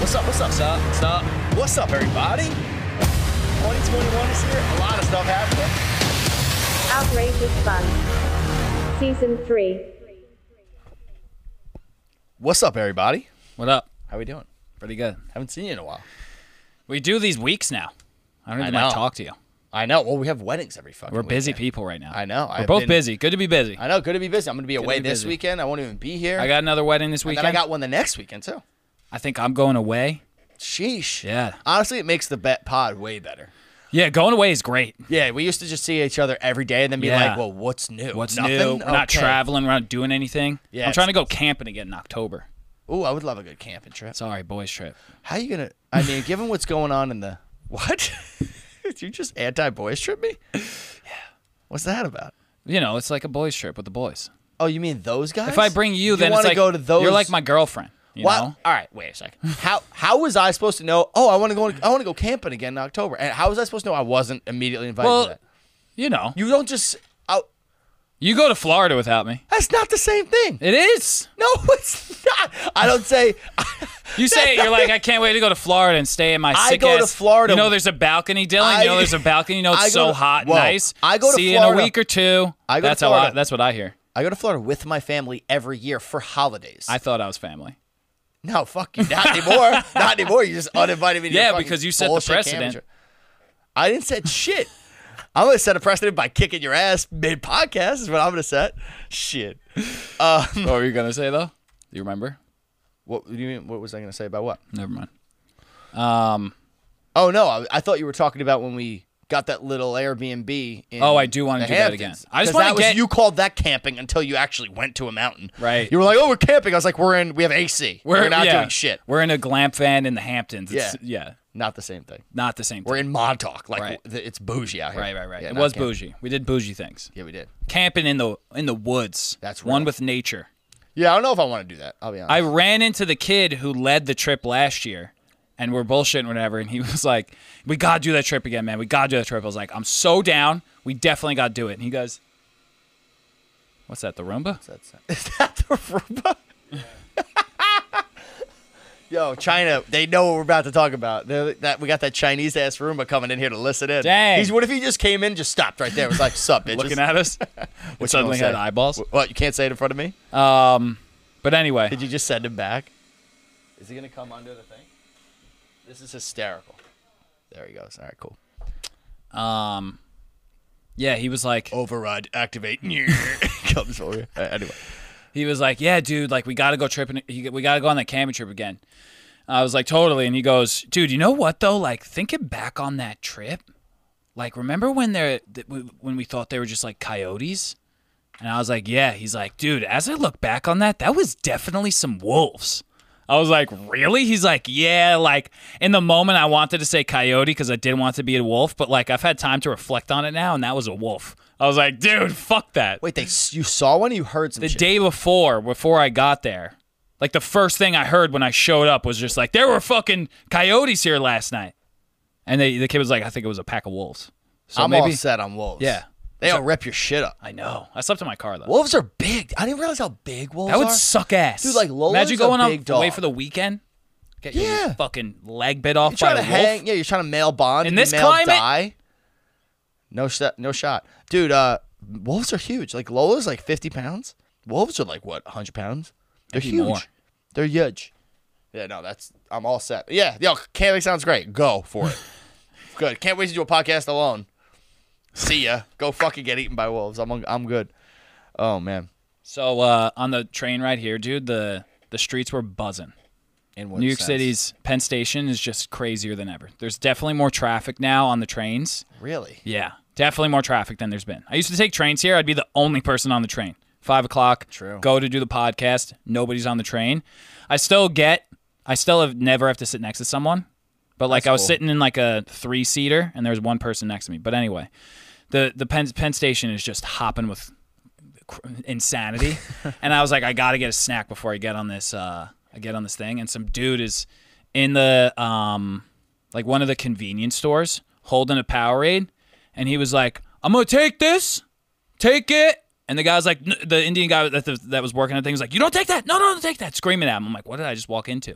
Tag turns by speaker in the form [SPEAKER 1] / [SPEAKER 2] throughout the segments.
[SPEAKER 1] What's up? What's up? What's up? What's up? What's up, everybody? 2021 is here. A lot of stuff happening.
[SPEAKER 2] Outrageous Fun. Season 3.
[SPEAKER 1] What's up, everybody?
[SPEAKER 3] What up?
[SPEAKER 1] How we doing?
[SPEAKER 3] Pretty good.
[SPEAKER 1] Haven't seen you in a while.
[SPEAKER 3] We do these weeks now. I don't
[SPEAKER 1] I
[SPEAKER 3] even
[SPEAKER 1] know.
[SPEAKER 3] like talk to you.
[SPEAKER 1] I know. Well, we have weddings every fucking.
[SPEAKER 3] We're busy
[SPEAKER 1] weekend.
[SPEAKER 3] people right now.
[SPEAKER 1] I know.
[SPEAKER 3] We're
[SPEAKER 1] I've
[SPEAKER 3] both
[SPEAKER 1] been-
[SPEAKER 3] busy. Good to be busy.
[SPEAKER 1] I know. Good to be busy. I'm gonna be away
[SPEAKER 3] be
[SPEAKER 1] this
[SPEAKER 3] busy.
[SPEAKER 1] weekend. I won't even be here.
[SPEAKER 3] I got another wedding this
[SPEAKER 1] And
[SPEAKER 3] weekend.
[SPEAKER 1] then I got one the next weekend too.
[SPEAKER 3] I think I'm going away.
[SPEAKER 1] Sheesh.
[SPEAKER 3] Yeah.
[SPEAKER 1] Honestly, it makes the bet pod way better.
[SPEAKER 3] Yeah, going away is great.
[SPEAKER 1] Yeah, we used to just see each other every day and then be
[SPEAKER 3] Yeah.
[SPEAKER 1] like, "Well, what's new?
[SPEAKER 3] What's
[SPEAKER 1] Nothing?
[SPEAKER 3] new? We're not
[SPEAKER 1] Okay.
[SPEAKER 3] traveling. We're not doing anything.
[SPEAKER 1] Yeah,
[SPEAKER 3] I'm trying to
[SPEAKER 1] it's-
[SPEAKER 3] go camping again in October.
[SPEAKER 1] Ooh, I would love a good camping trip.
[SPEAKER 3] Sorry, boys trip.
[SPEAKER 1] How you gonna? I mean, given what's going on in the what? you just anti boys trip me? Yeah. What's that about?
[SPEAKER 3] You know, it's like a boys trip with the boys.
[SPEAKER 1] Oh, you mean those guys?
[SPEAKER 3] If I bring you, then
[SPEAKER 1] wanna
[SPEAKER 3] it's like
[SPEAKER 1] go to those.
[SPEAKER 3] you're like my girlfriend. You
[SPEAKER 1] Why-
[SPEAKER 3] know?
[SPEAKER 1] All right, wait a second. How how was I supposed to know? Oh, I want to go. I want to go camping again in October. And how was I supposed to know I wasn't immediately invited? to
[SPEAKER 3] Well,
[SPEAKER 1] that?
[SPEAKER 3] you know, you,
[SPEAKER 1] you don't just. I,
[SPEAKER 3] go to Florida without me.
[SPEAKER 1] that's not the same thing.
[SPEAKER 3] It is.
[SPEAKER 1] No, it's not. I don't say.
[SPEAKER 3] You say it, you're like, I can't wait to go to Florida and stay in my
[SPEAKER 1] I
[SPEAKER 3] sick
[SPEAKER 1] go to
[SPEAKER 3] ass-
[SPEAKER 1] Florida-
[SPEAKER 3] You know, there's a balcony, Dylan.
[SPEAKER 1] I-
[SPEAKER 3] you know, there's a balcony. You know,
[SPEAKER 1] I
[SPEAKER 3] it's
[SPEAKER 1] go
[SPEAKER 3] so
[SPEAKER 1] to-
[SPEAKER 3] hot and
[SPEAKER 1] whoa.
[SPEAKER 3] nice.
[SPEAKER 1] I go to
[SPEAKER 3] See you in
[SPEAKER 1] Florida-
[SPEAKER 3] a week or two.
[SPEAKER 1] I go to
[SPEAKER 3] that's how I-
[SPEAKER 1] Florida.
[SPEAKER 3] that's what I hear.
[SPEAKER 1] I go to Florida with my family every year for holidays.
[SPEAKER 3] I thought I was family.
[SPEAKER 1] no, fuck you. Not anymore. not anymore. You just uninvited me. To your
[SPEAKER 3] Yeah,
[SPEAKER 1] fucking
[SPEAKER 3] because you set the
[SPEAKER 1] bullshit camping
[SPEAKER 3] precedent.
[SPEAKER 1] trip. I didn't set shit. I'm gonna set a precedent by kicking your ass mid podcast. Is what I'm gonna set. Shit.
[SPEAKER 3] what were you gonna say though? Do you remember?
[SPEAKER 1] What do you mean? What was I gonna say about what?
[SPEAKER 3] Never mind.
[SPEAKER 1] Oh no, I, I thought you were talking about when we got that little Airbnb. In
[SPEAKER 3] Oh, I do wanna
[SPEAKER 1] the
[SPEAKER 3] do that
[SPEAKER 1] Hamptons.
[SPEAKER 3] again. I just
[SPEAKER 1] 'Cause
[SPEAKER 3] wanna
[SPEAKER 1] that was-
[SPEAKER 3] get-
[SPEAKER 1] you called that camping until you actually went to a mountain.
[SPEAKER 3] Right.
[SPEAKER 1] You were like, oh, we're camping. I was like, we're in. We have AC. We're, not
[SPEAKER 3] yeah.
[SPEAKER 1] doing shit.
[SPEAKER 3] We're in a glamp van in the Hamptons. It's,
[SPEAKER 1] Yeah.
[SPEAKER 3] yeah.
[SPEAKER 1] Not the same thing.
[SPEAKER 3] Not the same.
[SPEAKER 1] We're
[SPEAKER 3] thing.
[SPEAKER 1] in Montauk. Like
[SPEAKER 3] Right.
[SPEAKER 1] th- it's bougie out here.
[SPEAKER 3] right, right, right.
[SPEAKER 1] Yeah,
[SPEAKER 3] it
[SPEAKER 1] not
[SPEAKER 3] was
[SPEAKER 1] camping.
[SPEAKER 3] bougie. We did bougie things.
[SPEAKER 1] Yeah, we did.
[SPEAKER 3] Camping in the in the woods.
[SPEAKER 1] That's
[SPEAKER 3] one
[SPEAKER 1] real.
[SPEAKER 3] with nature.
[SPEAKER 1] Yeah, I don't know if I want to do that. I'll be honest.
[SPEAKER 3] I ran into the kid who led the trip last year, and we're bullshitting whatever. And he was like, "We gotta do that trip again, man. We gotta do that trip." I was like, "I'm so down. We definitely gotta do it." And he goes, "What's that? The Roomba?"
[SPEAKER 1] That's is that the Roomba? Yo, China, they know what we're about to talk about. They're- that we got that Chinese ass Roomba coming in here to listen in.
[SPEAKER 3] Dang.
[SPEAKER 1] He's, what if he just came in, just stopped right there, was like, "Sup, bitches."
[SPEAKER 3] Looking at us.
[SPEAKER 1] What you
[SPEAKER 3] suddenly
[SPEAKER 1] gonna
[SPEAKER 3] had
[SPEAKER 1] say?
[SPEAKER 3] eyeballs.
[SPEAKER 1] Wh- What you can't say it in front of me?
[SPEAKER 3] Um, but anyway,
[SPEAKER 1] Did you just send him back? Is he gonna come under the thing? This is hysterical. There he goes. All right, cool.
[SPEAKER 3] um, yeah, he was like,
[SPEAKER 1] Override, activate. Comes over. All right, anyway,
[SPEAKER 3] he was like, "Yeah, dude, like we gotta go tripping. he- We gotta go on that camping trip again." I was like, "Totally." And he goes, "Dude, you know what though? Like thinking back on that trip, like remember when they're th- w- when we thought they were just like coyotes?" And I was like, "Yeah." He's like, "Dude, as I look back on that, that was definitely some wolves." I was like, "Really?" He's like, "Yeah." Like in the moment, I wanted to say coyote because I didn't want it to be a wolf, but like I've had time to reflect on it now, and that was a wolf. I was like, "Dude, fuck that."
[SPEAKER 1] wait. They s- you saw one? or You heard some?
[SPEAKER 3] the
[SPEAKER 1] shit?
[SPEAKER 3] day before, before I got there, like the first thing I heard when I showed up was just like, there were fucking coyotes here last night. And they, the kid was like, I think it was a pack of wolves. So
[SPEAKER 1] I'm all
[SPEAKER 3] maybe.
[SPEAKER 1] set on wolves.
[SPEAKER 3] Yeah.
[SPEAKER 1] they don't rip your shit up.
[SPEAKER 3] I know. I slept in my car though.
[SPEAKER 1] Wolves are big. I didn't realize how big wolves
[SPEAKER 3] that would
[SPEAKER 1] are.
[SPEAKER 3] suck ass.
[SPEAKER 1] Dude, like, Lola's
[SPEAKER 3] Imagine
[SPEAKER 1] a
[SPEAKER 3] going on-
[SPEAKER 1] big
[SPEAKER 3] away
[SPEAKER 1] dog.
[SPEAKER 3] for the weekend. Get
[SPEAKER 1] Yeah.
[SPEAKER 3] your fucking leg bit off
[SPEAKER 1] you're
[SPEAKER 3] by
[SPEAKER 1] trying to
[SPEAKER 3] a wolf.
[SPEAKER 1] hang. Yeah, you're trying to male bond.
[SPEAKER 3] In
[SPEAKER 1] and you
[SPEAKER 3] this
[SPEAKER 1] male
[SPEAKER 3] climate?
[SPEAKER 1] die. No shot. No shot, dude. Uh, wolves are huge. Like Lola's like 50 pounds. Wolves are like what 100 pounds. They're
[SPEAKER 3] Maybe
[SPEAKER 1] huge.
[SPEAKER 3] more.
[SPEAKER 1] They're huge. Yeah, no, that's I'm all set. Yeah, yo, camping sounds great. Go for it. good. Can't wait to do a podcast alone. See ya. Go fucking get eaten by wolves. I'm I'm good. Oh man.
[SPEAKER 3] So uh, on the train right here, dude, the, the streets were buzzing.
[SPEAKER 1] In what
[SPEAKER 3] New York
[SPEAKER 1] sense?
[SPEAKER 3] City's Penn Station is just crazier than ever. There's definitely more traffic now on the trains.
[SPEAKER 1] Really?
[SPEAKER 3] Yeah, definitely more traffic than there's been. I used to take trains here. I'd be the only person on the train. Five o'clock.
[SPEAKER 1] True.
[SPEAKER 3] Go to do the podcast. Nobody's on the train. I still get. I still have never have to sit next to someone. But like
[SPEAKER 1] That's
[SPEAKER 3] I was
[SPEAKER 1] cool.
[SPEAKER 3] sitting in like a three seater and there was one person next to me. But anyway, the the Penn, Penn Station is just hopping with cr- insanity. and I was like, I gotta get a snack before I get on this. Uh, I get on this thing, and some dude is in the um, like one of the convenience stores holding a Powerade, and he was like, "I'm gonna take this, take it, And the guy was like, n- the Indian guy that, that was working at things like, you don't take that. No, no, don't take that. Screaming at him. I'm like, what did I just walk into?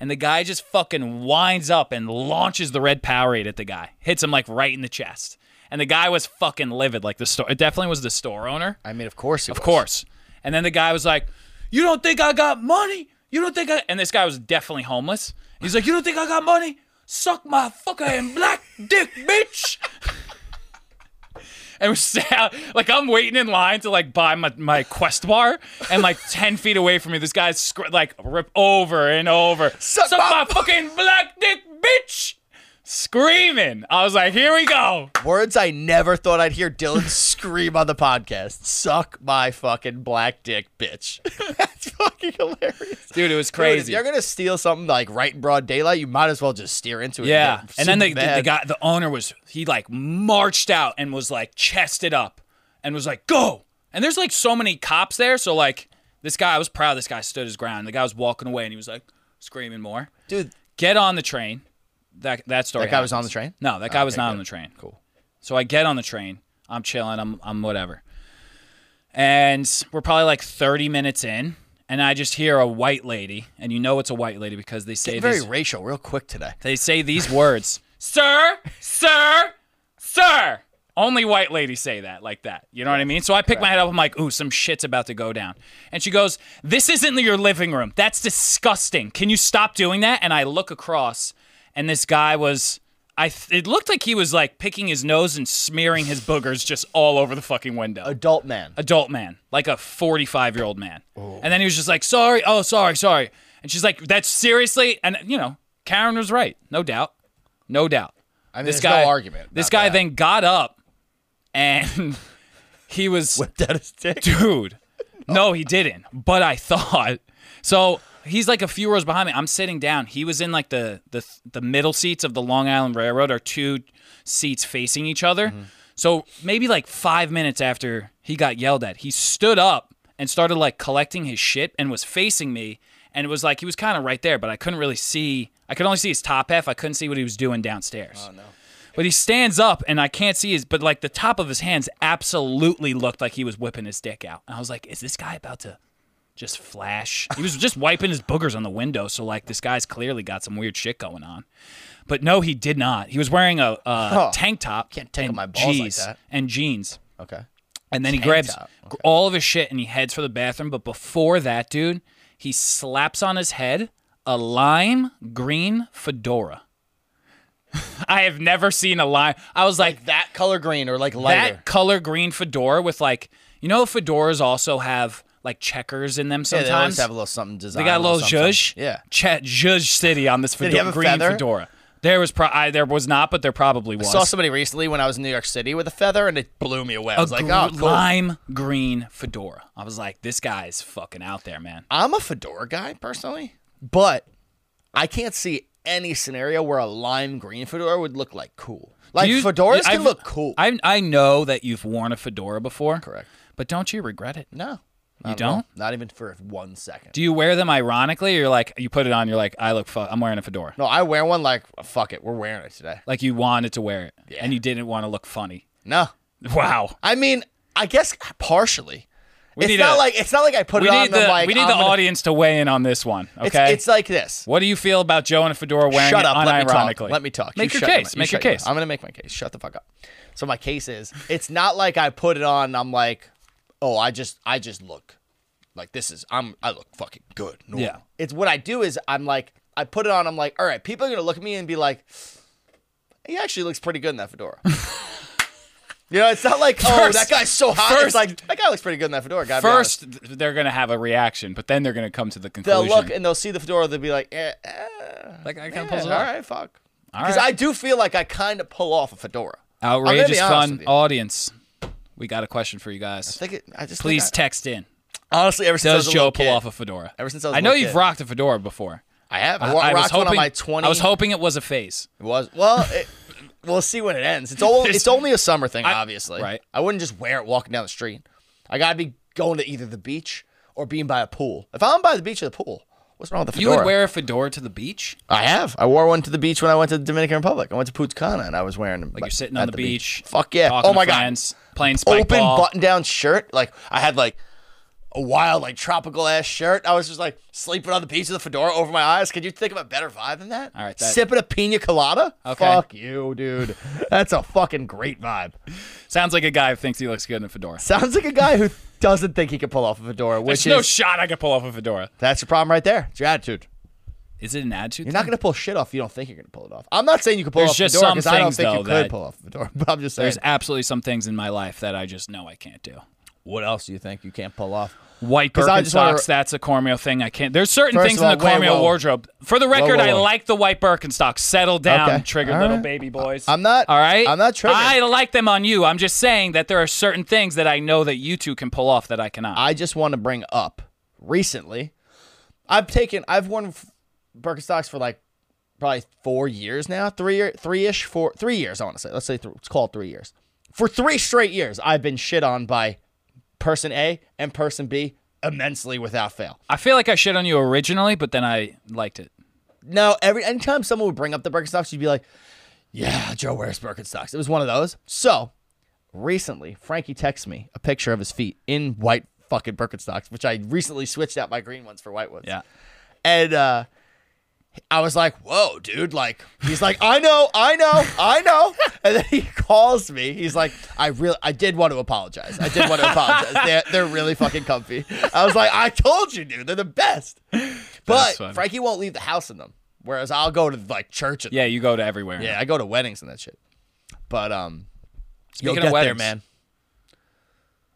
[SPEAKER 3] And the guy just fucking winds up and launches the red Powerade at the guy. Hits him like right in the chest. And the guy was fucking livid. Like the store, it definitely was the store owner.
[SPEAKER 1] I mean, of course. It
[SPEAKER 3] Of course. And then the guy was like, You don't think I got money? You don't think I. And this guy was definitely homeless. He's like, You don't think I got money? Suck my fucking black dick, bitch. And we're sad. like I'm waiting in line to like buy my, my quest bar, and like ten feet away from me, this guy's scr- like rip over and over.
[SPEAKER 1] Suck my-
[SPEAKER 3] my fucking black dick, bitch! Screaming. I was like, here we go.
[SPEAKER 1] Words I never thought I'd hear Dylan scream on the podcast. Suck my fucking black dick, bitch. That's fucking hilarious.
[SPEAKER 3] Dude, it
[SPEAKER 1] Dude,
[SPEAKER 3] was
[SPEAKER 1] if
[SPEAKER 3] crazy.
[SPEAKER 1] you're gonna steal something like right in broad daylight, you might as well just steer into it.
[SPEAKER 3] Yeah,
[SPEAKER 1] get
[SPEAKER 3] and then the,
[SPEAKER 1] super
[SPEAKER 3] the, the
[SPEAKER 1] mad.
[SPEAKER 3] guy, the owner was he like marched out and was like chested up, and was like go. And there's like so many cops there, so like this guy, I was proud. This guy stood his ground. The guy was walking away, and he was like screaming more.
[SPEAKER 1] dude.
[SPEAKER 3] Get on the train. That that story.
[SPEAKER 1] That guy was
[SPEAKER 3] happens.
[SPEAKER 1] on the train?
[SPEAKER 3] No, that guy was
[SPEAKER 1] okay,
[SPEAKER 3] not
[SPEAKER 1] good.
[SPEAKER 3] on the train. Cool. So I get on the train. I'm chilling. I'm I'm whatever. And we're probably like 30 minutes in, and I just hear a white lady, and you know it's a white lady because they say
[SPEAKER 1] Very
[SPEAKER 3] these
[SPEAKER 1] racial, real quick today.
[SPEAKER 3] they say these words Sir, sir, sir. Only white ladies say that like that. You know what I mean? So I pick my head up. I'm like, ooh, some shit's about to go down. And she goes, This isn't your living room. That's disgusting. Can you stop doing that? And I look across, and this guy was. I th- it looked like he was like picking his nose and smearing his boogers just all over the fucking window
[SPEAKER 1] Adult man.
[SPEAKER 3] adult man, like a 45 year old man.
[SPEAKER 1] Oh.
[SPEAKER 3] And then he was just like, sorry, oh, sorry, sorry. And she's like, that's seriously? And, you know, Karen was right. No doubt. No doubt.
[SPEAKER 1] I mean,
[SPEAKER 3] this
[SPEAKER 1] there's
[SPEAKER 3] guy,
[SPEAKER 1] no argument.
[SPEAKER 3] This
[SPEAKER 1] about
[SPEAKER 3] guy
[SPEAKER 1] that.
[SPEAKER 3] then got up and he was
[SPEAKER 1] whipped out his dick.
[SPEAKER 3] dude. No, he didn't. But I thought so. He's like a few rows behind me. I'm sitting down. He was in like the the the middle seats of the Long Island Railroad. Are two seats facing each other. So maybe like five minutes after he got yelled at, he stood up and started like collecting his shit and was facing me. And it was like he was kind of right there, but I couldn't really see. I could only see his top half. I couldn't see what he was doing downstairs. But he stands up and I can't see his, but like the top of his hands absolutely looked like he was whipping his dick out. And I was like, is this guy about to just flash? He was just wiping his boogers on the window. So like this guy's clearly got some weird shit going on. But no, he did not. He was wearing a, a tank top
[SPEAKER 1] Can't tangle
[SPEAKER 3] and
[SPEAKER 1] my balls like
[SPEAKER 3] jeans-
[SPEAKER 1] that.
[SPEAKER 3] and jeans.
[SPEAKER 1] Okay.
[SPEAKER 3] And then he
[SPEAKER 1] Tank
[SPEAKER 3] grabs
[SPEAKER 1] top,
[SPEAKER 3] gr- all of his shit and he heads for the bathroom. But before that, dude, he slaps on his head a lime green fedora. I have never seen a lime. I was like,
[SPEAKER 1] That color green or like lighter.
[SPEAKER 3] that color green fedora with like, you know, fedoras also have like checkers in them
[SPEAKER 1] yeah,
[SPEAKER 3] sometimes.
[SPEAKER 1] they always have a little something designed.
[SPEAKER 3] They got a little
[SPEAKER 1] something.
[SPEAKER 3] zhuzh.
[SPEAKER 1] Yeah.
[SPEAKER 3] Chat zhuzh city on this
[SPEAKER 1] he
[SPEAKER 3] fedora,
[SPEAKER 1] have a
[SPEAKER 3] green
[SPEAKER 1] feather?
[SPEAKER 3] fedora. There was pro- I, there was not, but there probably was.
[SPEAKER 1] Saw somebody recently when I was in New York City with a feather, and it blew me away. I
[SPEAKER 3] a
[SPEAKER 1] was like,
[SPEAKER 3] gr-
[SPEAKER 1] oh, cool.
[SPEAKER 3] lime green fedora. I was like, this guy's fucking out there, man.
[SPEAKER 1] I'm a fedora guy personally, but I can't see any scenario where a lime green fedora would look like cool. Like
[SPEAKER 3] You-
[SPEAKER 1] fedoras
[SPEAKER 3] you-
[SPEAKER 1] can
[SPEAKER 3] I've-
[SPEAKER 1] look cool.
[SPEAKER 3] I I know that you've worn a fedora before.
[SPEAKER 1] Correct.
[SPEAKER 3] But don't you regret it?
[SPEAKER 1] no,
[SPEAKER 3] You
[SPEAKER 1] not at all.
[SPEAKER 3] don't?
[SPEAKER 1] Not even for one second.
[SPEAKER 3] Do you wear them ironically? Or you're like you put it on. You're like I look. Fu- I'm wearing a fedora.
[SPEAKER 1] no, I wear one like fuck it. We're wearing it today.
[SPEAKER 3] Like you wanted to wear it,
[SPEAKER 1] Yeah.
[SPEAKER 3] and you didn't want to look funny.
[SPEAKER 1] No,
[SPEAKER 3] Wow.
[SPEAKER 1] I mean, I guess partially.
[SPEAKER 3] We
[SPEAKER 1] it's
[SPEAKER 3] need
[SPEAKER 1] not
[SPEAKER 3] a-
[SPEAKER 1] like it's not like I put
[SPEAKER 3] We
[SPEAKER 1] it on.
[SPEAKER 3] need
[SPEAKER 1] and I'm
[SPEAKER 3] the
[SPEAKER 1] like,
[SPEAKER 3] we need
[SPEAKER 1] I'm
[SPEAKER 3] the
[SPEAKER 1] gonna-
[SPEAKER 3] audience to weigh in on this one.
[SPEAKER 1] It's,
[SPEAKER 3] Okay.
[SPEAKER 1] it's like this.
[SPEAKER 3] what do you feel about Joe in a fedora wearing
[SPEAKER 1] shut
[SPEAKER 3] it
[SPEAKER 1] up. Let me
[SPEAKER 3] unironically?
[SPEAKER 1] talk. Let me talk.
[SPEAKER 3] Make
[SPEAKER 1] You
[SPEAKER 3] your
[SPEAKER 1] shut
[SPEAKER 3] case.
[SPEAKER 1] mouth. You
[SPEAKER 3] Make your
[SPEAKER 1] shut
[SPEAKER 3] case.
[SPEAKER 1] mouth. I'm gonna make my case. Shut the fuck up. So my case is, it's not like I put it on. and I'm like, oh, I just, I just look like this is. I'm, I look fucking good. normal.
[SPEAKER 3] Yeah.
[SPEAKER 1] It's what I do is I'm like, I put it on. I'm like, all right, people are gonna look at me and be like, he actually looks pretty good in that fedora. you know, it's not like, oh,
[SPEAKER 3] First-
[SPEAKER 1] that guy's so hot. it's
[SPEAKER 3] first-
[SPEAKER 1] like that guy looks pretty good in that fedora. gotta be honest.
[SPEAKER 3] First, th- they're gonna have a reaction, but then they're gonna come to the
[SPEAKER 1] they'll
[SPEAKER 3] conclusion.
[SPEAKER 1] look and they'll see the fedora. They'll be like, eh, eh.
[SPEAKER 3] Like, I
[SPEAKER 1] Yeah,
[SPEAKER 3] kind of pulls it
[SPEAKER 1] all
[SPEAKER 3] off.
[SPEAKER 1] right, fuck.
[SPEAKER 3] All
[SPEAKER 1] Because
[SPEAKER 3] right.
[SPEAKER 1] I do feel like I kind of pull off a fedora. I'm gonna be
[SPEAKER 3] Outrageous
[SPEAKER 1] honest
[SPEAKER 3] fun
[SPEAKER 1] with you.
[SPEAKER 3] audience. We got a question for you guys.
[SPEAKER 1] I think it, I just
[SPEAKER 3] Please
[SPEAKER 1] think
[SPEAKER 3] text in.
[SPEAKER 1] I, honestly ever since I
[SPEAKER 3] Does
[SPEAKER 1] was a little
[SPEAKER 3] Joe pull
[SPEAKER 1] kid,
[SPEAKER 3] off a fedora?
[SPEAKER 1] Ever since I was
[SPEAKER 3] I
[SPEAKER 1] a
[SPEAKER 3] know
[SPEAKER 1] little
[SPEAKER 3] you've
[SPEAKER 1] kid.
[SPEAKER 3] rocked a fedora before.
[SPEAKER 1] I have. I, I rocked one on my twenty.
[SPEAKER 3] I was hoping it was a phase.
[SPEAKER 1] It was well. It, we'll see when it ends. It's all.
[SPEAKER 3] This-
[SPEAKER 1] It's only a summer thing, obviously.
[SPEAKER 3] right.
[SPEAKER 1] I wouldn't just wear it walking down the street. I gotta be going to either the beach or being by a pool. If I'm by the beach or the pool, What's wrong with the
[SPEAKER 3] You
[SPEAKER 1] fedora?
[SPEAKER 3] would wear a fedora to the beach?
[SPEAKER 1] I have. I wore one to the beach when I went to the Dominican Republic. I went to Putzcana and I was wearing
[SPEAKER 3] Like you're sitting on the, beach.
[SPEAKER 1] Fuck yeah!
[SPEAKER 3] talking
[SPEAKER 1] Oh
[SPEAKER 3] to
[SPEAKER 1] my god!
[SPEAKER 3] friends, Playing spike
[SPEAKER 1] Open
[SPEAKER 3] ball.
[SPEAKER 1] button down shirt. Like I had like a wild like tropical ass shirt. I was just like sleeping on the beach with a fedora over my eyes. Could you think of a better vibe than that?
[SPEAKER 3] All right, that-
[SPEAKER 1] Sipping a pina colada.
[SPEAKER 3] Okay.
[SPEAKER 1] Fuck you, dude. That's a fucking great vibe.
[SPEAKER 3] Sounds like a guy who thinks he looks good in a fedora.
[SPEAKER 1] Sounds like a guy who doesn't think he can pull off a fedora, which
[SPEAKER 3] There's no
[SPEAKER 1] is
[SPEAKER 3] shot I could pull off a fedora.
[SPEAKER 1] that's your problem right there. It's your attitude.
[SPEAKER 3] Is it an attitude?
[SPEAKER 1] You're not
[SPEAKER 3] thing?
[SPEAKER 1] gonna pull shit off. if You don't think you're gonna pull it off. I'm not saying you can pull
[SPEAKER 3] There's
[SPEAKER 1] off
[SPEAKER 3] just
[SPEAKER 1] the door
[SPEAKER 3] some
[SPEAKER 1] because I don't
[SPEAKER 3] things,
[SPEAKER 1] think
[SPEAKER 3] though,
[SPEAKER 1] you
[SPEAKER 3] that-
[SPEAKER 1] could pull off the door. But I'm just saying.
[SPEAKER 3] There's absolutely some things in my life that I just know I can't do.
[SPEAKER 1] what else do you think you can't pull off?
[SPEAKER 3] White
[SPEAKER 1] 'Cause I just
[SPEAKER 3] Birkenstocks,
[SPEAKER 1] wanna-
[SPEAKER 3] that's a Cormio thing I can't. There's certain
[SPEAKER 1] First
[SPEAKER 3] things
[SPEAKER 1] of all,
[SPEAKER 3] in the
[SPEAKER 1] wait,
[SPEAKER 3] Cormio
[SPEAKER 1] whoa.
[SPEAKER 3] wardrobe. For the record,
[SPEAKER 1] whoa,
[SPEAKER 3] I
[SPEAKER 1] whoa.
[SPEAKER 3] like the white Birkenstocks. Settle down,
[SPEAKER 1] Okay.
[SPEAKER 3] trigger
[SPEAKER 1] All
[SPEAKER 3] little
[SPEAKER 1] right.
[SPEAKER 3] baby boys.
[SPEAKER 1] I'm not-
[SPEAKER 3] All right.
[SPEAKER 1] I'm not triggered.
[SPEAKER 3] I like them on you. I'm just saying that there are certain things that I know that you two can pull off that I cannot.
[SPEAKER 1] I just want to bring up recently. I've taken. I've worn f- Birkenstocks for like probably four years now. Three year, three ish, four, three years. I want to say. Let's say th- it's called three years. For three straight years, I've been shit on by person A and person B immensely without fail.
[SPEAKER 3] I feel like I shit on you originally, but then I liked it.
[SPEAKER 1] No, every anytime someone would bring up the Birkenstocks, you'd be like, "Yeah, Joe wears Birkenstocks." It was one of those. So recently, Frankie texts me a picture of his feet in white fucking Birkenstocks, which I recently switched out my green ones for white ones.
[SPEAKER 3] Yeah.
[SPEAKER 1] and uh, I was like, "Whoa, dude!" Like he's like, "I know, I know, I know," and then he calls me. He's like, "I really, I did want to apologize. I did want to apologize. They're, they're really fucking comfy." I was like, "I told you, dude. They're the best." But
[SPEAKER 3] That's funny.
[SPEAKER 1] Frankie won't leave the house in them, whereas I'll go to like church. And
[SPEAKER 3] Yeah, you go to everywhere.
[SPEAKER 1] yeah, I go to weddings and that shit. But um,
[SPEAKER 3] Speaking
[SPEAKER 1] you'll get
[SPEAKER 3] of
[SPEAKER 1] there,
[SPEAKER 3] weddings,
[SPEAKER 1] man.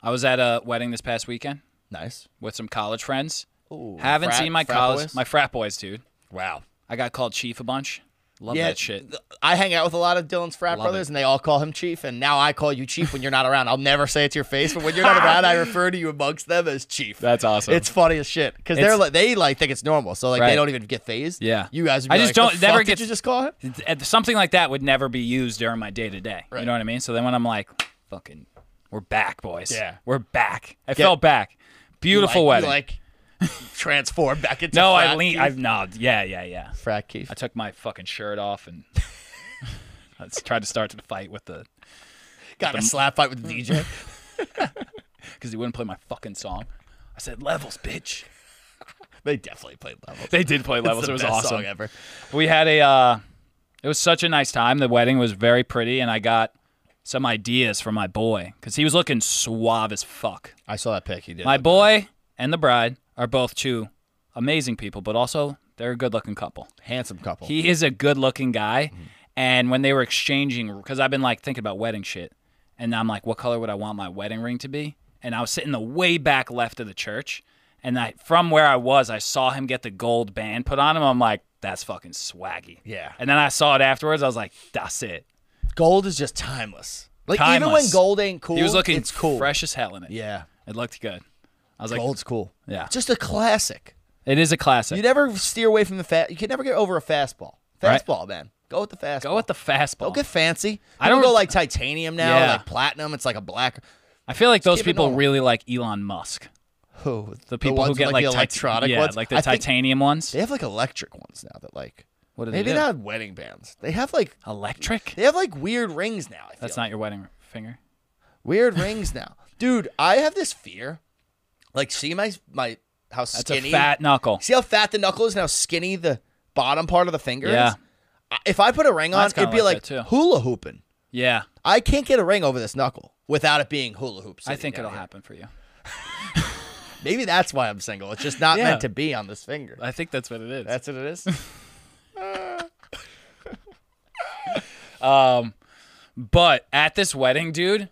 [SPEAKER 3] I was at a wedding this past weekend
[SPEAKER 1] Nice.
[SPEAKER 3] with some college friends.
[SPEAKER 1] Ooh,
[SPEAKER 3] Haven't
[SPEAKER 1] frat-
[SPEAKER 3] seen my
[SPEAKER 1] frat
[SPEAKER 3] college,
[SPEAKER 1] boys?
[SPEAKER 3] my frat boys, dude.
[SPEAKER 1] Wow.
[SPEAKER 3] I got called chief a bunch. Love that shit.
[SPEAKER 1] th- I hang out with a lot of Dylan's frat
[SPEAKER 3] Love
[SPEAKER 1] brothers,
[SPEAKER 3] it.
[SPEAKER 1] and they all call him Chief. And now I call you Chief when you're not around. I'll never say it to your face, but when you're not around, I refer to you amongst them as Chief.
[SPEAKER 3] That's awesome.
[SPEAKER 1] It's funny as shit because they're
[SPEAKER 3] It's-
[SPEAKER 1] like they like think it's normal, so like
[SPEAKER 3] Right.
[SPEAKER 1] they don't even get phased.
[SPEAKER 3] Yeah.
[SPEAKER 1] you guys. Would
[SPEAKER 3] I
[SPEAKER 1] be
[SPEAKER 3] just
[SPEAKER 1] like,
[SPEAKER 3] don't-
[SPEAKER 1] the
[SPEAKER 3] never
[SPEAKER 1] fuck
[SPEAKER 3] gets-
[SPEAKER 1] Did you just call him?
[SPEAKER 3] Th- something like that would never be used during my day to day. You
[SPEAKER 1] Right.
[SPEAKER 3] know what I mean? So then when I'm like, fucking, we're back, boys.
[SPEAKER 1] Yeah.
[SPEAKER 3] we're back. I felt back. Beautiful
[SPEAKER 1] like,
[SPEAKER 3] wedding.
[SPEAKER 1] You, like transform back into
[SPEAKER 3] no,
[SPEAKER 1] frat
[SPEAKER 3] I lean.
[SPEAKER 1] Keith?
[SPEAKER 3] I've nodded. Yeah, yeah, yeah.
[SPEAKER 1] frat Keith.
[SPEAKER 3] I took my fucking shirt off and I just tried to start the fight with the
[SPEAKER 1] Got in a slap fight with the DJ.
[SPEAKER 3] because he wouldn't play my fucking song. I said levels, bitch.
[SPEAKER 1] they definitely played levels.
[SPEAKER 3] They did play levels.
[SPEAKER 1] It's the
[SPEAKER 3] it was
[SPEAKER 1] best
[SPEAKER 3] awesome.
[SPEAKER 1] song ever.
[SPEAKER 3] We had a. Uh, it was such a nice time. The wedding was very pretty, and I got some ideas from my boy because he was looking suave as fuck.
[SPEAKER 1] I saw that pic. He did.
[SPEAKER 3] My boy and the bride are both two amazing people, but also they're a good-looking couple.
[SPEAKER 1] handsome couple.
[SPEAKER 3] He is a good-looking guy,
[SPEAKER 1] Mm-hmm.
[SPEAKER 3] and when they were exchanging, because I've been like thinking about wedding shit, and I'm like, what color would I want my wedding ring to be? And I was sitting the way back left of the church, and I, from where I was, I saw him get the gold band put on him. I'm like, that's fucking swaggy.
[SPEAKER 1] Yeah.
[SPEAKER 3] And then I saw it afterwards. I was like, that's it.
[SPEAKER 1] gold is just timeless. Like even when
[SPEAKER 3] Timeless.
[SPEAKER 1] gold ain't cool,
[SPEAKER 3] He was looking
[SPEAKER 1] it's cool.
[SPEAKER 3] fresh as hell in it.
[SPEAKER 1] Yeah.
[SPEAKER 3] It looked good. I was like,
[SPEAKER 1] Gold's cool.
[SPEAKER 3] Yeah.
[SPEAKER 1] Just a classic.
[SPEAKER 3] it is a classic.
[SPEAKER 1] You never steer away from the fat. You can never get over a fastball.
[SPEAKER 3] Right.
[SPEAKER 1] Fastball, man. Go with the fastball.
[SPEAKER 3] Go with the fastball.
[SPEAKER 1] Don't get fancy.
[SPEAKER 3] I
[SPEAKER 1] I don't
[SPEAKER 3] don't-
[SPEAKER 1] go like titanium now,
[SPEAKER 3] Yeah.
[SPEAKER 1] like platinum. It's like a black.
[SPEAKER 3] I feel like those
[SPEAKER 1] keep it
[SPEAKER 3] people
[SPEAKER 1] normal.
[SPEAKER 3] really like Elon Musk.
[SPEAKER 1] Oh,
[SPEAKER 3] The people who
[SPEAKER 1] ones
[SPEAKER 3] get
[SPEAKER 1] with,
[SPEAKER 3] like,
[SPEAKER 1] the
[SPEAKER 3] tit-
[SPEAKER 1] electronic
[SPEAKER 3] yeah,
[SPEAKER 1] ones.
[SPEAKER 3] like the
[SPEAKER 1] I think
[SPEAKER 3] titanium ones.
[SPEAKER 1] They have like electric ones now that like.
[SPEAKER 3] What do they
[SPEAKER 1] maybe
[SPEAKER 3] do?
[SPEAKER 1] not wedding bands. They have like
[SPEAKER 3] Electric.
[SPEAKER 1] they have like weird rings now. I feel
[SPEAKER 3] That's not your wedding finger.
[SPEAKER 1] weird rings now, dude. I have this fear, like see my my how
[SPEAKER 3] That's
[SPEAKER 1] skinny
[SPEAKER 3] a fat knuckle.
[SPEAKER 1] See how fat the knuckle is and how skinny the bottom part of the finger
[SPEAKER 3] Yeah.
[SPEAKER 1] is? I- If I put a ring on,
[SPEAKER 3] Mine's
[SPEAKER 1] it'd
[SPEAKER 3] kinda
[SPEAKER 1] be
[SPEAKER 3] like
[SPEAKER 1] like,
[SPEAKER 3] that, too.
[SPEAKER 1] hula hooping.
[SPEAKER 3] Yeah,
[SPEAKER 1] I can't get a ring over this knuckle without it being hula hoops.
[SPEAKER 3] I think it'll happen for you.
[SPEAKER 1] Maybe that's why I'm single. It's just not
[SPEAKER 3] Yeah.
[SPEAKER 1] meant to be on this finger.
[SPEAKER 3] I think that's what it is.
[SPEAKER 1] That's what it is.
[SPEAKER 3] but at this wedding, dude,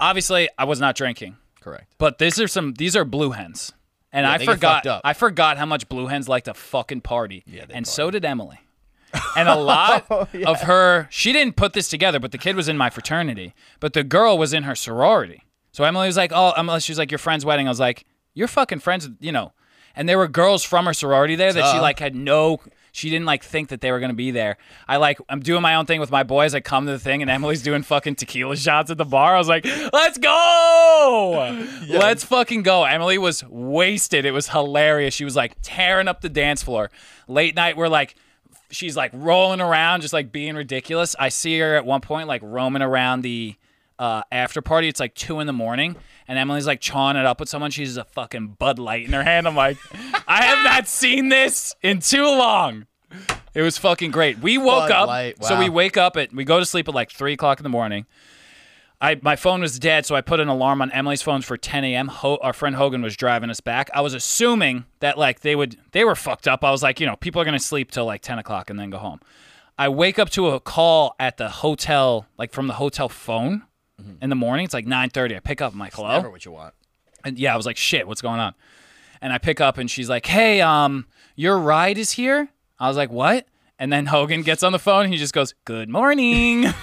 [SPEAKER 3] obviously I was not drinking.
[SPEAKER 1] Correct.
[SPEAKER 3] But these are some. These are blue hens, and I
[SPEAKER 1] they get
[SPEAKER 3] forgot.
[SPEAKER 1] fucked up.
[SPEAKER 3] I forgot how much blue hens like to fucking party.
[SPEAKER 1] Yeah, they
[SPEAKER 3] and so did Emily. And a lot of her, she didn't put this together, but the kid was in my fraternity, but the girl was in her sorority. So Emily was like, "Oh, Emily, she's like your friend's wedding." I was like, "Your fucking friends, you know." And there were girls from her sorority there that she
[SPEAKER 1] Duh.
[SPEAKER 3] like had no. She didn't like think that they were gonna be there. I like I'm doing my own thing with my boys. I come to the thing and Emily's doing fucking tequila shots at the bar. I was like, let's go, let's fucking go. Emily was wasted. It was hilarious. She was like tearing up the dance floor. Late night, we're like she's like rolling around, just like being ridiculous. I see her at one point like roaming around the uh, after party. It's like two in the morning, and Emily's like chawing it up with someone. She's a fucking Bud Light in her hand. I'm like, I have not seen this in too long. It was fucking great. We woke
[SPEAKER 1] Bud
[SPEAKER 3] up,
[SPEAKER 1] Light,
[SPEAKER 3] so we
[SPEAKER 1] wow.
[SPEAKER 3] wake up at we go to sleep at like three o'clock in the morning. I, my phone was dead, so I put an alarm on Emily's phone for 10 a.m. Ho- our friend Hogan was driving us back. I was assuming that like they would they were fucked up. I was like, you know, people are gonna sleep till like 10 o'clock and then go home. I wake up to a call at the hotel, like from the hotel phone in the morning. It's like 9:30. I pick up my hello.
[SPEAKER 1] Never what you want.
[SPEAKER 3] And yeah, I was like, shit, what's going on? And I pick up and she's like, hey, um, your ride is here. I was like, what? And then Hogan gets on the phone and he just goes, good morning.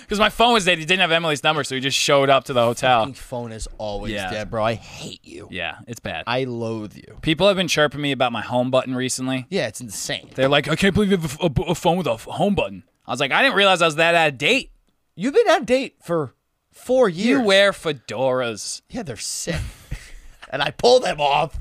[SPEAKER 3] Because my phone was dead. He didn't have Emily's number, so he just showed up to the hotel.
[SPEAKER 1] Fucking phone is always
[SPEAKER 3] Yeah.
[SPEAKER 1] dead, bro. I hate you.
[SPEAKER 3] Yeah, it's bad.
[SPEAKER 1] I loathe you.
[SPEAKER 3] People have been chirping me about my home button recently.
[SPEAKER 1] Yeah, it's insane.
[SPEAKER 3] They're like, I can't believe you have a, a- a phone with a f- home button. I was like, I didn't realize I was that out of date.
[SPEAKER 1] You've been on date for four years.
[SPEAKER 3] You wear fedoras.
[SPEAKER 1] yeah, they're sick. and I pull them off.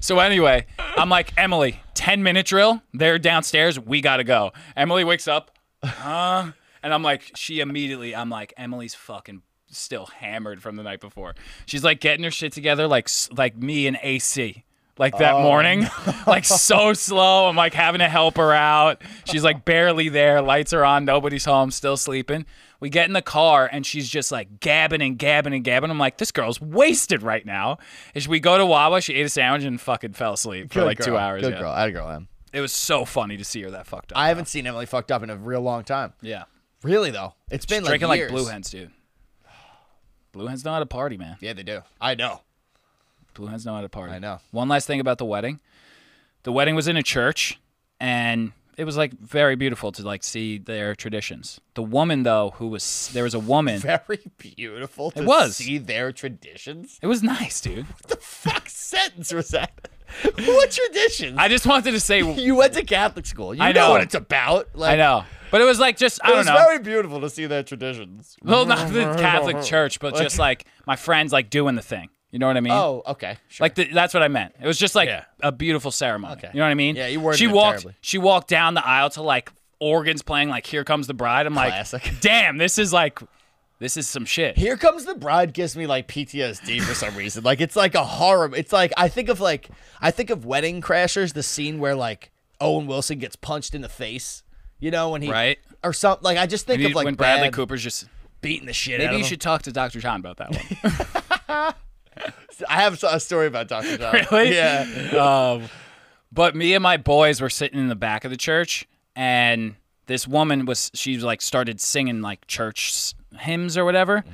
[SPEAKER 3] So anyway, I'm like, Emily, 10 minute drill. They're downstairs. We got to go. Emily wakes up. Huh? And I'm like, she immediately, I'm like, Emily's fucking still hammered from the night before. She's like getting her shit together, like s- like me and AC. Like that
[SPEAKER 1] Oh,
[SPEAKER 3] morning, like so slow. I'm like having to help her out. She's like barely there. Lights are on. Nobody's home. Still sleeping. We get in the car and she's just like gabbing and gabbing and gabbing. I'm like, this girl's wasted right now. And we go to Wawa. She ate a sandwich and fucking fell asleep for
[SPEAKER 1] Good
[SPEAKER 3] like two
[SPEAKER 1] girl.
[SPEAKER 3] hours.
[SPEAKER 1] Good
[SPEAKER 3] yeah.
[SPEAKER 1] girl. I had a girl. Em.
[SPEAKER 3] It was so funny to see her that fucked up.
[SPEAKER 1] I haven't seen Emily fucked up in a real long time.
[SPEAKER 3] yeah.
[SPEAKER 1] Really though, it's been like
[SPEAKER 3] Drinking like
[SPEAKER 1] years.
[SPEAKER 3] blue hens, dude. Blue hens know how to party, man.
[SPEAKER 1] Yeah, they do. I know.
[SPEAKER 3] Blue Hens know how to party.
[SPEAKER 1] I know.
[SPEAKER 3] One last thing about the wedding. The wedding was in a church and it was like very beautiful to like see their traditions. The woman though who was there was a woman.
[SPEAKER 1] Very beautiful. To
[SPEAKER 3] was.
[SPEAKER 1] see their traditions.
[SPEAKER 3] It was nice, dude.
[SPEAKER 1] What the fuck sentence was that? what traditions?
[SPEAKER 3] I just wanted to say
[SPEAKER 1] you went to Catholic school. You
[SPEAKER 3] I
[SPEAKER 1] know.
[SPEAKER 3] know.
[SPEAKER 1] what it's about. Like,
[SPEAKER 3] I know. But it was like just
[SPEAKER 1] It
[SPEAKER 3] I don't
[SPEAKER 1] was
[SPEAKER 3] know.
[SPEAKER 1] very beautiful to see their traditions.
[SPEAKER 3] well, not the Catholic church, but just like my friends like doing the thing. You know what I mean?
[SPEAKER 1] Oh, okay. Sure.
[SPEAKER 3] Like the, that's what I meant. It was just like
[SPEAKER 1] Yeah.
[SPEAKER 3] a beautiful ceremony.
[SPEAKER 1] Okay.
[SPEAKER 3] You know what I mean?
[SPEAKER 1] Yeah, you worded
[SPEAKER 3] She
[SPEAKER 1] it
[SPEAKER 3] walked.
[SPEAKER 1] terribly.
[SPEAKER 3] She walked down the aisle to like organs playing like "Here Comes the Bride." I'm
[SPEAKER 1] Classic.
[SPEAKER 3] like, damn, this is like, this is some shit.
[SPEAKER 1] Here comes the bride gives me like PTSD for some reason. Like it's like a horror. It's like I think of like I think of Wedding Crashers, the scene where like Owen Wilson gets punched in the face. You know when he
[SPEAKER 3] Right.
[SPEAKER 1] or something. Like I just think
[SPEAKER 3] Maybe
[SPEAKER 1] of like
[SPEAKER 3] when Bradley
[SPEAKER 1] Brad
[SPEAKER 3] Cooper's just.
[SPEAKER 1] beating the shit. out
[SPEAKER 3] Maybe
[SPEAKER 1] of
[SPEAKER 3] you
[SPEAKER 1] him.
[SPEAKER 3] should talk to Dr. John about that one.
[SPEAKER 1] I have a story about Doctor John.
[SPEAKER 3] Really?
[SPEAKER 1] Yeah.
[SPEAKER 3] um, but me and my boys were sitting in the back of the church, and this woman was she like started singing like church s- hymns or whatever,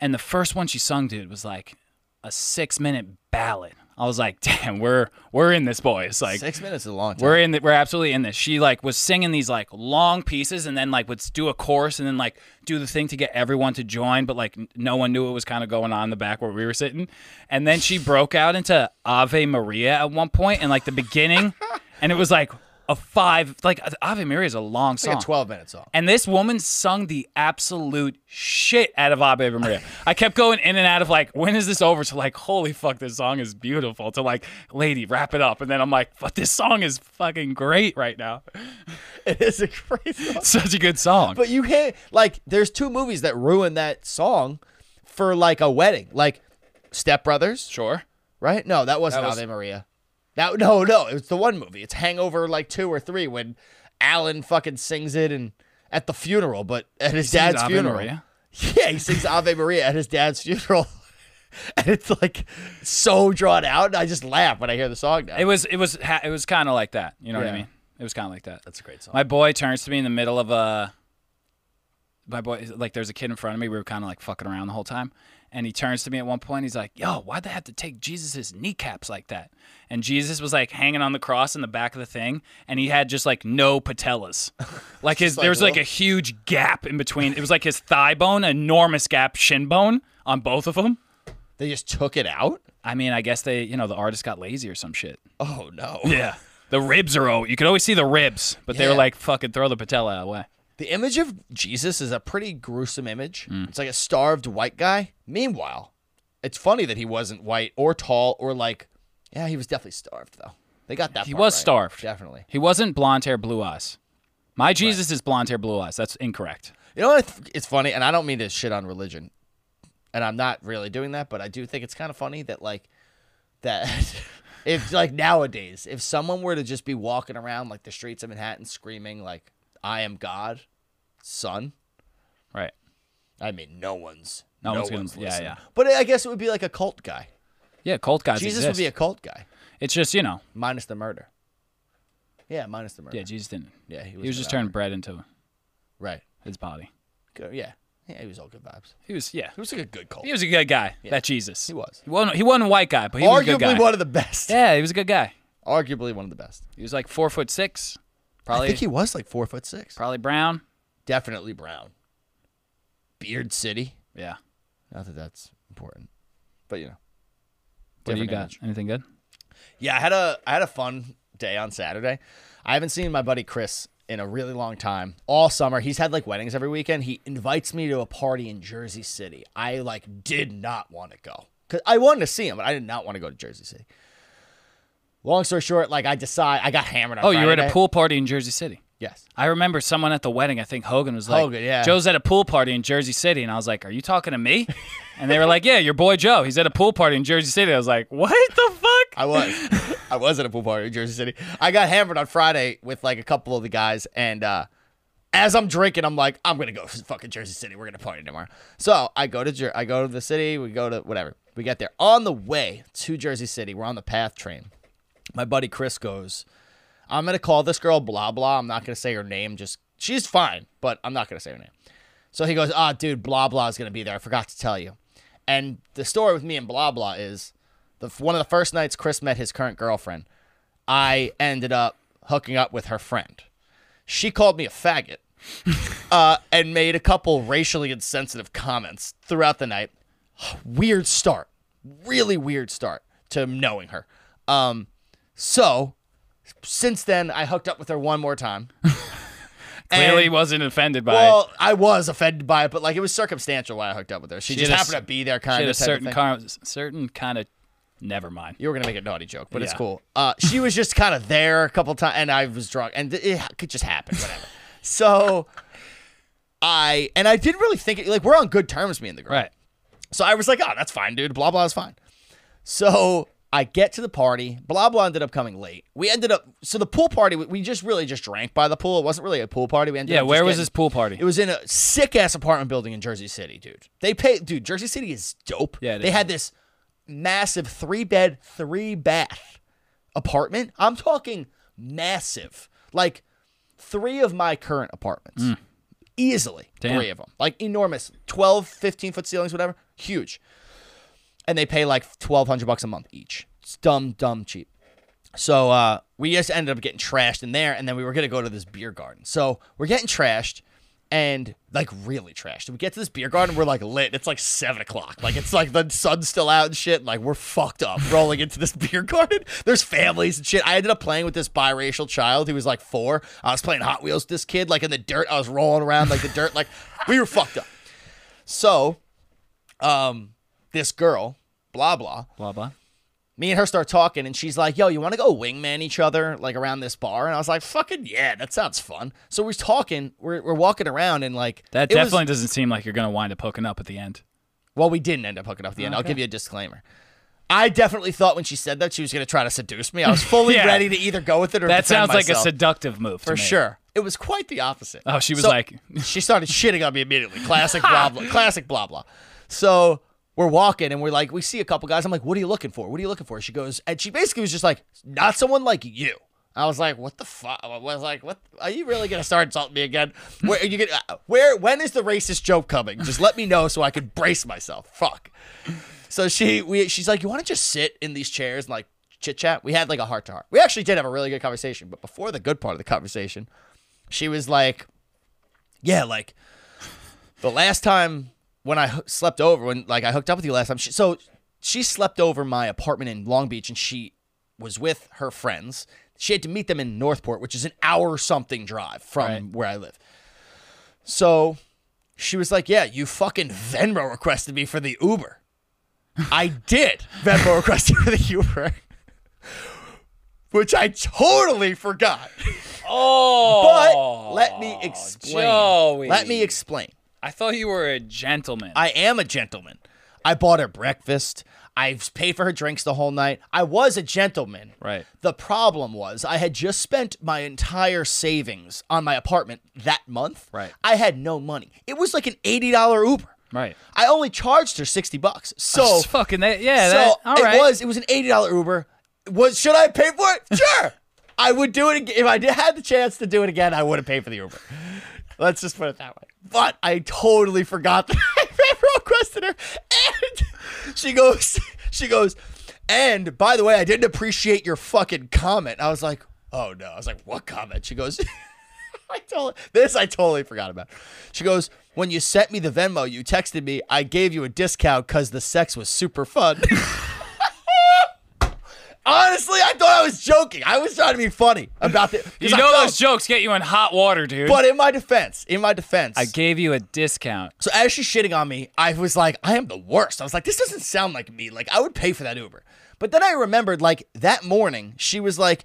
[SPEAKER 3] and the first one she sung, dude, was like a six minute ballad. I was like, damn, we're we're in this, boys. Like
[SPEAKER 1] Six minutes is a long time.
[SPEAKER 3] we're in the, we're absolutely in this. She like was singing these like long pieces and then like would do a chorus and then like do the thing to get everyone to join, but like n- no one knew what was kind of going on in the back where we were sitting. And then she broke out into Ave Maria at one point and like the beginning, and it was like a five like Ave Maria is a long
[SPEAKER 1] It's
[SPEAKER 3] song.
[SPEAKER 1] like a twelve minute song.
[SPEAKER 3] And this woman sung the absolute shit out of Ave Maria. I kept going in and out of like, when is this over? To like, holy fuck, this song is beautiful. To like, lady, wrap it up. And then I'm like, but this song is fucking great right now.
[SPEAKER 1] It is a crazy. song.
[SPEAKER 3] Such a good song.
[SPEAKER 1] But you can't like. There's two movies that ruin that song for like a wedding, like Step Brothers.
[SPEAKER 3] sure.
[SPEAKER 1] right? No, that wasn't
[SPEAKER 3] That was-
[SPEAKER 1] Ave Maria. That no, no, it's the one movie. It's Hangover like two or three when Alan fucking sings it and at the funeral, but at his
[SPEAKER 3] sings
[SPEAKER 1] dad's
[SPEAKER 3] Ave
[SPEAKER 1] funeral.
[SPEAKER 3] Maria?
[SPEAKER 1] Yeah, he sings Ave Maria at his dad's funeral. and it's like so drawn out, and I just laugh when I hear the song now.
[SPEAKER 3] It was, it was, ha- it was kind of like that. You know what I
[SPEAKER 1] Yeah.
[SPEAKER 3] mean? It was kind of like that.
[SPEAKER 1] That's a great song.
[SPEAKER 3] My boy turns to me in the middle of a. My boy, like, there's a kid in front of me. We were kind of like fucking around the whole time. And he turns to me at one point. He's like, Yo, why'd they have to take Jesus's kneecaps like that? And Jesus was like hanging on the cross in the back of the thing. And he had just like no patellas. Like, his,
[SPEAKER 1] like,
[SPEAKER 3] there was like
[SPEAKER 1] whoa.
[SPEAKER 3] a huge gap in between. It was like his thigh bone, enormous gap, shin bone on both of them.
[SPEAKER 1] they just took it out.
[SPEAKER 3] I mean, I guess they, you know, the artist got lazy or some shit.
[SPEAKER 1] Oh no!
[SPEAKER 3] Yeah. The ribs are oh, you could always see the ribs, but they were
[SPEAKER 1] Yeah.
[SPEAKER 3] like fucking throw the patella away.
[SPEAKER 1] The image of Jesus is a pretty gruesome image.
[SPEAKER 3] Hmm.
[SPEAKER 1] It's like a starved white guy. Meanwhile, it's funny that he wasn't white or tall or like, yeah, he was definitely starved though. They got that.
[SPEAKER 3] He
[SPEAKER 1] part
[SPEAKER 3] was
[SPEAKER 1] right.
[SPEAKER 3] starved.
[SPEAKER 1] Definitely.
[SPEAKER 3] He wasn't blonde hair, blue eyes. My Jesus is blonde hair, blue eyes. That's incorrect.
[SPEAKER 1] You know what? I th- It's funny, and I don't mean to shit on religion, and I'm not really doing that, but I do think it's kind of funny that like that if like nowadays, if someone were to just be walking around like the streets of Manhattan screaming like "I am God, Son,"
[SPEAKER 3] Right.
[SPEAKER 1] I mean, no one's
[SPEAKER 3] No
[SPEAKER 1] no,
[SPEAKER 3] one's
[SPEAKER 1] one's,
[SPEAKER 3] gonna- yeah,
[SPEAKER 1] listening.
[SPEAKER 3] yeah.
[SPEAKER 1] But I guess it would be like a cult guy.
[SPEAKER 3] Yeah, cult guys.
[SPEAKER 1] Jesus
[SPEAKER 3] exist.
[SPEAKER 1] would be a cult guy,
[SPEAKER 3] It's just you know.
[SPEAKER 1] minus the murder. Yeah, minus the murder.
[SPEAKER 3] Yeah, Jesus didn't.
[SPEAKER 1] yeah,
[SPEAKER 3] He was just turning bread into
[SPEAKER 1] right.
[SPEAKER 3] his body.
[SPEAKER 1] Good. Yeah, yeah, he was all good vibes.
[SPEAKER 3] He was yeah.
[SPEAKER 1] He was like a good cult.
[SPEAKER 3] He was a good guy. That Jesus.
[SPEAKER 1] He was.
[SPEAKER 3] He wasn't. He wasn't a white guy, but he was a good guy.
[SPEAKER 1] arguably one of the best.
[SPEAKER 3] Yeah, he was a good guy.
[SPEAKER 1] Arguably one of the best.
[SPEAKER 3] He was like four foot six. Probably.
[SPEAKER 1] I think he was like four foot six.
[SPEAKER 3] probably brown.
[SPEAKER 1] Definitely brown. Beard City.
[SPEAKER 3] Yeah.
[SPEAKER 1] Not that that's important, but you know.
[SPEAKER 3] What do you
[SPEAKER 1] Different
[SPEAKER 3] got?
[SPEAKER 1] image.
[SPEAKER 3] Anything good?
[SPEAKER 1] Yeah, I had a I had a fun day on Saturday. I haven't seen my buddy Chris in a really long time. All summer, he's had like weddings every weekend. He invites me to a party in Jersey City. I like did not want to go cuz I wanted to see him, but I did not want to go to Jersey City. Long story short, like I decide I got hammered on
[SPEAKER 3] Oh, you were at
[SPEAKER 1] Friday
[SPEAKER 3] a
[SPEAKER 1] night.
[SPEAKER 3] pool party in Jersey City.
[SPEAKER 1] Yes.
[SPEAKER 3] I remember someone at the wedding. I think Hogan was like,
[SPEAKER 1] Hogan, yeah.
[SPEAKER 3] "Joe's at a pool party in Jersey City," and I was like, "Are you talking to me?" And they were like, "Yeah, your boy Joe. He's at a pool party in Jersey City." I was like, "What the fuck?"
[SPEAKER 1] I was. I was at a pool party in Jersey City. I got hammered on Friday with like a couple of the guys, and uh, as I'm drinking, I'm like, I'm gonna go to fucking Jersey City. We're gonna party tomorrow. So I go to Jer- I go to the city. We go to whatever. We get there on the way to Jersey City. We're on the path train. My buddy Chris goes. I'm gonna call this girl blah blah. I'm not gonna say her name. Just she's fine, but I'm not gonna say her name. So he goes, ah, dude, blah blah is gonna be there. I forgot to tell you. And the story with me and blah blah is, the one of the first nights Chris met his current girlfriend, I ended up hooking up with her friend. She called me a faggot, uh, and made a couple racially insensitive comments throughout the night. Weird start, really weird start to knowing her. Um, so since then, I hooked up with her one more time.
[SPEAKER 3] Clearly,
[SPEAKER 1] And-
[SPEAKER 3] he wasn't offended by it.
[SPEAKER 1] well, I was offended by it, but like it was circumstantial why I hooked up with her. She,
[SPEAKER 3] She
[SPEAKER 1] just
[SPEAKER 3] had a
[SPEAKER 1] happened
[SPEAKER 3] s-
[SPEAKER 1] to be there,
[SPEAKER 3] She
[SPEAKER 1] kind
[SPEAKER 3] had a
[SPEAKER 1] of type of
[SPEAKER 3] certain
[SPEAKER 1] thing.
[SPEAKER 3] kind, certain kind of. Never mind.
[SPEAKER 1] you were gonna make a naughty joke, but it's
[SPEAKER 3] Yeah.
[SPEAKER 1] cool. Uh, she was just kind of there a couple times, and I was drunk, and it could just happen, whatever. so, I and I didn't really think it. Like we're on good terms, me and the girl.
[SPEAKER 3] Right.
[SPEAKER 1] So I was like, oh, that's fine, dude. Blah blah is fine. So I get to the party. Blah blah ended up coming late. We ended up so the pool party. We, we just really just drank by the pool. It wasn't really a pool party. We ended
[SPEAKER 3] Yeah.
[SPEAKER 1] up just
[SPEAKER 3] Where was
[SPEAKER 1] getting-
[SPEAKER 3] this pool party?
[SPEAKER 1] It was in a sick ass apartment building in Jersey City, dude. They pay, dude. Jersey City is dope.
[SPEAKER 3] Yeah, it
[SPEAKER 1] they
[SPEAKER 3] is.
[SPEAKER 1] had this massive three bed, three bath apartment. I'm talking massive, like three of my current apartments, easily
[SPEAKER 3] Damn.
[SPEAKER 1] three of them, like enormous, 12, 15 foot ceilings, whatever, huge. And they pay like twelve hundred bucks a month each. It's dumb, dumb cheap. So uh, we just ended up getting trashed in there, and then we were gonna go to this beer garden. So we're getting trashed, and like really trashed. We get to this beer garden, we're like lit. It's like seven o'clock. Like it's like the sun's still out and shit. Like we're fucked up rolling into this beer garden. There's families and shit. I ended up playing with this biracial child who was like four. I was playing Hot Wheels with this kid, like in the dirt. I was rolling around like the dirt. Like we were fucked up. So, um, this girl, blah blah
[SPEAKER 3] blah blah.
[SPEAKER 1] me and her start talking, and she's like, "Yo, you want to go wingman each other like around this bar?" And I was like, "Fucking yeah, that sounds fun." So we're talking, we're, we're walking around, and like
[SPEAKER 3] That
[SPEAKER 1] it was-
[SPEAKER 3] definitely doesn't seem like you're gonna wind up hooking up at the end.
[SPEAKER 1] well, we didn't end up hooking up at the end. I'll give you a disclaimer. I definitely thought when she said that she was gonna try to seduce me. I was fully
[SPEAKER 3] Yeah.
[SPEAKER 1] ready to either go with it or
[SPEAKER 3] That
[SPEAKER 1] defend
[SPEAKER 3] sounds like a
[SPEAKER 1] myself.
[SPEAKER 3] seductive move.
[SPEAKER 1] for sure. It was quite the opposite.
[SPEAKER 3] Oh, she was
[SPEAKER 1] So-
[SPEAKER 3] like,
[SPEAKER 1] she started shitting on me immediately. Classic blah blah. Classic blah blah. So we're walking and we're like, we see a couple guys. I'm like, what are you looking for? What are you looking for? She goes, and she basically was just like, not someone like you. I was like, what the fuck? I was like, what? Are you really gonna start insulting me again? Where are you gonna? uh, Where? When is the racist joke coming? Just let me know so I can brace myself. Fuck. So she we she's like, you want to just sit in these chairs and like chit chat? We had like a heart to heart. We actually did have a really good conversation, but before the good part of the conversation, she was like, yeah, like the last time when I h- slept over, when like I hooked up with you last time, she, so she slept over my apartment in Long Beach, and she was with her friends. She had to meet them in Northport, which is an hour something drive from
[SPEAKER 3] Right.
[SPEAKER 1] where I live. So she was like, Yeah, you fucking Venmo requested me for the Uber. I did Venmo request you for the Uber, which I totally forgot.
[SPEAKER 3] Oh,
[SPEAKER 1] But let me explain.
[SPEAKER 3] Joey.
[SPEAKER 1] Let me explain.
[SPEAKER 3] I thought you were a gentleman.
[SPEAKER 1] I am a gentleman. I bought her breakfast. I've paid for her drinks the whole night. I was a gentleman.
[SPEAKER 3] Right.
[SPEAKER 1] The problem was I had just spent my entire savings on my apartment that month.
[SPEAKER 3] Right.
[SPEAKER 1] I had no money. It was like an $80 Uber.
[SPEAKER 3] right.
[SPEAKER 1] I only charged her 60 bucks. So
[SPEAKER 3] It's fucking that. Yeah.
[SPEAKER 1] so
[SPEAKER 3] that, all
[SPEAKER 1] it
[SPEAKER 3] right.
[SPEAKER 1] was. It was an eighty dollar Uber. Was should I pay for it? Sure. I would do it ag- if I did, had the chance to do it again. I would have paid for the Uber. Let's just put it that way. But I totally forgot that I requested her, and she goes, she goes, and by the way, I didn't appreciate your fucking comment. I was like, oh no. I was like, what comment? She goes. I totally this I totally forgot about. She goes, "When you sent me the Venmo, you texted me. I gave you a discount because the sex was super fun." Honestly, I thought I was joking. I was trying to be funny about the. 'cause
[SPEAKER 3] You
[SPEAKER 1] I
[SPEAKER 3] know
[SPEAKER 1] felt-
[SPEAKER 3] those jokes get you in hot water, dude.
[SPEAKER 1] but in my defense, in my defense,
[SPEAKER 3] I gave you a discount.
[SPEAKER 1] so as she's shitting on me, I was like, I am the worst. I was like, this doesn't sound like me. Like I would pay for that Uber. But then I remembered, like that morning, she was like,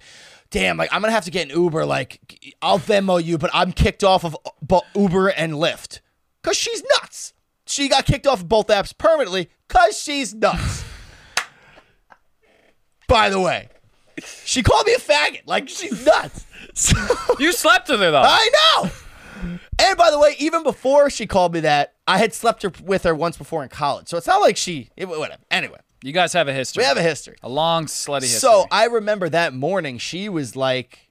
[SPEAKER 1] "Damn, like I'm gonna have to get an Uber. Like I'll Venmo you, but I'm kicked off of uh, bo- Uber and Lyft because she's nuts. She got kicked off of both apps permanently because she's nuts." By the way, she called me a faggot. Like she's nuts. So-
[SPEAKER 3] You slept with her though.
[SPEAKER 1] I know. And by the way, even before she called me that, I had slept her, with her once before in college. So it's not like she, it, whatever. Anyway,
[SPEAKER 3] You guys have a history.
[SPEAKER 1] we have a history.
[SPEAKER 3] a long slutty history.
[SPEAKER 1] So I remember that morning, she was like,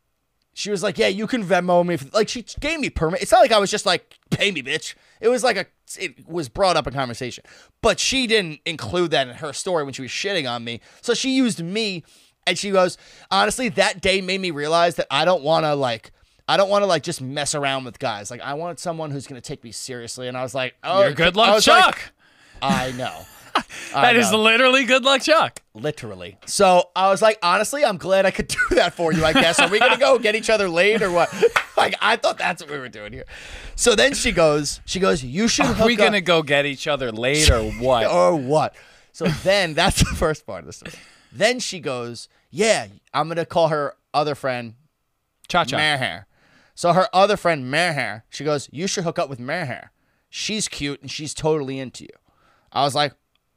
[SPEAKER 1] she was like, yeah, you can Venmo me. if- Like she gave me permit. It's not like I was just like, pay me, bitch. It was like a, it was brought up in conversation, but she didn't include that in her story when she was shitting on me. So she used me, and she goes, honestly, that day made me realize that I don't want to like. I don't want to like just mess around with guys. Like I want someone who's gonna take me seriously. And I was like, "Oh,
[SPEAKER 3] You're good
[SPEAKER 1] I
[SPEAKER 3] luck,
[SPEAKER 1] was like,
[SPEAKER 3] Chuck.
[SPEAKER 1] I know,
[SPEAKER 3] that is
[SPEAKER 1] know.
[SPEAKER 3] literally good luck, Chuck.
[SPEAKER 1] literally. So I was like, honestly, I'm glad I could do that for you. I guess are we gonna go get each other laid or what? like I thought that's what we were doing here. So then she goes, she goes, you should.
[SPEAKER 3] Are
[SPEAKER 1] hook
[SPEAKER 3] we
[SPEAKER 1] up-
[SPEAKER 3] gonna go get each other later? What?
[SPEAKER 1] or what? So then that's the first part of the story. Then she goes, yeah, I'm gonna call her other friend
[SPEAKER 3] Cha cha.
[SPEAKER 1] Meher. So her other friend Meher, she goes, "You should hook up with Meher. She's cute and she's totally into you." I was like,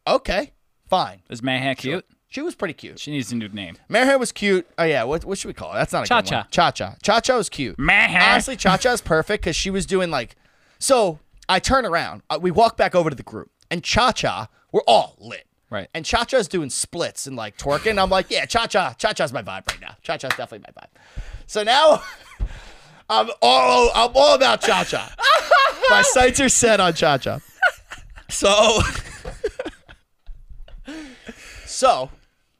[SPEAKER 1] "Okay, fine."
[SPEAKER 3] Is Manhattan cute?
[SPEAKER 1] She was pretty cute.
[SPEAKER 3] She needs a new name.
[SPEAKER 1] Meher was cute. Oh yeah, what, what should we call it? That's not a
[SPEAKER 3] Cha-cha.
[SPEAKER 1] Cha cha. Cha cha was cute.
[SPEAKER 3] Meher.
[SPEAKER 1] Honestly, Cha cha is perfect because she was doing like. So I turn around. uh, We walk back over to the group, and Cha cha, we're all lit.
[SPEAKER 3] Right.
[SPEAKER 1] And Cha Cha's doing splits and like twerking. I'm like, yeah, Cha Cha. Cha Cha's my vibe right now. Cha Cha's definitely my vibe. So now I'm all I'm all about Cha Cha. my sights are set on Cha Cha. So So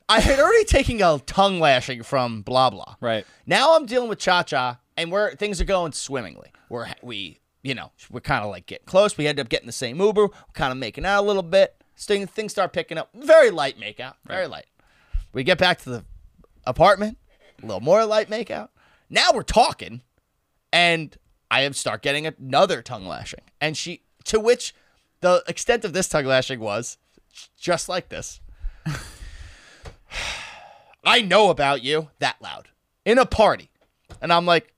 [SPEAKER 1] I had already taken a tongue lashing from blah blah.
[SPEAKER 3] Right.
[SPEAKER 1] Now I'm dealing with Cha Cha, and we're things are going swimmingly. We're we you know we're kind of like getting close. We end up getting the same Uber. We're kind of making out a little bit. Sting, things start picking up. Very light makeout. Very light. We get back to the apartment. A little more light makeout. Now we're talking, and I am start getting another tongue lashing. And she to which the extent of this tongue lashing was just like this. I know about you that loud in a party. And I'm like,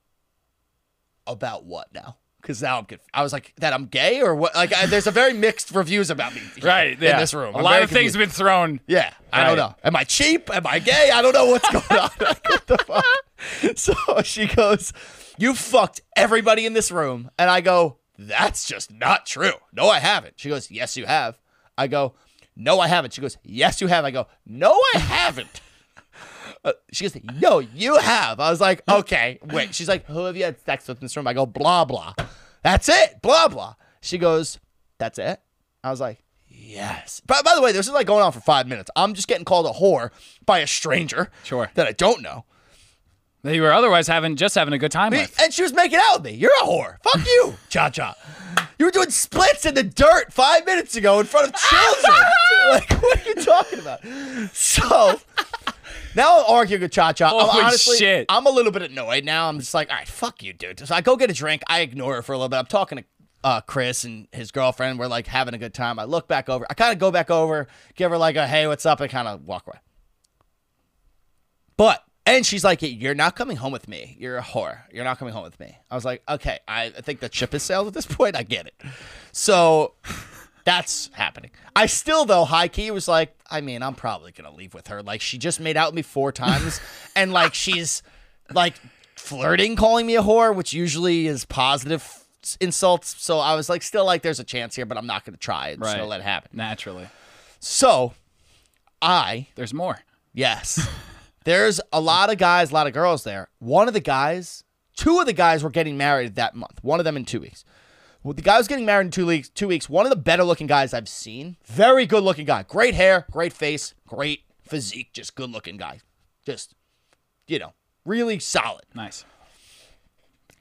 [SPEAKER 1] about what now? Because now I'm confused. I was like, that I'm gay or what? Like, I, there's a very mixed reviews about me here
[SPEAKER 3] Right. Yeah.
[SPEAKER 1] in this room.
[SPEAKER 3] A
[SPEAKER 1] I'm
[SPEAKER 3] lot
[SPEAKER 1] very
[SPEAKER 3] of things
[SPEAKER 1] confused.
[SPEAKER 3] have been thrown.
[SPEAKER 1] Yeah, I don't
[SPEAKER 3] Right.
[SPEAKER 1] know. Am I cheap? Am I gay? I don't know what's going on. Like, what the fuck? So she goes, "You fucked everybody in this room," and I go, "That's just not true. No, I haven't." She goes, "Yes, you have." I go, "No, I haven't." She goes, "Yes, you have." I go, "No, I haven't." Uh, she goes, "No, you have." I was like, "Okay, wait." She's like, "Who have you had sex with in this room?" I go, "Blah blah." That's it. Blah blah. She goes, "That's it." I was like, Yes. By, by the way, this is like going on for five minutes. I'm just getting called a whore by a stranger.
[SPEAKER 3] Sure.
[SPEAKER 1] That I don't know.
[SPEAKER 3] That you were otherwise having just having a good time with.
[SPEAKER 1] And she was making out with me. You're a whore. Fuck you. Cha cha. You were doing splits in the dirt five minutes ago in front of children. like, what are you talking about? So Now I'm arguing with Cha Cha.
[SPEAKER 3] Holy
[SPEAKER 1] I'm honestly,
[SPEAKER 3] shit.
[SPEAKER 1] I'm a little bit annoyed now. I'm just like, all right, fuck you, dude. So I go get a drink. I ignore her for a little bit. I'm talking to uh, Chris and his girlfriend. We're like having a good time. I look back over. I kind of go back over, give her like a hey, what's up, and kind of walk away. But and she's like, "You're not coming home with me. You're a whore. You're not coming home with me." I was like, "Okay, I I think the ship has sailed at this point. I get it." So that's happening. I still though high key was like, I mean, I'm probably gonna leave with her. Like she just made out with me four times, and like she's like flirting, calling me a whore, which usually is positive s- insults. So I was like, still like, there's a chance here, but I'm not gonna try it. Just
[SPEAKER 3] Right.
[SPEAKER 1] gonna let it happen.
[SPEAKER 3] Naturally,
[SPEAKER 1] So I
[SPEAKER 3] there's more.
[SPEAKER 1] Yes. There's a lot of guys, a lot of girls there. One of the guys, two of the guys were getting married that month. One of them in two weeks. Well, the guy was getting married in two weeks. Two weeks. One of the better looking guys I've seen. Very good looking guy. Great hair, great face, great physique. Just good looking guy. Just, you know, really solid.
[SPEAKER 3] Nice.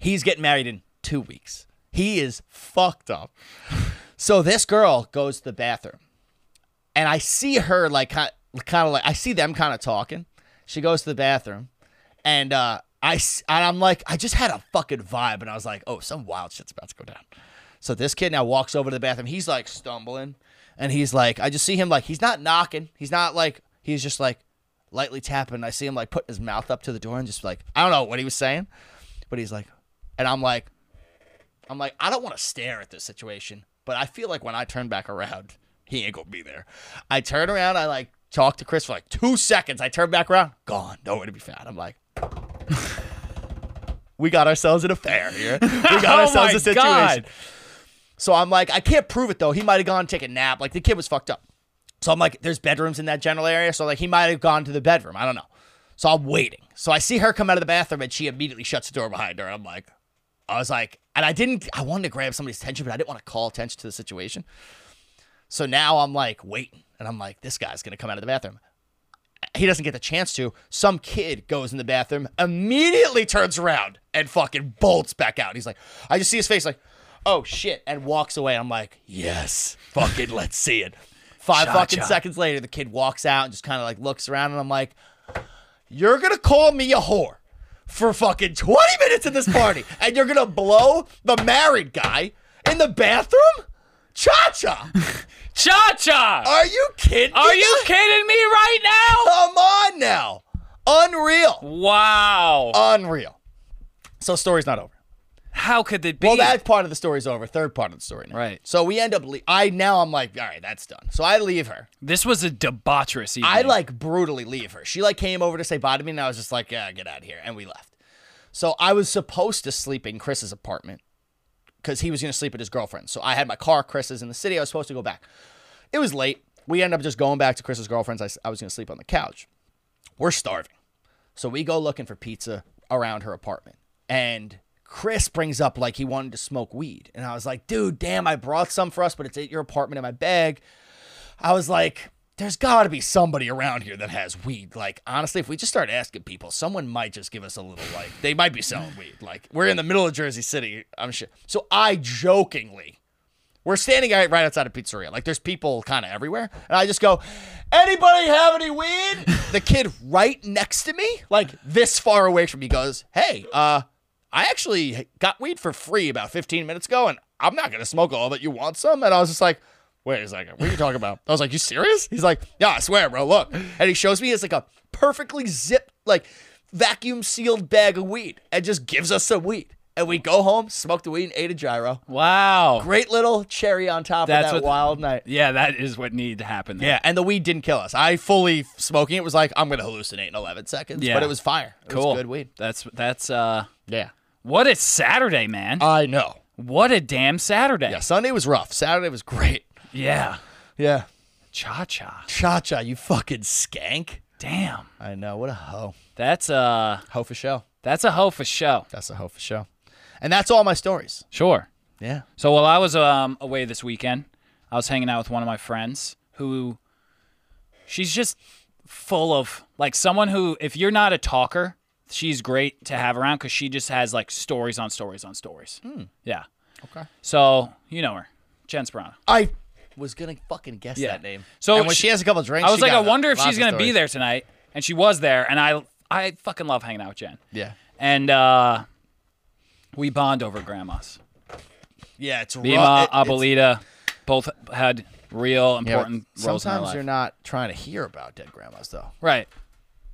[SPEAKER 1] He's getting married in two weeks. He is fucked up. So this girl goes to the bathroom, and I see her like kind of like I see them kind of talking. She goes to the bathroom, and uh, I s- and I'm like I just had a fucking vibe, and I was like, oh, some wild shit's about to go down. So this kid now walks over to the bathroom. He's like stumbling, and he's like, I just see him like he's not knocking. He's not like he's just like lightly tapping. I see him like putting his mouth up to the door and just like I don't know what he was saying, but he's like, and I'm like, I'm like, I don't want to stare at this situation, but I feel like when I turn back around, he ain't gonna be there. I turn around, I like talk to Chris for like two seconds. I turn back around, gone, nowhere to be found. I'm like, we got ourselves an affair here. We got
[SPEAKER 3] Oh
[SPEAKER 1] ourselves
[SPEAKER 3] my
[SPEAKER 1] a situation.
[SPEAKER 3] God.
[SPEAKER 1] So I'm like, I can't prove it though. He might have gone and take a nap. Like the kid was fucked up. So I'm like, there's bedrooms in that general area. So like he might have gone to the bedroom. I don't know. So I'm waiting. So I see her come out of the bathroom and she immediately shuts the door behind her. I'm like, I was like, and I didn't, I wanted to grab somebody's attention, but I didn't want to call attention to the situation. So now I'm like waiting and I'm like, this guy's going to come out of the bathroom. He doesn't get the chance to. Some kid goes in the bathroom, immediately turns around and fucking bolts back out. He's like, I just see his face like, oh shit, and walks away. I'm like, yes, fucking let's see it. Five
[SPEAKER 3] Cha-cha.
[SPEAKER 1] fucking seconds later, the kid walks out and just kind of like looks around and I'm like, you're gonna call me a whore for fucking 20 minutes at this party and you're gonna blow the married guy in the bathroom? Cha cha!
[SPEAKER 3] Cha cha.
[SPEAKER 1] Are you kidding
[SPEAKER 3] Are
[SPEAKER 1] me?
[SPEAKER 3] you kidding me right now?
[SPEAKER 1] Come on now. Unreal. Uh,
[SPEAKER 3] Wow.
[SPEAKER 1] Unreal. So, story's not over.
[SPEAKER 3] How could it be?
[SPEAKER 1] Well, that part of the story's over. Third part of the story. Now.
[SPEAKER 3] Right.
[SPEAKER 1] So, we end up. Le- I now I'm like, all right, that's done. So, I leave her.
[SPEAKER 3] this was a debaucherous evening.
[SPEAKER 1] I like brutally leave her. She like came over to say bye to me, and I was just like, yeah, get out of here, and we left. So I was supposed to sleep in Chris's apartment because he was gonna sleep at his girlfriend's. So I had my car. Chris is in the city. I was supposed to go back. It was late. We ended up just going back to Chris's girlfriend's. I, s- I was gonna sleep on the couch. We're starving, so we go looking for pizza around her apartment, and. Chris brings up like he wanted to smoke weed. And I was like, dude, damn, I brought some for us, but it's at your apartment in my bag. I was like, there's got to be somebody around here that has weed. Like, honestly, if we just start asking people, someone might just give us a little, like, they might be selling weed. Like, we're in the middle of Jersey City. I'm sure. So I jokingly, we're standing right, right outside a pizzeria. Like, there's people kind of everywhere. And I just go, anybody have any weed? the kid right next to me, like this far away from me, goes, hey, uh, I actually got weed for free about 15 minutes ago, and I'm not gonna smoke all of it. You want some? And I was just like, wait a second, what are you talking about? I was like, you serious? He's like, yeah, I swear, bro. Look, and he shows me it's like a perfectly zipped, like vacuum sealed bag of weed, and just gives us some weed. And we go home, smoked the weed, and ate a gyro.
[SPEAKER 3] wow.
[SPEAKER 1] Great little cherry on top
[SPEAKER 3] That's
[SPEAKER 1] of that
[SPEAKER 3] what-
[SPEAKER 1] wild night.
[SPEAKER 3] Yeah, that is what needed to happen. There.
[SPEAKER 1] Yeah, and the weed didn't kill us. I fully smoking it was like I'm gonna hallucinate in 11 seconds,
[SPEAKER 3] Yeah.
[SPEAKER 1] but it was fire. It
[SPEAKER 3] Cool.
[SPEAKER 1] was good weed.
[SPEAKER 3] That's that's uh.
[SPEAKER 1] Yeah,
[SPEAKER 3] What a Saturday, man.
[SPEAKER 1] I know.
[SPEAKER 3] what a damn Saturday.
[SPEAKER 1] Yeah, Sunday was rough. Saturday was great.
[SPEAKER 3] Yeah.
[SPEAKER 1] Yeah.
[SPEAKER 3] Cha cha.
[SPEAKER 1] Cha cha, you fucking skank.
[SPEAKER 3] Damn.
[SPEAKER 1] I know. What a hoe.
[SPEAKER 3] That's uh
[SPEAKER 1] Hoe for show.
[SPEAKER 3] that's a hoe for show.
[SPEAKER 1] That's a hoe for show. And that's all my stories.
[SPEAKER 3] Sure.
[SPEAKER 1] Yeah.
[SPEAKER 3] So while I was um, away this weekend, I was hanging out with one of my friends who she's just full of like someone who if you're not a talker, she's great to have around cuz she just has like stories on stories on stories. Yeah.
[SPEAKER 1] Hmm. Okay.
[SPEAKER 3] So, you know her. Jen Sperano.
[SPEAKER 1] I was going to fucking guess that name.
[SPEAKER 3] So
[SPEAKER 1] and when she,
[SPEAKER 3] she-
[SPEAKER 1] has a couple drinks,
[SPEAKER 3] I was
[SPEAKER 1] she
[SPEAKER 3] like, I
[SPEAKER 1] got a-
[SPEAKER 3] wonder if
[SPEAKER 1] lots
[SPEAKER 3] she's
[SPEAKER 1] of
[SPEAKER 3] gonna be
[SPEAKER 1] stories.
[SPEAKER 3] there tonight. and she was there, and I I fucking love hanging out with Jen.
[SPEAKER 1] Yeah.
[SPEAKER 3] And uh, we bond over grandmas.
[SPEAKER 1] Yeah, it's
[SPEAKER 3] Bima,
[SPEAKER 1] rough. It- it's-
[SPEAKER 3] Abuelita, both had
[SPEAKER 1] Yeah,
[SPEAKER 3] real
[SPEAKER 1] but
[SPEAKER 3] important roles in my
[SPEAKER 1] sometimes
[SPEAKER 3] life.
[SPEAKER 1] you're not trying to hear about dead grandmas though.
[SPEAKER 3] right.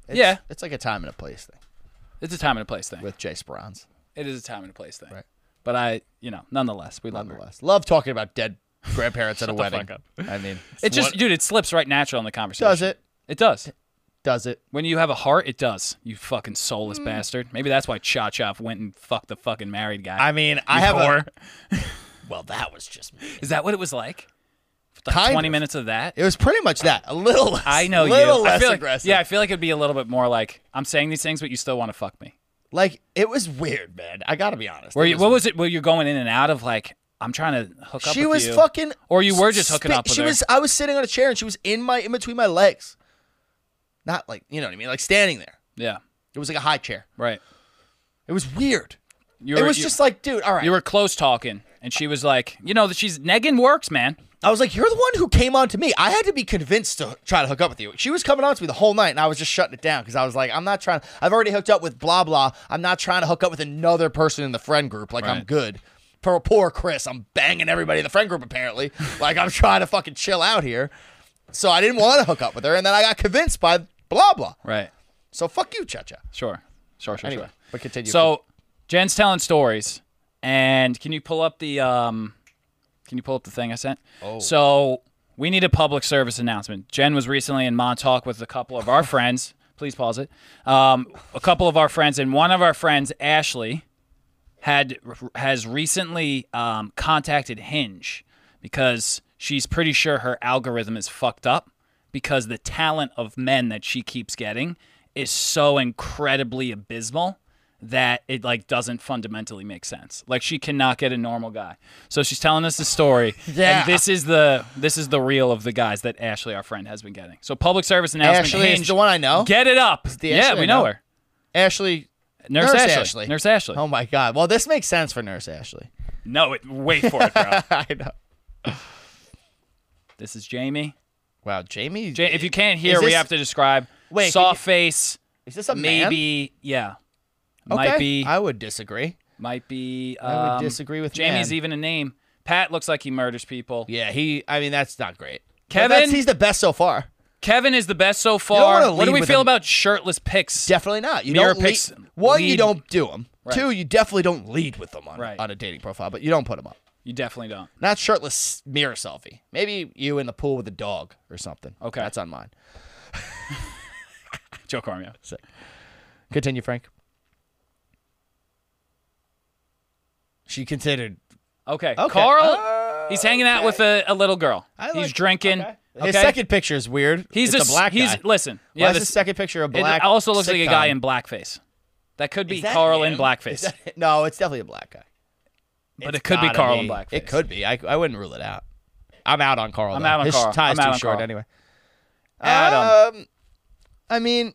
[SPEAKER 1] It's,
[SPEAKER 3] Yeah.
[SPEAKER 1] it's like a time and a place thing
[SPEAKER 3] It's a time and a place thing.
[SPEAKER 1] with Jay Speranz.
[SPEAKER 3] It is a time and a place thing.
[SPEAKER 1] Right.
[SPEAKER 3] But I, you know, nonetheless, we love her.
[SPEAKER 1] Nonetheless, love talking about dead grandparents at a
[SPEAKER 3] the
[SPEAKER 1] wedding.
[SPEAKER 3] fuck up.
[SPEAKER 1] I mean,
[SPEAKER 3] It just,
[SPEAKER 1] what-
[SPEAKER 3] dude, it slips right natural in the conversation.
[SPEAKER 1] does it.
[SPEAKER 3] It does.
[SPEAKER 1] Does it?
[SPEAKER 3] When you have a heart, it does. You fucking
[SPEAKER 1] Mm.
[SPEAKER 3] soulless bastard. Maybe that's why Chachov went and fucked the fucking married guy.
[SPEAKER 1] I mean, I have a.
[SPEAKER 3] Or-
[SPEAKER 1] Well, that was just me.
[SPEAKER 3] Is that what it was like? Like
[SPEAKER 1] Kind
[SPEAKER 3] 20
[SPEAKER 1] of.
[SPEAKER 3] minutes of that?
[SPEAKER 1] It was pretty much that. A little. Less,
[SPEAKER 3] I know
[SPEAKER 1] little
[SPEAKER 3] you.
[SPEAKER 1] less
[SPEAKER 3] I feel like,
[SPEAKER 1] aggressive.
[SPEAKER 3] Yeah, I feel like it'd be a little bit more like I'm saying these things, but you still want to fuck me.
[SPEAKER 1] like it was weird, man. I gotta be honest.
[SPEAKER 3] Were
[SPEAKER 1] It
[SPEAKER 3] you? What was it? Were you going in and out of like I'm trying to hook up?
[SPEAKER 1] She
[SPEAKER 3] with
[SPEAKER 1] was
[SPEAKER 3] you.
[SPEAKER 1] fucking.
[SPEAKER 3] Or you were just hooking
[SPEAKER 1] spit-
[SPEAKER 3] up with
[SPEAKER 1] she
[SPEAKER 3] her.
[SPEAKER 1] was. I was sitting on a chair and she was in my in between my legs. Not like you know what I mean. Like standing there.
[SPEAKER 3] Yeah.
[SPEAKER 1] It was like a high chair.
[SPEAKER 3] Right.
[SPEAKER 1] It was weird.
[SPEAKER 3] You
[SPEAKER 1] it was
[SPEAKER 3] you-
[SPEAKER 1] just like, dude, all right.
[SPEAKER 3] you were close talking, and she was like, you know, that she's negging works, man.
[SPEAKER 1] I was like, you're the one who came on to me. I had to be convinced to try to hook up with you. She was coming on to me the whole night, and I was just shutting it down because I was like, I'm not trying. I've already hooked up with blah blah. I'm not trying to hook up with another person in the friend group. Like I'm
[SPEAKER 3] Right.
[SPEAKER 1] good. Poor, poor Chris. I'm banging everybody in the friend group apparently. like I'm trying to fucking chill out here. So I didn't want to hook up with her, and then I got convinced by blah blah.
[SPEAKER 3] Right.
[SPEAKER 1] So fuck you, Cha Cha.
[SPEAKER 3] Sure. Sure. Sure.
[SPEAKER 1] Anyway,
[SPEAKER 3] sure.
[SPEAKER 1] but continue.
[SPEAKER 3] So Jen's telling stories, and can you pull up the um, can you pull up the thing I sent? Oh. So we need a public service announcement. Jen was recently in Montauk with a couple of our friends. Please pause it. Um, a couple of our friends, and one of our friends, Ashley, had has recently um, contacted Hinge because she's pretty sure her algorithm is fucked up because the talent of men that she keeps getting is so incredibly abysmal that it like doesn't fundamentally make sense. Like she cannot get a normal guy. So she's telling us the story.
[SPEAKER 1] Yeah.
[SPEAKER 3] And this is the this is the reel of the guys that Ashley, our friend, has been getting. So public service announcement.
[SPEAKER 1] Ashley is
[SPEAKER 3] Hinge,
[SPEAKER 1] the one I know?
[SPEAKER 3] Get it up.
[SPEAKER 1] the
[SPEAKER 3] yeah,
[SPEAKER 1] Ashley I
[SPEAKER 3] we know,
[SPEAKER 1] know?
[SPEAKER 3] her.
[SPEAKER 1] Ashley,
[SPEAKER 3] Nurse, Ashley. Nurse Ashley.
[SPEAKER 1] Oh my god. Well, this makes sense for Nurse Ashley.
[SPEAKER 3] No, it, wait for it, bro.
[SPEAKER 1] I know.
[SPEAKER 3] This is Jamie.
[SPEAKER 1] Wow, Jamie.
[SPEAKER 3] Ja- if you can't hear,
[SPEAKER 1] Is
[SPEAKER 3] we
[SPEAKER 1] this-
[SPEAKER 3] have to describe.
[SPEAKER 1] Wait, can
[SPEAKER 3] soft
[SPEAKER 1] you-
[SPEAKER 3] face,
[SPEAKER 1] is this a man?
[SPEAKER 3] maybe, yeah, might
[SPEAKER 1] Okay,
[SPEAKER 3] be,
[SPEAKER 1] I would disagree.
[SPEAKER 3] might be. Um,
[SPEAKER 1] I would disagree with
[SPEAKER 3] Jamie's
[SPEAKER 1] man.
[SPEAKER 3] even a name. Pat looks like he murders people.
[SPEAKER 1] Yeah, he. I mean, that's not great. But
[SPEAKER 3] Kevin?
[SPEAKER 1] that's- he's the best so far.
[SPEAKER 3] Kevin is the best so
[SPEAKER 1] wanna
[SPEAKER 3] far. What do
[SPEAKER 1] lead
[SPEAKER 3] we
[SPEAKER 1] with
[SPEAKER 3] feel
[SPEAKER 1] him.
[SPEAKER 3] about shirtless pics?
[SPEAKER 1] Definitely not. You
[SPEAKER 3] Mirror
[SPEAKER 1] don't lead,
[SPEAKER 3] picks
[SPEAKER 1] one. You
[SPEAKER 3] lead-
[SPEAKER 1] don't do them.
[SPEAKER 3] Right.
[SPEAKER 1] Two. You definitely don't lead with them on
[SPEAKER 3] Right.
[SPEAKER 1] on a dating profile, but you don't put them up.
[SPEAKER 3] you definitely don't.
[SPEAKER 1] Not shirtless mirror selfie. Maybe you in the pool with a dog or something.
[SPEAKER 3] Okay.
[SPEAKER 1] that's on mine.
[SPEAKER 3] Joe Cormio.
[SPEAKER 1] Sick. Continue, Frank. She considered
[SPEAKER 3] Okay.
[SPEAKER 1] Okay.
[SPEAKER 3] Carl,
[SPEAKER 1] Oh,
[SPEAKER 3] he's hanging out with a, a little girl.
[SPEAKER 1] I
[SPEAKER 3] he's
[SPEAKER 1] like-
[SPEAKER 3] drinking.
[SPEAKER 1] okay.
[SPEAKER 3] Okay.
[SPEAKER 1] His second picture is weird.
[SPEAKER 3] He's
[SPEAKER 1] It's
[SPEAKER 3] a
[SPEAKER 1] a,
[SPEAKER 3] s-
[SPEAKER 1] black
[SPEAKER 3] he's,
[SPEAKER 1] guy.
[SPEAKER 3] Listen.
[SPEAKER 1] Why
[SPEAKER 3] yeah.
[SPEAKER 1] is
[SPEAKER 3] This,
[SPEAKER 1] his second picture a
[SPEAKER 3] it
[SPEAKER 1] black.
[SPEAKER 3] also looks like a guy
[SPEAKER 1] sitcom?
[SPEAKER 3] in blackface. That could be
[SPEAKER 1] that
[SPEAKER 3] Carl in
[SPEAKER 1] him?
[SPEAKER 3] blackface.
[SPEAKER 1] Is that- no, it's definitely a black guy.
[SPEAKER 3] but
[SPEAKER 1] It's
[SPEAKER 3] it could be
[SPEAKER 1] gotta
[SPEAKER 3] Carl in blackface.
[SPEAKER 1] It could be. I, I wouldn't rule it out. I'm out on Carl.
[SPEAKER 3] I'm
[SPEAKER 1] though.
[SPEAKER 3] out on
[SPEAKER 1] His
[SPEAKER 3] Carl.
[SPEAKER 1] Tie's
[SPEAKER 3] I'm out
[SPEAKER 1] too
[SPEAKER 3] on
[SPEAKER 1] short
[SPEAKER 3] Carl.
[SPEAKER 1] anyway.
[SPEAKER 3] Adam.
[SPEAKER 1] Um, I mean,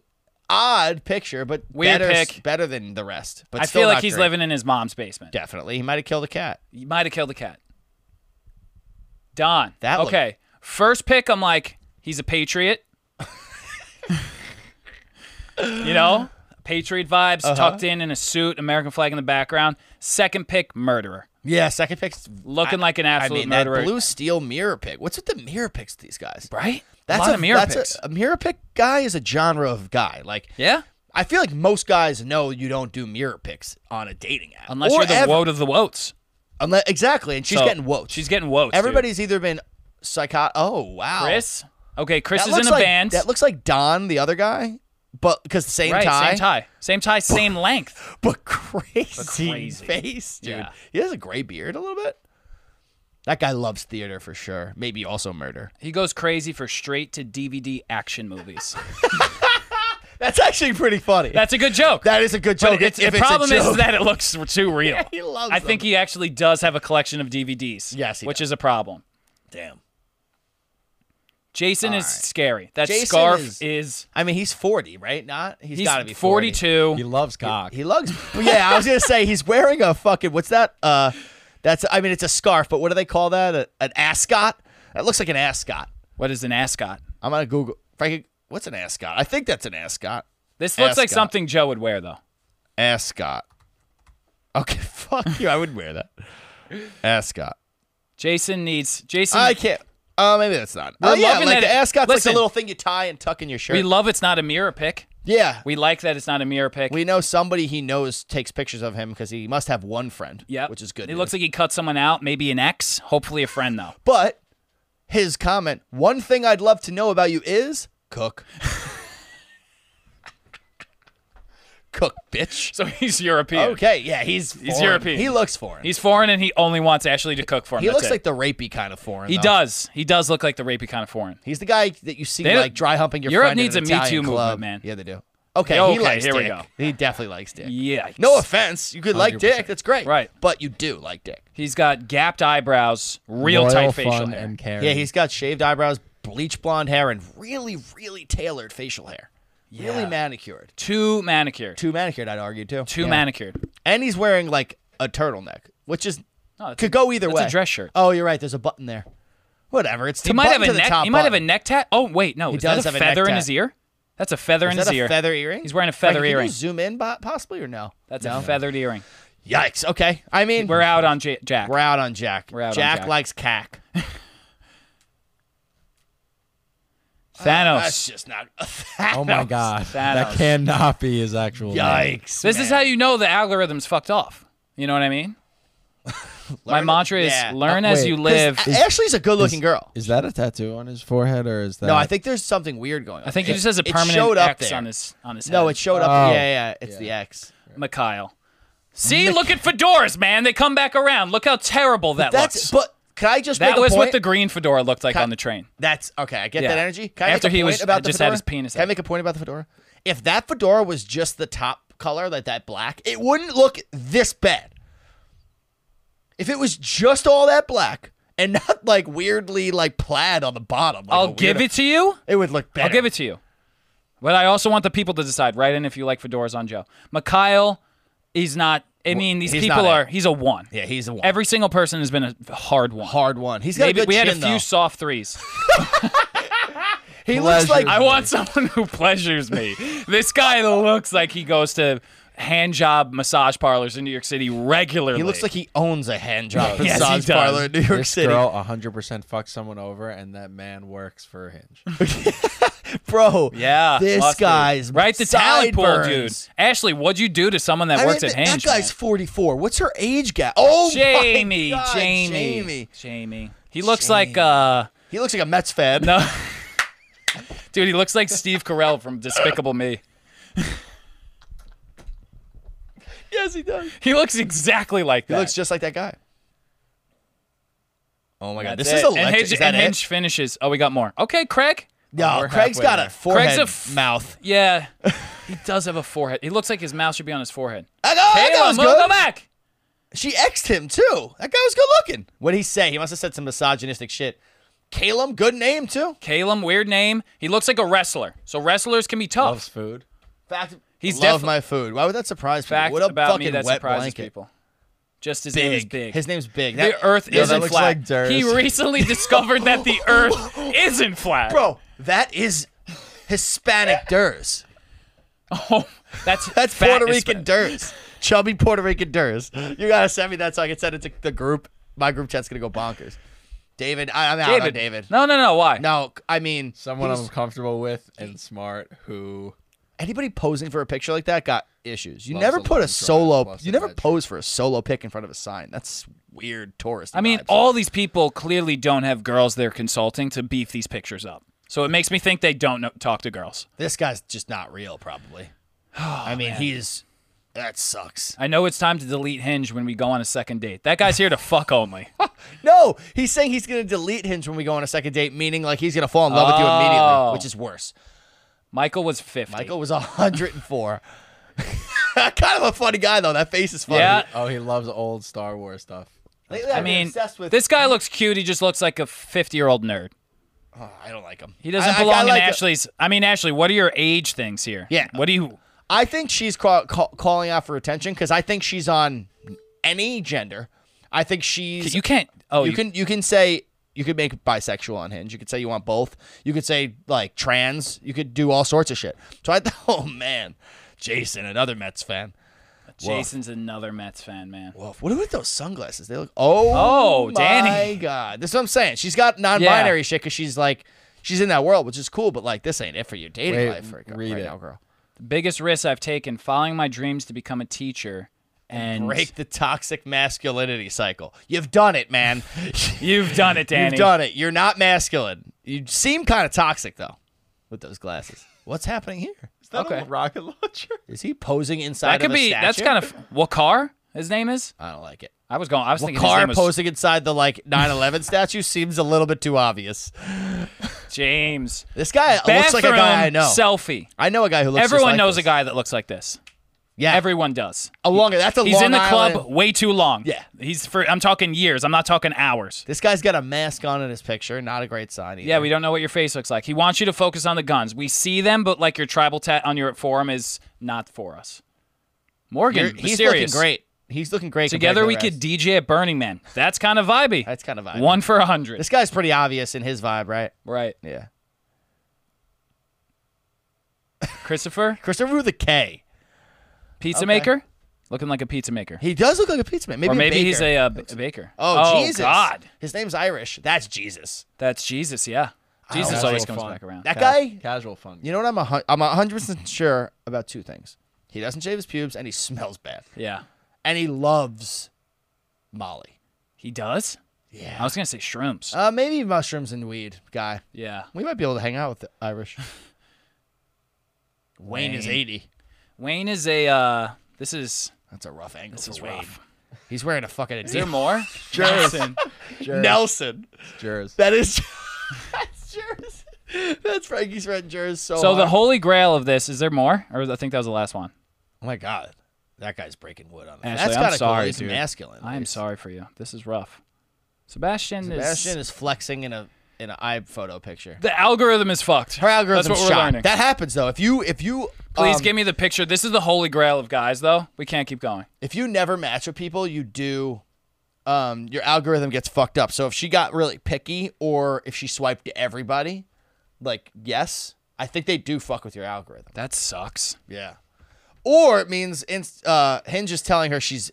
[SPEAKER 1] odd picture, but
[SPEAKER 3] Weird
[SPEAKER 1] better, s-
[SPEAKER 3] pick.
[SPEAKER 1] better than the rest. But
[SPEAKER 3] I
[SPEAKER 1] still
[SPEAKER 3] feel like
[SPEAKER 1] not
[SPEAKER 3] he's
[SPEAKER 1] great.
[SPEAKER 3] living in his mom's basement.
[SPEAKER 1] Definitely, he might have killed a cat.
[SPEAKER 3] You might have killed the cat. Don.
[SPEAKER 1] That looked-
[SPEAKER 3] okay. First pick, I'm like, he's a patriot. you know, patriot vibes,
[SPEAKER 1] Uh-huh.
[SPEAKER 3] tucked in in a suit, American flag in the background. Second pick, murderer,
[SPEAKER 1] Yeah, second pick's
[SPEAKER 3] looking like an
[SPEAKER 1] I
[SPEAKER 3] absolute
[SPEAKER 1] mean,
[SPEAKER 3] murderer.
[SPEAKER 1] that blue steel mirror pick. What's with the mirror picks? These guys.
[SPEAKER 3] right?
[SPEAKER 1] That's
[SPEAKER 3] a lot of mirror
[SPEAKER 1] that's
[SPEAKER 3] picks.
[SPEAKER 1] A, a mirror pick guy is a genre of guy. Like
[SPEAKER 3] yeah,
[SPEAKER 1] I feel like most guys know you don't do mirror picks on a dating app.
[SPEAKER 3] unless
[SPEAKER 1] Or
[SPEAKER 3] you're the
[SPEAKER 1] ever.
[SPEAKER 3] woat of the woats.
[SPEAKER 1] Unless, exactly, and she's
[SPEAKER 3] So,
[SPEAKER 1] getting woke.
[SPEAKER 3] She's getting woats. dude.
[SPEAKER 1] Everybody's either been psychotic. Oh wow,
[SPEAKER 3] Chris. Okay, Chris
[SPEAKER 1] that
[SPEAKER 3] is
[SPEAKER 1] looks
[SPEAKER 3] in a
[SPEAKER 1] like,
[SPEAKER 3] band.
[SPEAKER 1] That looks like Don, the other guy, but because same
[SPEAKER 3] right,
[SPEAKER 1] tie,
[SPEAKER 3] same tie, same tie, same length.
[SPEAKER 1] but crazy,
[SPEAKER 3] crazy.
[SPEAKER 1] face, dude.
[SPEAKER 3] Yeah.
[SPEAKER 1] He has a gray beard a little bit. That guy loves theater for sure. Maybe also murder.
[SPEAKER 3] He goes crazy for straight to DVD action movies.
[SPEAKER 1] That's actually pretty funny.
[SPEAKER 3] That's a good joke.
[SPEAKER 1] that is a good joke.
[SPEAKER 3] But it's,
[SPEAKER 1] if
[SPEAKER 3] the
[SPEAKER 1] it's a
[SPEAKER 3] problem
[SPEAKER 1] joke.
[SPEAKER 3] is that it looks too real.
[SPEAKER 1] He loves
[SPEAKER 3] I think
[SPEAKER 1] them.
[SPEAKER 3] he actually does have a collection of DVDs.
[SPEAKER 1] Yes, he
[SPEAKER 3] which
[SPEAKER 1] does.
[SPEAKER 3] is a problem.
[SPEAKER 1] damn.
[SPEAKER 3] Jason is
[SPEAKER 1] All right.
[SPEAKER 3] scary. That
[SPEAKER 1] Jason
[SPEAKER 3] scarf is,
[SPEAKER 1] is- I mean, he's 40, right? Not?
[SPEAKER 3] He's
[SPEAKER 1] got to be 40.
[SPEAKER 3] 42.
[SPEAKER 4] He loves cock.
[SPEAKER 1] He looks. Yeah, I was going to say he's wearing a fucking what's that? Uh that's I mean, it's a scarf, but what do they call that? A, an ascot? That looks like an ascot.
[SPEAKER 3] What is an ascot?
[SPEAKER 1] I'm going to Google Frankie What's an ascot? I think that's an ascot.
[SPEAKER 3] This looks like
[SPEAKER 1] Ascot.
[SPEAKER 3] something Joe would wear, though.
[SPEAKER 1] Ascot. Okay, fuck you. I would wear that. Ascot.
[SPEAKER 3] Jason needs Jason.
[SPEAKER 1] I can't. Oh, maybe that's not.
[SPEAKER 3] We're
[SPEAKER 1] Oh yeah,
[SPEAKER 3] loving
[SPEAKER 1] like
[SPEAKER 3] that
[SPEAKER 1] the
[SPEAKER 3] it-
[SPEAKER 1] ascot's like
[SPEAKER 3] Listen.
[SPEAKER 1] the little thing you tie and tuck in your shirt.
[SPEAKER 3] we love it's not a mirror pick.
[SPEAKER 1] yeah,
[SPEAKER 3] We like that it's not a mirror pick.
[SPEAKER 1] We know somebody he knows takes pictures of him because he must have one friend.
[SPEAKER 3] yeah,
[SPEAKER 1] which is good.
[SPEAKER 3] It
[SPEAKER 1] news.
[SPEAKER 3] looks like he cut someone out, maybe an ex, hopefully a friend though.
[SPEAKER 1] but his comment. One thing I'd love to know about you is cook. cook, bitch.
[SPEAKER 3] So he's European.
[SPEAKER 1] Okay, yeah, he's he's
[SPEAKER 3] European.
[SPEAKER 1] He looks foreign.
[SPEAKER 3] He's foreign and he only wants Ashley to cook for him.
[SPEAKER 1] he
[SPEAKER 3] That's
[SPEAKER 1] looks
[SPEAKER 3] it.
[SPEAKER 1] like the rapey kind of foreign.
[SPEAKER 3] he
[SPEAKER 1] though.
[SPEAKER 3] does. He does look like the rapey kind of foreign.
[SPEAKER 1] He's the guy that you see
[SPEAKER 3] They don't-
[SPEAKER 1] like dry humping your
[SPEAKER 3] Europe
[SPEAKER 1] friend in
[SPEAKER 3] needs
[SPEAKER 1] an
[SPEAKER 3] a Me Too
[SPEAKER 1] Italian
[SPEAKER 3] movement,
[SPEAKER 1] club.
[SPEAKER 3] man.
[SPEAKER 1] Yeah, they do. Okay,
[SPEAKER 3] Yeah,
[SPEAKER 1] he
[SPEAKER 3] okay,
[SPEAKER 1] likes
[SPEAKER 3] here we
[SPEAKER 1] dick.
[SPEAKER 3] go.
[SPEAKER 1] He definitely likes dick.
[SPEAKER 3] Yeah.
[SPEAKER 1] No offense, you could like
[SPEAKER 3] 100%.
[SPEAKER 1] dick. That's great.
[SPEAKER 3] Right.
[SPEAKER 1] but you do like dick.
[SPEAKER 3] He's got gapped eyebrows, real
[SPEAKER 4] Loyal,
[SPEAKER 3] tight facial
[SPEAKER 4] fun,
[SPEAKER 3] hair.
[SPEAKER 4] and caring.
[SPEAKER 1] Yeah, he's got shaved eyebrows, bleach blonde hair, and really, really tailored facial hair. Really
[SPEAKER 3] Yeah.
[SPEAKER 1] manicured.
[SPEAKER 3] Too manicured. Too,
[SPEAKER 1] Too manicured, I'd argue too. Yeah.
[SPEAKER 3] manicured.
[SPEAKER 1] And he's wearing like a turtleneck, which is
[SPEAKER 3] No, that's
[SPEAKER 1] could
[SPEAKER 3] a-
[SPEAKER 1] go either
[SPEAKER 3] that's a
[SPEAKER 1] way.
[SPEAKER 3] dress shirt.
[SPEAKER 1] Oh, you're right. There's a button there. Whatever. It's
[SPEAKER 3] He might have a
[SPEAKER 1] to the
[SPEAKER 3] neck.
[SPEAKER 1] top
[SPEAKER 3] He might have a
[SPEAKER 1] button.
[SPEAKER 3] neck tat. Oh wait, no.
[SPEAKER 1] He
[SPEAKER 3] is that
[SPEAKER 1] does
[SPEAKER 3] a
[SPEAKER 1] have a neck
[SPEAKER 3] feather in
[SPEAKER 1] tat.
[SPEAKER 3] his ear? That's a feather in
[SPEAKER 1] Is that
[SPEAKER 3] his
[SPEAKER 1] a
[SPEAKER 3] ear.
[SPEAKER 1] feather earring?
[SPEAKER 3] He's wearing a
[SPEAKER 1] Frank,
[SPEAKER 3] feather
[SPEAKER 1] can you
[SPEAKER 3] earring.
[SPEAKER 1] zoom in, bo- possibly or no?
[SPEAKER 3] That's
[SPEAKER 1] no?
[SPEAKER 3] a feathered earring.
[SPEAKER 1] Yikes. Okay. I mean,
[SPEAKER 3] We're out on J- Jack.
[SPEAKER 1] we're out on Jack.
[SPEAKER 3] We're out on
[SPEAKER 1] Jack
[SPEAKER 3] Jack.
[SPEAKER 1] likes cack. That's
[SPEAKER 3] Thanos.
[SPEAKER 1] just not.
[SPEAKER 4] Oh my god,
[SPEAKER 3] Thanos.
[SPEAKER 4] that cannot be his actual. name.
[SPEAKER 1] Yikes.
[SPEAKER 3] This is
[SPEAKER 1] man.
[SPEAKER 3] how you know the algorithm's fucked off. You know what I mean? My
[SPEAKER 1] Learn-
[SPEAKER 3] mantra is
[SPEAKER 1] yeah.
[SPEAKER 3] learn
[SPEAKER 4] Uh,
[SPEAKER 3] as
[SPEAKER 4] wait.
[SPEAKER 3] you
[SPEAKER 4] 'Cause
[SPEAKER 3] live.
[SPEAKER 1] A- Ashley's a good-looking girl.
[SPEAKER 4] Is that a tattoo on his forehead or is that?
[SPEAKER 1] No, I think there's something weird going on.
[SPEAKER 3] I think he just has a
[SPEAKER 1] it
[SPEAKER 3] permanent
[SPEAKER 1] showed up
[SPEAKER 3] X
[SPEAKER 1] there.
[SPEAKER 3] on his on his head.
[SPEAKER 1] No, it showed up.
[SPEAKER 4] Oh.
[SPEAKER 1] Yeah, yeah, it's the X.
[SPEAKER 3] Mikhail. See, look at fedoras, man. They come back around. Look how terrible that
[SPEAKER 1] That's.
[SPEAKER 3] looks.
[SPEAKER 1] But can I just
[SPEAKER 3] that
[SPEAKER 1] make a
[SPEAKER 3] was
[SPEAKER 1] point?
[SPEAKER 3] what the green fedora looked like on the train.
[SPEAKER 1] That's okay. I get
[SPEAKER 3] Yeah.
[SPEAKER 1] that energy. Can I
[SPEAKER 3] After
[SPEAKER 1] make a
[SPEAKER 3] he
[SPEAKER 1] point
[SPEAKER 3] was- uh,
[SPEAKER 1] about the
[SPEAKER 3] just had
[SPEAKER 1] fedora?
[SPEAKER 3] his penis
[SPEAKER 1] Can I
[SPEAKER 3] out.
[SPEAKER 1] make a point about the fedora? If that fedora was just the top color, like that black, it wouldn't look this bad. If it was just all that black and not like weirdly like plaid on the bottom, like a
[SPEAKER 3] I'll
[SPEAKER 1] weird-
[SPEAKER 3] give it to you.
[SPEAKER 1] It would look better.
[SPEAKER 3] I'll give it to you. But I also want the people to decide. Write in if you like fedoras on Joe. Mikhail, he's not. I mean, these
[SPEAKER 1] he's not
[SPEAKER 3] people
[SPEAKER 1] a-
[SPEAKER 3] are. He's a one.
[SPEAKER 1] Yeah, he's a one.
[SPEAKER 3] Every single person has been a hard one.
[SPEAKER 1] hard one. He's got
[SPEAKER 3] Maybe
[SPEAKER 1] a good
[SPEAKER 3] we had a
[SPEAKER 1] chin,
[SPEAKER 3] few
[SPEAKER 1] though.
[SPEAKER 3] soft threes.
[SPEAKER 1] He looks like
[SPEAKER 3] I want someone who pleasures me. this guy looks like he goes to hand job massage parlors in New York City regularly.
[SPEAKER 1] He looks like he owns a hand job
[SPEAKER 3] Yes, he
[SPEAKER 1] massage
[SPEAKER 3] does.
[SPEAKER 1] parlor in New York
[SPEAKER 4] This
[SPEAKER 1] City.
[SPEAKER 4] girl 100% fucks someone over, and that man works for Hinge.
[SPEAKER 1] Bro,
[SPEAKER 3] yeah,
[SPEAKER 1] this
[SPEAKER 3] must be.
[SPEAKER 1] guy's
[SPEAKER 3] right the talent pool, dude.
[SPEAKER 1] sideburns.
[SPEAKER 3] Ashley, what'd you do to someone that
[SPEAKER 1] I
[SPEAKER 3] works
[SPEAKER 1] mean,
[SPEAKER 3] at
[SPEAKER 1] th-
[SPEAKER 3] Hinge?
[SPEAKER 1] That guy's 44. What's her age gap? Oh,
[SPEAKER 3] man?
[SPEAKER 1] my
[SPEAKER 3] Jamie,
[SPEAKER 1] God,
[SPEAKER 3] Jamie,
[SPEAKER 1] Jamie.
[SPEAKER 3] Jamie. He looks like uh
[SPEAKER 1] He looks like a Mets fan.
[SPEAKER 3] no, dude. He looks like Steve Carell from Despicable Me.
[SPEAKER 1] Yes, he does.
[SPEAKER 3] He looks exactly like
[SPEAKER 1] He
[SPEAKER 3] that.
[SPEAKER 1] looks just like that guy. Oh my God,
[SPEAKER 3] That's
[SPEAKER 1] this is
[SPEAKER 3] it.
[SPEAKER 1] electric.
[SPEAKER 3] and Hinge,
[SPEAKER 1] is that
[SPEAKER 3] and
[SPEAKER 1] it?
[SPEAKER 3] Hinge finishes. Oh, we got more. Okay, Craig.
[SPEAKER 1] No,
[SPEAKER 4] We're
[SPEAKER 1] Craig's
[SPEAKER 4] halfway
[SPEAKER 1] got
[SPEAKER 4] there.
[SPEAKER 1] a forehead
[SPEAKER 3] Craig's a f-
[SPEAKER 1] mouth.
[SPEAKER 3] Yeah, he does have a forehead. He looks like his mouth should be on his forehead.
[SPEAKER 1] That guy, Oh, that guy
[SPEAKER 3] Kayla,
[SPEAKER 1] was
[SPEAKER 3] move, go
[SPEAKER 1] good.
[SPEAKER 3] back.
[SPEAKER 1] She exed him too. That guy was good looking. What would he say? He must have said some misogynistic shit. Calum, good name too.
[SPEAKER 3] Calum, weird name. He looks like a wrestler. So wrestlers can be tough.
[SPEAKER 4] Loves food.
[SPEAKER 1] Fact,
[SPEAKER 3] He's
[SPEAKER 1] love
[SPEAKER 3] defi-
[SPEAKER 1] my food. Why would that surprise people?
[SPEAKER 3] Fact
[SPEAKER 1] What a
[SPEAKER 3] about
[SPEAKER 1] fucking
[SPEAKER 3] me that
[SPEAKER 1] wet
[SPEAKER 3] surprises
[SPEAKER 1] blanket.
[SPEAKER 3] people. Just his
[SPEAKER 1] Big.
[SPEAKER 3] name is big.
[SPEAKER 1] His name's Big.
[SPEAKER 3] the
[SPEAKER 1] That-
[SPEAKER 3] Earth
[SPEAKER 1] Yo, that
[SPEAKER 3] isn't
[SPEAKER 1] looks
[SPEAKER 3] flat.
[SPEAKER 4] like dirt.
[SPEAKER 3] he recently discovered that the Earth isn't flat.
[SPEAKER 1] Bro, that is Hispanic Durs.
[SPEAKER 3] Oh, that's
[SPEAKER 1] That's
[SPEAKER 3] fat
[SPEAKER 1] Puerto
[SPEAKER 3] is
[SPEAKER 1] Rican
[SPEAKER 3] fat.
[SPEAKER 1] Durs. Chubby Puerto Rican Durs. You gotta send me that so I can send it to the group. My group chat's gonna go bonkers. David, I, I'm out on
[SPEAKER 3] David.
[SPEAKER 1] David.
[SPEAKER 3] No, no, no. Why?
[SPEAKER 1] No, I mean
[SPEAKER 4] Someone
[SPEAKER 1] he's-
[SPEAKER 4] I'm comfortable with and smart who.
[SPEAKER 1] anybody posing for a picture like that got issues. You
[SPEAKER 4] Loves
[SPEAKER 1] never
[SPEAKER 4] a
[SPEAKER 1] put
[SPEAKER 4] long
[SPEAKER 1] a
[SPEAKER 4] drive,
[SPEAKER 1] solo.
[SPEAKER 4] plus
[SPEAKER 1] You never
[SPEAKER 4] adventure.
[SPEAKER 1] pose for a solo pic in front of a sign. That's weird, tourist.
[SPEAKER 3] I mean,
[SPEAKER 1] vibes.
[SPEAKER 3] all these people clearly don't have girls they're consulting to beef these pictures up. So it makes me think they don't know, talk to girls.
[SPEAKER 1] this guy's just not real, probably.
[SPEAKER 3] Oh,
[SPEAKER 1] I mean, he's that sucks.
[SPEAKER 3] I know it's time to delete Hinge when we go on a second date. That guy's here to fuck only.
[SPEAKER 1] No, he's saying he's gonna delete Hinge when we go on a second date, meaning like he's gonna fall in love with you immediately,
[SPEAKER 3] Oh.
[SPEAKER 1] which is worse.
[SPEAKER 3] Michael was 50.
[SPEAKER 1] Michael was 104. kind of a funny guy though. That face is funny.
[SPEAKER 3] Yeah.
[SPEAKER 4] Oh, he loves old Star Wars stuff.
[SPEAKER 1] Lately,
[SPEAKER 3] I
[SPEAKER 1] I've been
[SPEAKER 3] mean,
[SPEAKER 1] obsessed with-
[SPEAKER 3] this guy looks cute. He just looks like a 50 year old nerd.
[SPEAKER 1] Oh, I don't like him.
[SPEAKER 3] He doesn't
[SPEAKER 1] I- I-
[SPEAKER 3] belong
[SPEAKER 1] I
[SPEAKER 3] in
[SPEAKER 1] like-
[SPEAKER 3] Ashley's. I mean, Ashley, what are your age things here?
[SPEAKER 1] Yeah.
[SPEAKER 3] What do you.
[SPEAKER 1] I think she's call, call, calling out for attention because I think she's on any gender. I think she's
[SPEAKER 3] You can't. Oh,
[SPEAKER 1] you,
[SPEAKER 3] you,
[SPEAKER 1] can you can say You could make bisexual on Hinge. You could say you want both. You could say like trans. You could do all sorts of shit. So I thought, oh man, Jason, another Mets fan.
[SPEAKER 3] Jason's another Mets fan, man.
[SPEAKER 1] Woof. What are with those sunglasses? They look. Oh,
[SPEAKER 3] Oh,
[SPEAKER 1] My
[SPEAKER 3] Danny.
[SPEAKER 1] God, that's what I'm saying. She's got non-binary shit because she's like, she's in that world, which is cool. But like, this ain't it for your dating
[SPEAKER 4] Wait,
[SPEAKER 1] life, right,
[SPEAKER 4] read
[SPEAKER 1] right
[SPEAKER 4] it.
[SPEAKER 1] now, girl.
[SPEAKER 3] Biggest risk I've taken following my dreams to become a teacher and
[SPEAKER 1] Break the toxic masculinity cycle. You've done it, man.
[SPEAKER 3] You've done it, Danny.
[SPEAKER 1] You've done it. You're not masculine. You seem kind of toxic though, with those glasses. What's happening here?
[SPEAKER 4] Is that
[SPEAKER 3] Okay.
[SPEAKER 4] a rocket launcher?
[SPEAKER 1] Is he posing inside?
[SPEAKER 3] That could
[SPEAKER 1] of a
[SPEAKER 3] be. That's
[SPEAKER 1] statue?
[SPEAKER 3] kind of Wakar. His name is.
[SPEAKER 1] I don't like it.
[SPEAKER 3] I was going. I was thinking his
[SPEAKER 1] Car
[SPEAKER 3] name was
[SPEAKER 1] posing inside the like 9/11 statue seems a little bit too obvious.
[SPEAKER 3] James.
[SPEAKER 1] This guy looks like a guy I
[SPEAKER 3] Bathroom
[SPEAKER 1] know.
[SPEAKER 3] Selfie.
[SPEAKER 1] I know a guy who looks. just
[SPEAKER 3] Everyone
[SPEAKER 1] like
[SPEAKER 3] knows
[SPEAKER 1] this.
[SPEAKER 3] a guy that looks like this.
[SPEAKER 1] Yeah,
[SPEAKER 3] Everyone does.
[SPEAKER 1] along. That's a
[SPEAKER 3] He's
[SPEAKER 1] Long
[SPEAKER 3] in the club
[SPEAKER 1] Island-
[SPEAKER 3] way too long.
[SPEAKER 1] Yeah.
[SPEAKER 3] He's for. I'm talking years. I'm not talking hours.
[SPEAKER 1] This guy's got a mask on in his picture. Not a great sign. Either.
[SPEAKER 3] Yeah, we don't know what your face looks like. He wants you to focus on the guns. We see them, but like your tribal tat on your forearm is not for us. Morgan,
[SPEAKER 1] You're- he's
[SPEAKER 3] mysterious.
[SPEAKER 1] looking great. He's looking great. compared to
[SPEAKER 3] Together
[SPEAKER 1] the
[SPEAKER 3] we
[SPEAKER 1] rest.
[SPEAKER 3] could DJ at Burning Man. That's kind of vibey.
[SPEAKER 1] That's kind of vibe.
[SPEAKER 3] One for a hundred.
[SPEAKER 1] This guy's pretty obvious in his vibe, right?
[SPEAKER 3] Right,
[SPEAKER 1] Yeah.
[SPEAKER 3] Christopher,
[SPEAKER 1] Christopher with a K.
[SPEAKER 3] pizza
[SPEAKER 1] Okay.
[SPEAKER 3] maker, looking like a pizza maker,
[SPEAKER 1] He does look like a pizza man. Maybe
[SPEAKER 3] or
[SPEAKER 1] a
[SPEAKER 3] maybe he's
[SPEAKER 1] baker.
[SPEAKER 3] a, uh, b- baker.
[SPEAKER 1] Oh, Jesus!
[SPEAKER 3] God,
[SPEAKER 1] His name's Irish. That's Jesus.
[SPEAKER 3] that's Jesus. Yeah,
[SPEAKER 1] Oh, that's
[SPEAKER 3] Jesus
[SPEAKER 1] so
[SPEAKER 3] always comes
[SPEAKER 4] fun.
[SPEAKER 3] back around.
[SPEAKER 1] That
[SPEAKER 4] Cas-
[SPEAKER 1] guy.
[SPEAKER 4] Casual fun.
[SPEAKER 1] You know what? I'm a, hun- I'm a hundred percent sure about two things. He doesn't shave his pubes, and he smells bad,
[SPEAKER 3] yeah,
[SPEAKER 1] and he loves Molly.
[SPEAKER 3] he does.
[SPEAKER 1] Yeah.
[SPEAKER 3] I was gonna say shrooms.
[SPEAKER 1] Uh, maybe mushrooms and weed guy.
[SPEAKER 3] yeah,
[SPEAKER 1] We might be able to hang out with the Irish. Wayne, is
[SPEAKER 3] Wayne.
[SPEAKER 1] 80.
[SPEAKER 3] Wayne is a. Uh, this is
[SPEAKER 1] That's a rough angle
[SPEAKER 3] this
[SPEAKER 1] for
[SPEAKER 3] is
[SPEAKER 1] Wayne.
[SPEAKER 3] rough.
[SPEAKER 1] He's wearing a fucking
[SPEAKER 3] Is there
[SPEAKER 1] Adidas.
[SPEAKER 3] more? Jason.
[SPEAKER 4] Jers.
[SPEAKER 1] Nelson.
[SPEAKER 4] Jers.
[SPEAKER 1] That is. that's Jers. That's Frankie's friend Jers. So,
[SPEAKER 3] So the
[SPEAKER 1] hard.
[SPEAKER 3] holy grail of this is there more? Or I think that was the last one.
[SPEAKER 1] Oh my god, that guy's breaking wood on.
[SPEAKER 3] Ashley,
[SPEAKER 1] That's
[SPEAKER 3] I'm
[SPEAKER 1] gotta
[SPEAKER 3] sorry,
[SPEAKER 1] cool. He's
[SPEAKER 3] dude.
[SPEAKER 1] masculine.
[SPEAKER 3] I am sorry for you. This is rough. Sebastian,
[SPEAKER 1] Sebastian
[SPEAKER 3] is
[SPEAKER 1] is flexing in a in an eye photo picture.
[SPEAKER 3] the algorithm is fucked.
[SPEAKER 1] Her algorithm's
[SPEAKER 3] That's what we're
[SPEAKER 1] shot.
[SPEAKER 3] learning.
[SPEAKER 1] That happens though. If you if you
[SPEAKER 3] Please
[SPEAKER 1] um,
[SPEAKER 3] give me the picture. This is the holy grail of guys, though. We can't keep going.
[SPEAKER 1] if you never match with people, you do. Um, your algorithm gets fucked up. So if she got really picky, or if she swiped to everybody, like yes, I think they do fuck with your algorithm.
[SPEAKER 3] That sucks.
[SPEAKER 1] Yeah. Or it means inst- uh, Hinge is telling her she's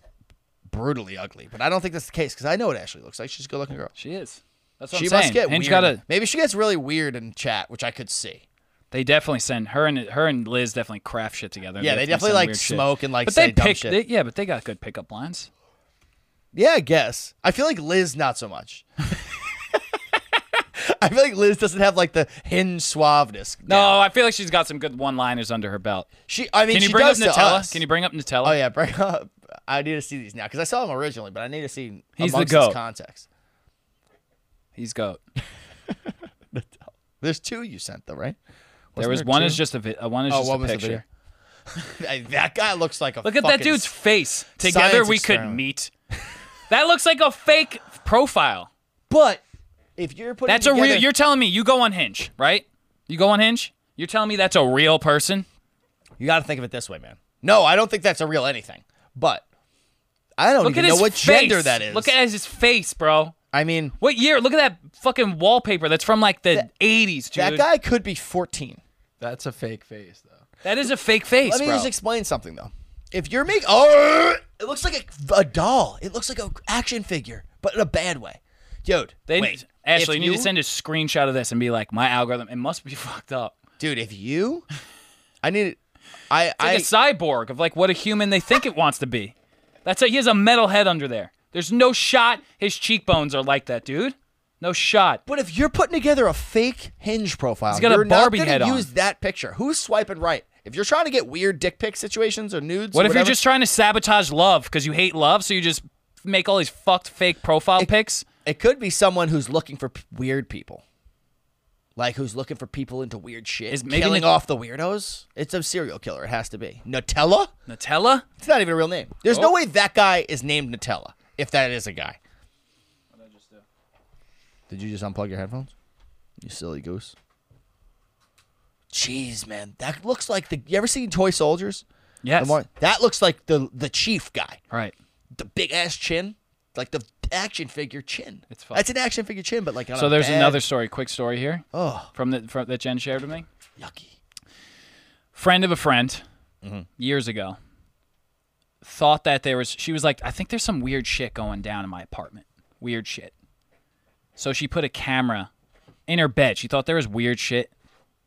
[SPEAKER 1] brutally ugly, but I don't think that's the case because I know what Ashley looks like. She's a good-looking girl.
[SPEAKER 3] She is. That's what
[SPEAKER 1] She
[SPEAKER 3] I'm
[SPEAKER 1] must
[SPEAKER 3] saying.
[SPEAKER 1] get
[SPEAKER 3] Hinge
[SPEAKER 1] weird.
[SPEAKER 3] gotta-
[SPEAKER 1] Maybe she gets really weird in chat, which I could see.
[SPEAKER 3] They definitely send her and her and Liz definitely craft shit together.
[SPEAKER 1] Yeah, they definitely,
[SPEAKER 3] send
[SPEAKER 1] like,
[SPEAKER 3] weird shit.
[SPEAKER 1] smoke and, like,
[SPEAKER 3] But
[SPEAKER 1] say
[SPEAKER 3] they
[SPEAKER 1] dumb
[SPEAKER 3] pick.
[SPEAKER 1] shit.
[SPEAKER 3] They, yeah, but they got good pickup lines.
[SPEAKER 1] Yeah, I guess. I feel like Liz not so much. I feel like Liz doesn't have like the hinge suaveness.
[SPEAKER 3] No,
[SPEAKER 1] down.
[SPEAKER 3] I feel like she's got some good one-liners under her belt.
[SPEAKER 1] she. I mean,
[SPEAKER 3] Can
[SPEAKER 1] she
[SPEAKER 3] you bring up
[SPEAKER 1] does to
[SPEAKER 3] Nutella?
[SPEAKER 1] us.
[SPEAKER 3] Can you bring up Nutella?
[SPEAKER 1] Oh yeah, bring up. I need to see these now because I saw them originally, but I need to see
[SPEAKER 3] He's the
[SPEAKER 1] amongst
[SPEAKER 3] goat.
[SPEAKER 1] this context.
[SPEAKER 3] He's goat.
[SPEAKER 1] There's two you sent though, right?
[SPEAKER 3] There
[SPEAKER 1] Wasn't
[SPEAKER 3] was one
[SPEAKER 1] two?
[SPEAKER 3] is just a vi- uh, one is
[SPEAKER 1] Oh,
[SPEAKER 3] just
[SPEAKER 1] one
[SPEAKER 3] a
[SPEAKER 1] was the
[SPEAKER 3] picture.
[SPEAKER 1] Hey, that guy looks like a.
[SPEAKER 3] Look at that
[SPEAKER 1] fucking
[SPEAKER 3] dude's
[SPEAKER 1] s-
[SPEAKER 3] face. Together
[SPEAKER 1] science
[SPEAKER 3] we
[SPEAKER 1] experiment.
[SPEAKER 3] could meet. that looks like a fake profile.
[SPEAKER 1] But if you're putting
[SPEAKER 3] That's a real.
[SPEAKER 1] together-
[SPEAKER 3] You're telling me you go on Hinge, right? You go on Hinge. You're telling me that's a real person.
[SPEAKER 1] You got to think of it this way, man. No, I don't think that's a real anything. But I don't
[SPEAKER 3] Look
[SPEAKER 1] even
[SPEAKER 3] at
[SPEAKER 1] know
[SPEAKER 3] his
[SPEAKER 1] what
[SPEAKER 3] face.
[SPEAKER 1] gender that is.
[SPEAKER 3] Look at his face, bro.
[SPEAKER 1] I mean,
[SPEAKER 3] What year? Look at that fucking wallpaper. That's from like the '80s, dude.
[SPEAKER 1] that guy could be 14.
[SPEAKER 4] That's a fake face though.
[SPEAKER 3] That is a fake face,
[SPEAKER 1] Let me
[SPEAKER 3] bro.
[SPEAKER 1] just explain something though. If you're making, oh, it looks like a, a doll. It looks like an action figure, but in a bad way. Dude,
[SPEAKER 3] They-
[SPEAKER 1] wait,
[SPEAKER 3] Ashley,
[SPEAKER 1] if
[SPEAKER 3] you need to send a screenshot of this and be like, "My algorithm, it must be fucked up."
[SPEAKER 1] Dude, if you, I need. I I
[SPEAKER 3] It's like a cyborg of like what a human they think it wants to be. That's it. He has a metal head under there. There's no shot. His cheekbones are like that, dude. No shot.
[SPEAKER 1] But if you're putting together a fake hinge profile,
[SPEAKER 3] He's got a
[SPEAKER 1] you're
[SPEAKER 3] Barbie
[SPEAKER 1] not gonna
[SPEAKER 3] head on.
[SPEAKER 1] use that picture. Who's swiping right? If you're trying to get weird dick pic situations or nudes, or
[SPEAKER 3] What if you're
[SPEAKER 1] whatever-
[SPEAKER 3] just trying to sabotage love because you hate love, so you just make all these fucked fake profile pics?
[SPEAKER 1] It could be someone who's looking for p- weird people, like who's looking for people into weird shit.
[SPEAKER 3] Is maybe
[SPEAKER 1] killing
[SPEAKER 3] Nut-
[SPEAKER 1] off the weirdos? It's a serial killer. It has to be Nutella.
[SPEAKER 3] Nutella?
[SPEAKER 1] It's not even a real name. There's
[SPEAKER 3] Oh.
[SPEAKER 1] no way that guy is named Nutella. If that is a guy. Did you just unplug your headphones? You silly goose. Jeez, man, that looks like the. You ever seen Toy Soldiers? The
[SPEAKER 3] Yes.
[SPEAKER 1] one- that looks like the the chief guy,
[SPEAKER 3] Right.
[SPEAKER 1] the big ass chin, like the action figure chin.
[SPEAKER 3] It's fucked.
[SPEAKER 1] That's an action figure chin, but like on
[SPEAKER 3] So
[SPEAKER 1] a
[SPEAKER 3] there's
[SPEAKER 1] bad-
[SPEAKER 3] another story, quick story here
[SPEAKER 1] Oh,
[SPEAKER 3] from the from, that Jen shared with me.
[SPEAKER 1] yucky.
[SPEAKER 3] Friend of a friend
[SPEAKER 1] Mm-hmm.
[SPEAKER 3] years ago thought that there was. She was like, I think there's some weird shit going down in my apartment. Weird shit. So she put a camera in her bed. She thought there was weird shit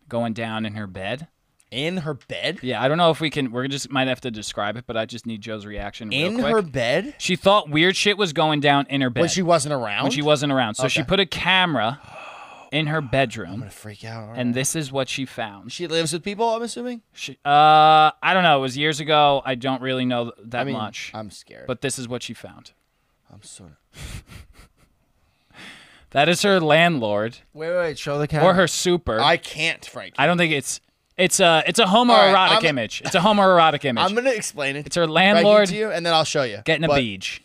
[SPEAKER 3] going down in her bed.
[SPEAKER 1] In her bed.
[SPEAKER 3] Yeah, I don't know if we can. We're just might have to describe it, but I just need Joe's reaction. Real
[SPEAKER 1] In
[SPEAKER 3] quick.
[SPEAKER 1] her bed.
[SPEAKER 3] she thought weird shit was going down in her bed
[SPEAKER 1] When she wasn't around.
[SPEAKER 3] when she wasn't around. So she
[SPEAKER 1] Okay.
[SPEAKER 3] put a camera in her bedroom,
[SPEAKER 1] freak out. all
[SPEAKER 3] and
[SPEAKER 1] right.
[SPEAKER 3] this is what she found.
[SPEAKER 1] she lives with people. I'm assuming.
[SPEAKER 3] She, uh, I don't know. It was years ago. I don't really know th- that
[SPEAKER 1] I mean,
[SPEAKER 3] much.
[SPEAKER 1] I'm scared.
[SPEAKER 3] but this is what she found.
[SPEAKER 1] I'm sort of.
[SPEAKER 3] That is her landlord
[SPEAKER 4] Wait, wait, wait, show the camera.
[SPEAKER 3] or her super. I,
[SPEAKER 1] I can't, Frank.
[SPEAKER 3] don't think it's it's a it's a
[SPEAKER 1] right,
[SPEAKER 3] homoerotic
[SPEAKER 1] I'm-
[SPEAKER 3] image. It's a homoerotic image.
[SPEAKER 1] I'm gonna explain it.
[SPEAKER 3] it's her
[SPEAKER 1] Frankie,
[SPEAKER 3] landlord
[SPEAKER 1] to you, and then I'll show you.
[SPEAKER 3] getting a
[SPEAKER 1] But-
[SPEAKER 3] beach.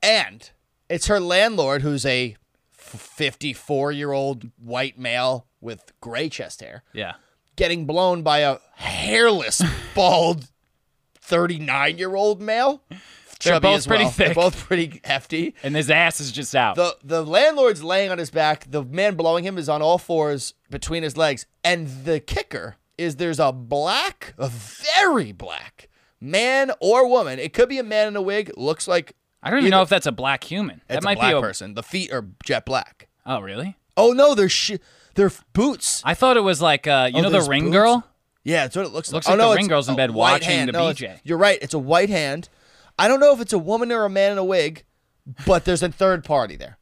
[SPEAKER 1] And it's her landlord, who's a 54 year old white male with gray chest hair,
[SPEAKER 3] Yeah.
[SPEAKER 1] getting blown by a hairless, bald 39 year old male. Chubby
[SPEAKER 3] both
[SPEAKER 1] as
[SPEAKER 3] pretty
[SPEAKER 1] well. They're
[SPEAKER 3] thick.
[SPEAKER 1] both pretty hefty.
[SPEAKER 3] And his ass is just out.
[SPEAKER 1] The the landlord's laying on his back. The man blowing him is on all fours between his legs. And the kicker is there's a black, a very black man or woman. It could be a man in a wig. Looks like
[SPEAKER 3] I don't even know if that's a black human.
[SPEAKER 1] it's
[SPEAKER 3] That might
[SPEAKER 1] a black
[SPEAKER 3] be a
[SPEAKER 1] person. The feet are jet black.
[SPEAKER 3] Oh, really?
[SPEAKER 1] Oh no, they're sh- they're f- boots.
[SPEAKER 3] I thought it was like uh, you
[SPEAKER 1] Oh,
[SPEAKER 3] know the
[SPEAKER 1] there's
[SPEAKER 3] ring
[SPEAKER 1] boots?
[SPEAKER 3] girl.
[SPEAKER 1] Yeah, that's what it looks like.
[SPEAKER 3] Looks
[SPEAKER 1] oh,
[SPEAKER 3] like
[SPEAKER 1] no,
[SPEAKER 3] the
[SPEAKER 1] it's
[SPEAKER 3] ring girl's in
[SPEAKER 1] a
[SPEAKER 3] bed
[SPEAKER 1] white
[SPEAKER 3] watching
[SPEAKER 1] hand.
[SPEAKER 3] the
[SPEAKER 1] No,
[SPEAKER 3] BJ.
[SPEAKER 1] it's- You're right. It's a white hand. I don't know if it's a woman or a man in a wig, but there's a third party there.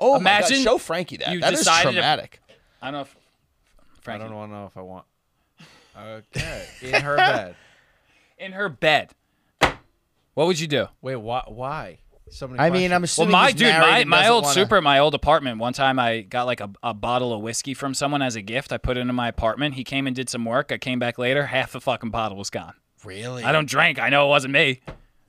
[SPEAKER 1] Oh my
[SPEAKER 3] Imagine
[SPEAKER 1] God, show Frankie that. That
[SPEAKER 3] you
[SPEAKER 1] is
[SPEAKER 3] decided to-
[SPEAKER 1] traumatic.
[SPEAKER 3] I don't know. If,
[SPEAKER 4] I
[SPEAKER 3] Frankie,
[SPEAKER 4] don't want to know if I want. Okay, in her bed.
[SPEAKER 3] in her bed. What would you do?
[SPEAKER 4] Wait, why? Why? So many.
[SPEAKER 1] I mean, I'm
[SPEAKER 4] questions.
[SPEAKER 3] Well,
[SPEAKER 1] assuming
[SPEAKER 3] my
[SPEAKER 1] he's
[SPEAKER 3] dude,
[SPEAKER 1] married
[SPEAKER 3] my,
[SPEAKER 1] and
[SPEAKER 3] my
[SPEAKER 1] doesn't
[SPEAKER 3] old
[SPEAKER 1] wanna-
[SPEAKER 3] super, at my old apartment. One time, I got like a, a bottle of whiskey from someone as a gift. I put it in my apartment. He came and did some work. I came back later. Half the fucking bottle was gone.
[SPEAKER 1] Really?
[SPEAKER 3] I don't drink. I know it wasn't me.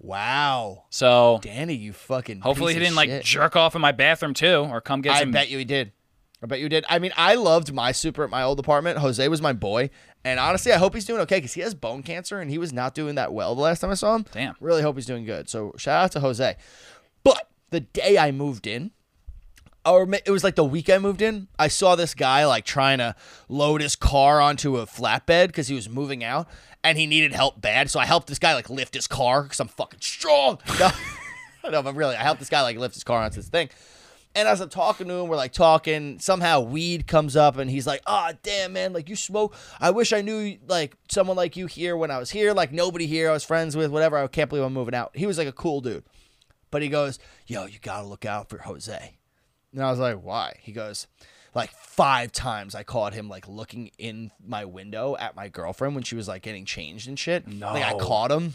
[SPEAKER 1] Wow,
[SPEAKER 3] So
[SPEAKER 1] Danny, you fucking.
[SPEAKER 3] hopefully
[SPEAKER 1] piece of
[SPEAKER 3] he didn't like
[SPEAKER 1] shit.
[SPEAKER 3] jerk off in my bathroom too, or come get
[SPEAKER 1] I
[SPEAKER 3] some.
[SPEAKER 1] bet you he did. I bet you did. I mean, I loved my super at my old apartment. Jose was my boy, and honestly, I hope he's doing okay because he has bone cancer and he was not doing that well the last time I saw him.
[SPEAKER 3] Damn.
[SPEAKER 1] Really hope he's doing good. So shout out to Jose. But the day I moved in, or ma- it was like the week I moved in, I saw this guy like trying to load his car onto a flatbed because he was moving out and he needed help bad. So I helped this guy like lift his car because I'm fucking strong. No, no, but really, I helped this guy like lift his car onto this thing. And as I'm talking to him, we're like talking. Somehow weed comes up, and he's like, "Ah, damn, man! Like you smoke. I wish I knew like someone like you here when I was here. Like nobody here I was friends with. Whatever. I can't believe I'm moving out." He was like a cool dude, but he goes, "Yo, you gotta look out for Jose." And I was like, why? He goes, like five times I caught him like looking in my window at my girlfriend when she was like getting changed and shit. No. Like I caught him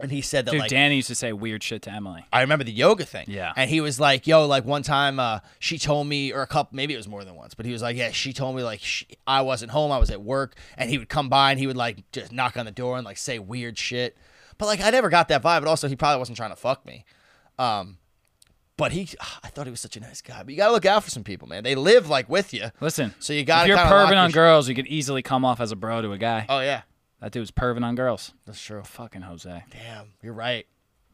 [SPEAKER 1] and he said that
[SPEAKER 3] dude,
[SPEAKER 1] like
[SPEAKER 3] Danny used to say weird shit to Emily.
[SPEAKER 1] I remember the yoga thing.
[SPEAKER 3] Yeah.
[SPEAKER 1] And he was like, yo, like one time uh, she told me, or a couple, maybe it was more than once, but he was like, yeah, she told me like she, I wasn't home. I was at work. And he would come by and he would like just knock on the door and like say weird shit. But like I never got that vibe. But also, he probably wasn't trying to fuck me. Um, but he, I thought he was such a nice guy. But you got to look out for some people, man. They live like with you.
[SPEAKER 3] Listen,
[SPEAKER 1] So you gotta
[SPEAKER 3] if you're
[SPEAKER 1] kinda lock
[SPEAKER 3] perving
[SPEAKER 1] your
[SPEAKER 3] on
[SPEAKER 1] sh-
[SPEAKER 3] girls, you could easily come off as a bro to a guy.
[SPEAKER 1] Oh, yeah.
[SPEAKER 3] That dude's perving on girls.
[SPEAKER 1] That's true.
[SPEAKER 3] Fucking Jose,
[SPEAKER 1] Damn. You're right.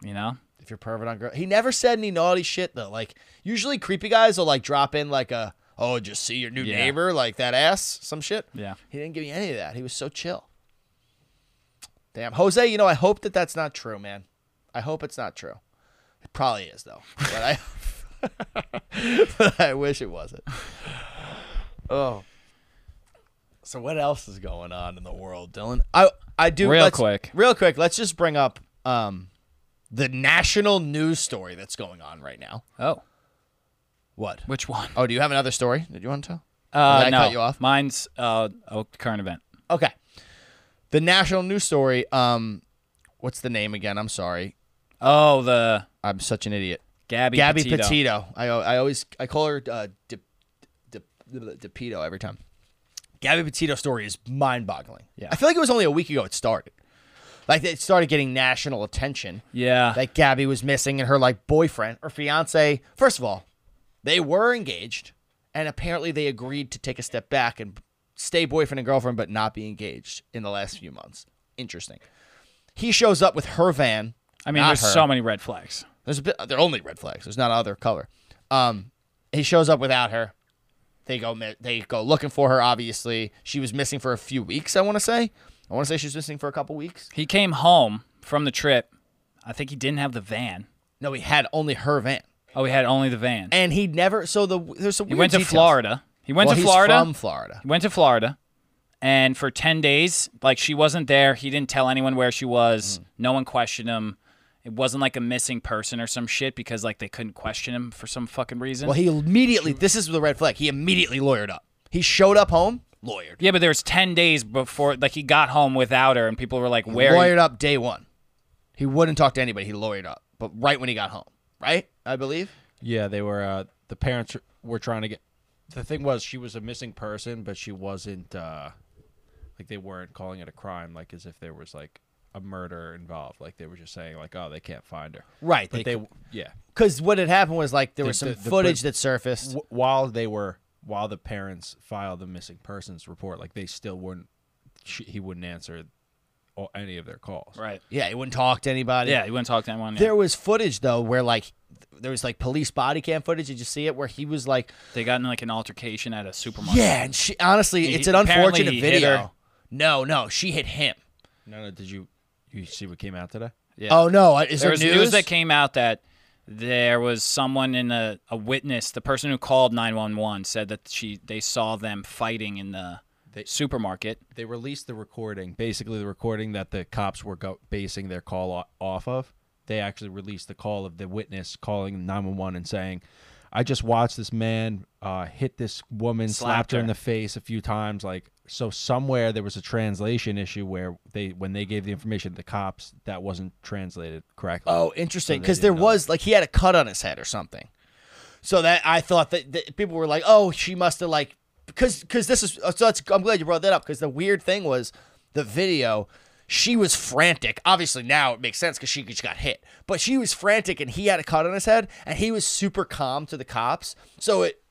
[SPEAKER 3] you know.
[SPEAKER 1] if you're pervert on girl. He never said any naughty shit though. Like usually creepy guys will like drop in like a oh just see your new
[SPEAKER 3] Yeah.
[SPEAKER 1] neighbor like that ass some shit.
[SPEAKER 3] Yeah.
[SPEAKER 1] He didn't give me any of that. He was so chill. Damn Jose, you know I hope that that's not true, man. I hope it's not true. It probably is though. But I but I wish it wasn't. Oh. So what else is going on in the world, Dylan? I I do
[SPEAKER 3] Real
[SPEAKER 1] let's-
[SPEAKER 3] quick.
[SPEAKER 1] Real quick, let's just bring up um the national news story that's going on right now.
[SPEAKER 3] Oh,
[SPEAKER 1] What?
[SPEAKER 3] which one?
[SPEAKER 1] Oh, do you have another story? Did you want to tell?
[SPEAKER 3] Uh,
[SPEAKER 1] Did I
[SPEAKER 3] no,
[SPEAKER 1] cut you off?
[SPEAKER 3] mine's uh, a current event.
[SPEAKER 1] Okay. The national news story. Um, what's the name again? I'm sorry.
[SPEAKER 3] Oh, the
[SPEAKER 1] I'm such an idiot.
[SPEAKER 3] Gabby,
[SPEAKER 1] Gabby
[SPEAKER 3] Petito.
[SPEAKER 1] Petito. I I always I call her uh, De, De, De, Petito every time. Gabby Petito story is mind boggling.
[SPEAKER 3] Yeah.
[SPEAKER 1] I feel like it was only a week ago it started. Like it started getting national attention.
[SPEAKER 3] Yeah.
[SPEAKER 1] that Gabby was missing and her like boyfriend or fiance. First of all, they were engaged and apparently they agreed to take a step back and stay boyfriend and girlfriend but not be engaged in the last few months. Interesting. He shows up with her van.
[SPEAKER 3] I mean,
[SPEAKER 1] not
[SPEAKER 3] there's
[SPEAKER 1] her.
[SPEAKER 3] so many red flags.
[SPEAKER 1] There's a bit, they're only red flags. There's not other color. Um, he shows up without her. They go mi- they go looking for her. Obviously, she was missing for a few weeks. I want to say. I want to say she was missing for a couple weeks.
[SPEAKER 3] He came home from the trip. I think he didn't have the van.
[SPEAKER 1] No, he had only her van,
[SPEAKER 3] Oh, he had only the van.
[SPEAKER 1] and he never. So the there's some.
[SPEAKER 3] he went to Florida. He went
[SPEAKER 1] Well,
[SPEAKER 3] to
[SPEAKER 1] he's
[SPEAKER 3] Florida.
[SPEAKER 1] from Florida.
[SPEAKER 3] He went to Florida, and for ten days, like she wasn't there. He didn't tell anyone where she was.
[SPEAKER 1] Mm.
[SPEAKER 3] No one questioned him. It wasn't like a missing person or some shit because like they couldn't question him for some fucking reason.
[SPEAKER 1] Well, he immediately. This is the red flag. He immediately lawyered up. He showed up home, lawyered,
[SPEAKER 3] yeah, but there was ten days before like he got home without her, and people were like, "Where?"
[SPEAKER 1] lawyered up day one. He wouldn't talk to anybody. He lawyered up, but right when he got home, right? I believe.
[SPEAKER 4] Yeah, they were. Uh, the parents were trying to get. The thing was, she was a missing person, but she wasn't. Uh, like they weren't calling it a crime, like as if there was like a murder involved. Like they were just saying, like, oh, they can't find her.
[SPEAKER 1] Right,
[SPEAKER 4] But
[SPEAKER 1] they
[SPEAKER 4] they,
[SPEAKER 1] c-
[SPEAKER 4] yeah.
[SPEAKER 1] Because what had happened was like there was some
[SPEAKER 4] the- the-
[SPEAKER 1] footage that surfaced.
[SPEAKER 4] W- while they were, while the parents filed the missing persons report, like they still wouldn't. She, he wouldn't answer, all, any of their calls.
[SPEAKER 3] Right.
[SPEAKER 1] Yeah, he wouldn't talk to anybody.
[SPEAKER 3] Yeah, he wouldn't talk to anyone. yeah.
[SPEAKER 1] There was footage though where like th- there was like police body cam footage. Did you see it? Where he was like,
[SPEAKER 3] They got in like an altercation at a supermarket.
[SPEAKER 1] yeah, and she honestly,
[SPEAKER 3] He-
[SPEAKER 1] it's an
[SPEAKER 3] apparently
[SPEAKER 1] unfortunate
[SPEAKER 3] he hit her.
[SPEAKER 1] video. No, no, she hit him.
[SPEAKER 4] No, no. Did you, you see what came out today?
[SPEAKER 3] Yeah.
[SPEAKER 1] Oh no, is there,
[SPEAKER 3] there was
[SPEAKER 1] news?
[SPEAKER 3] news? that came out that there was someone in a, a witness the person who called 911 said that she they saw them fighting in the supermarket
[SPEAKER 4] they released the recording, basically the recording that the cops were go- basing their call o- off of. They actually released the call of the witness calling 911 and saying, "I just watched this man uh, hit this woman, slapped,
[SPEAKER 3] Slapped
[SPEAKER 4] her in
[SPEAKER 3] her.
[SPEAKER 4] the face a few times." Like so, somewhere there was a translation issue where they, when they gave the information to the cops, that wasn't translated correctly.
[SPEAKER 1] Oh, interesting.
[SPEAKER 4] So they
[SPEAKER 1] Because there
[SPEAKER 4] didn't know.
[SPEAKER 1] was like he had a cut on his head or something. So that I thought that, that people were like, oh, she must have like because because this is so that's I'm glad you brought that up because the weird thing was the video. She was frantic. Obviously, now it makes sense because she just got hit. But she was frantic, and he had a cut on his head, and he was super calm to the cops. So it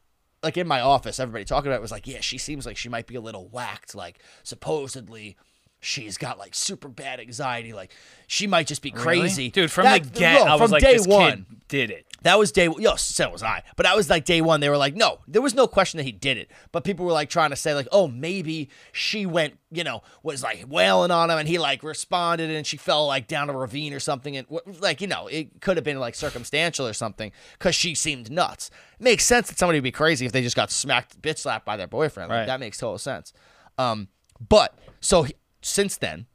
[SPEAKER 1] like in my office, everybody talking about it was like, yeah, she seems like she might be a little whacked. Like supposedly she's got like super bad anxiety. Like she might just be crazy,
[SPEAKER 3] Really? dude from
[SPEAKER 1] That-
[SPEAKER 3] the get
[SPEAKER 1] no,
[SPEAKER 3] i was
[SPEAKER 1] from
[SPEAKER 3] like
[SPEAKER 1] day
[SPEAKER 3] this
[SPEAKER 1] one.
[SPEAKER 3] kid did it
[SPEAKER 1] That was day. Yo, so was I. But that was like day one. They were like, no, there was no question that he did it. But people were like trying to say like, oh, maybe she went, you know, was like wailing on him, and he like responded, and she fell like down a ravine or something, and wh- like you know, it could have been like circumstantial or something because she seemed nuts. makes sense that somebody would be crazy if they just got smacked, bitch slapped by their boyfriend. Like,
[SPEAKER 3] Right.
[SPEAKER 1] That makes total sense. Um, but so he, since then,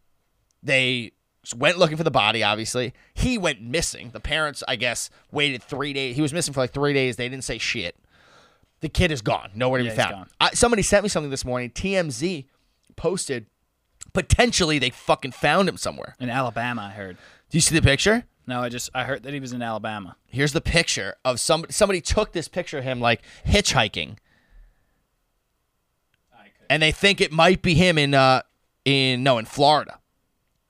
[SPEAKER 1] they went looking for the body obviously he went missing the parents i guess waited three days he was missing for like three days they didn't say shit the kid is gone nowhere to
[SPEAKER 3] Yeah,
[SPEAKER 1] be
[SPEAKER 3] he's
[SPEAKER 1] found
[SPEAKER 3] gone.
[SPEAKER 1] I, somebody sent me something this morning tmz posted potentially they fucking found him somewhere
[SPEAKER 3] in alabama i heard
[SPEAKER 1] do you see the picture
[SPEAKER 3] no i just i heard that he was in alabama
[SPEAKER 1] here's the picture of somebody somebody took this picture of him like hitchhiking and they think it might be him in uh in no in florida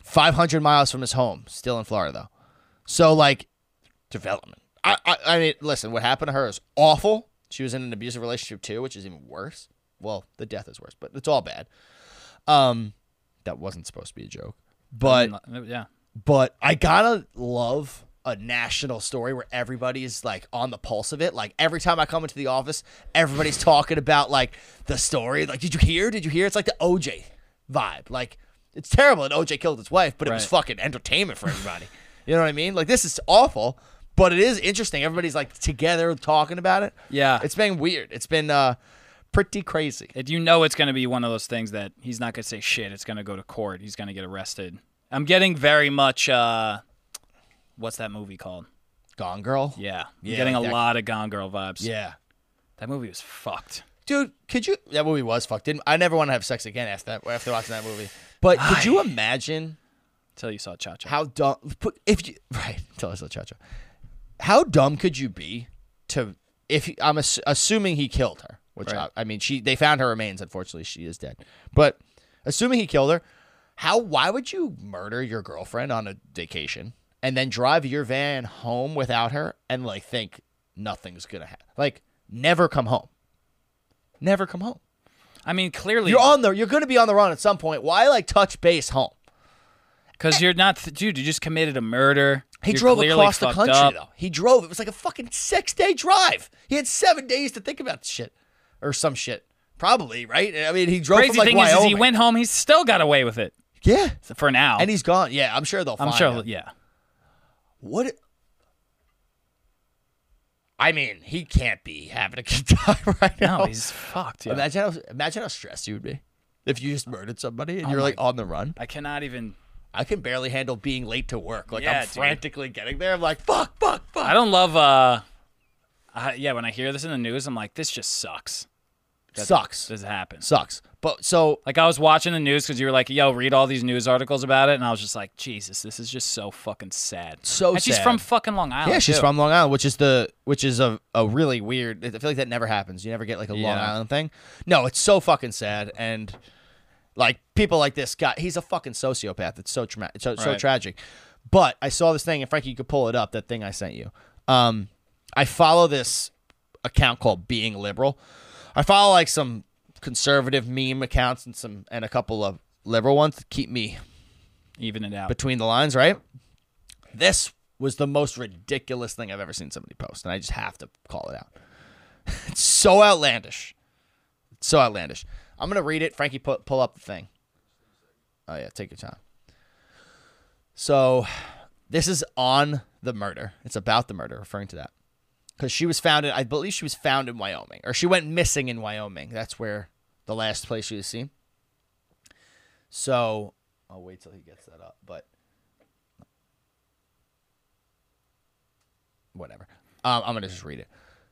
[SPEAKER 1] 500 miles from his home still in florida though so like development i i, I mean listen what happened to her is awful she was in an abusive relationship too which is even worse well the death is worse but it's all bad um that wasn't supposed to be a joke but
[SPEAKER 3] In- uh, yeah
[SPEAKER 1] but I gotta love a national story where everybody's like on the pulse of it. Like every time I come into the office, everybody's talking about like the story. Like, did you hear? Did you hear? It's like the OJ vibe. Like, it's terrible that OJ killed his wife, but it was
[SPEAKER 3] Right.
[SPEAKER 1] fucking entertainment for everybody. you know what I mean? Like, this is awful, but it is interesting. Everybody's like together talking about it.
[SPEAKER 3] Yeah.
[SPEAKER 1] It's been weird. It's been uh pretty crazy.
[SPEAKER 3] It- you know it's going to be one of those things that he's not going to say shit. It's going to go to court. He's going to get arrested. I'm getting very much. uh What's that movie called?
[SPEAKER 1] Gone Girl.
[SPEAKER 3] Yeah, I'm
[SPEAKER 1] Yeah,
[SPEAKER 3] getting a
[SPEAKER 1] that-
[SPEAKER 3] lot of Gone Girl vibes.
[SPEAKER 1] Yeah.
[SPEAKER 3] that movie was fucked.
[SPEAKER 1] dude, could you? That movie was fucked. Didn't I never want to have sex again after that? After watching that movie, but could you imagine
[SPEAKER 3] Until you saw Cha Cha.
[SPEAKER 1] how dumb? put- If you right, tell us the cha cha. How dumb could you be to? If he- I'm ass- assuming he killed her, which
[SPEAKER 3] Right.
[SPEAKER 1] I, I mean, she they found her remains. Unfortunately, she is dead. But assuming he killed her, how? Why would you murder your girlfriend on a vacation and then drive your van home without her and like think nothing's gonna happen? Like never come home. Never come home.
[SPEAKER 3] I mean, clearly,
[SPEAKER 1] You're on the. You're going to be on the run at some point. Why like touch base home?
[SPEAKER 3] because you're not, dude. You just committed a murder.
[SPEAKER 1] He
[SPEAKER 3] You're
[SPEAKER 1] drove
[SPEAKER 3] clearly
[SPEAKER 1] across the
[SPEAKER 3] fucked
[SPEAKER 1] country
[SPEAKER 3] up.
[SPEAKER 1] though. He drove. It was like a fucking six day drive. He had seven days to think about shit or some shit. Probably right. I mean, he drove
[SPEAKER 3] Crazy
[SPEAKER 1] from like
[SPEAKER 3] thing is,
[SPEAKER 1] Wyoming.
[SPEAKER 3] is, he went home. He's still got away with it
[SPEAKER 1] yeah,
[SPEAKER 3] for now.
[SPEAKER 1] and he's gone. Yeah, I'm sure they'll.
[SPEAKER 3] I'm
[SPEAKER 1] find
[SPEAKER 3] sure.
[SPEAKER 1] him.
[SPEAKER 3] Yeah.
[SPEAKER 1] What? I mean, he can't be having a good time right now.
[SPEAKER 3] No, he's fucked. Yeah.
[SPEAKER 1] Imagine how imagine how stressed you would be if you just murdered somebody and
[SPEAKER 3] Oh
[SPEAKER 1] you're
[SPEAKER 3] my-
[SPEAKER 1] like on the run.
[SPEAKER 3] I cannot even.
[SPEAKER 1] I can barely handle being late to work. Like
[SPEAKER 3] Yeah,
[SPEAKER 1] I'm
[SPEAKER 3] dude.
[SPEAKER 1] frantically getting there. I'm like fuck, fuck, fuck.
[SPEAKER 3] I don't love. uh I, Yeah, when I hear this in the news, I'm like, this just sucks.
[SPEAKER 1] sucks,
[SPEAKER 3] This happens.
[SPEAKER 1] sucks. But so
[SPEAKER 3] Like I was watching the news because you were like, "Yo, read all these news articles about it," and I was just like, "Jesus, this is just so fucking sad."
[SPEAKER 1] So
[SPEAKER 3] and she's
[SPEAKER 1] sad.
[SPEAKER 3] from fucking Long Island.
[SPEAKER 1] yeah, she's
[SPEAKER 3] too.
[SPEAKER 1] from Long Island, which is the which is a, a really weird. I feel like that never happens. You never get like a Long
[SPEAKER 3] Yeah.
[SPEAKER 1] Island thing. No, it's so fucking sad and like people like this guy. He's a fucking sociopath. It's so traumatic, so, so
[SPEAKER 3] Right.
[SPEAKER 1] tragic. But I saw this thing, and Frankie, you could pull it up. That thing I sent you. Um, I follow this account called Being Liberal. I follow like some conservative meme accounts and some and a couple of liberal ones to keep me
[SPEAKER 3] Even it out.
[SPEAKER 1] between the lines, right? This was the most ridiculous thing I've ever seen somebody post, and I just have to call it out. it's so outlandish. It's so outlandish. I'm going to read it. Frankie, pull, pull up the thing. Oh, yeah, take your time. So, this is on the murder. It's about the murder, referring to that. Because she was found in, I believe she was found in Wyoming, or she went missing in Wyoming. That's where the last place she was seen. So, I'll wait till he gets that up, but whatever. Um, I'm gonna just read it.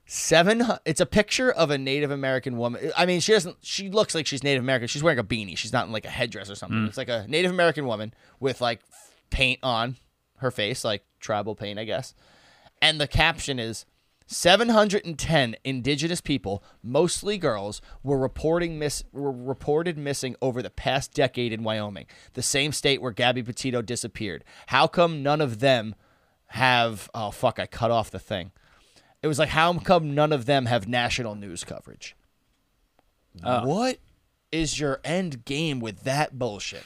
[SPEAKER 1] Seven. hu- It's a picture of a Native American woman. I mean, she doesn't. She looks like she's Native American. She's wearing a beanie. She's not in like a headdress or something. It's like a Native American woman with like f- paint on her face, like tribal paint, I guess. And the caption is. 710 indigenous people, mostly girls, were reporting miss were reported missing over the past decade in Wyoming, the same state where Gabby Petito disappeared. How come none of them have oh fuck, I cut off the thing. It was like how come none of them have national news coverage?
[SPEAKER 3] Oh.
[SPEAKER 1] What is your end game with that bullshit?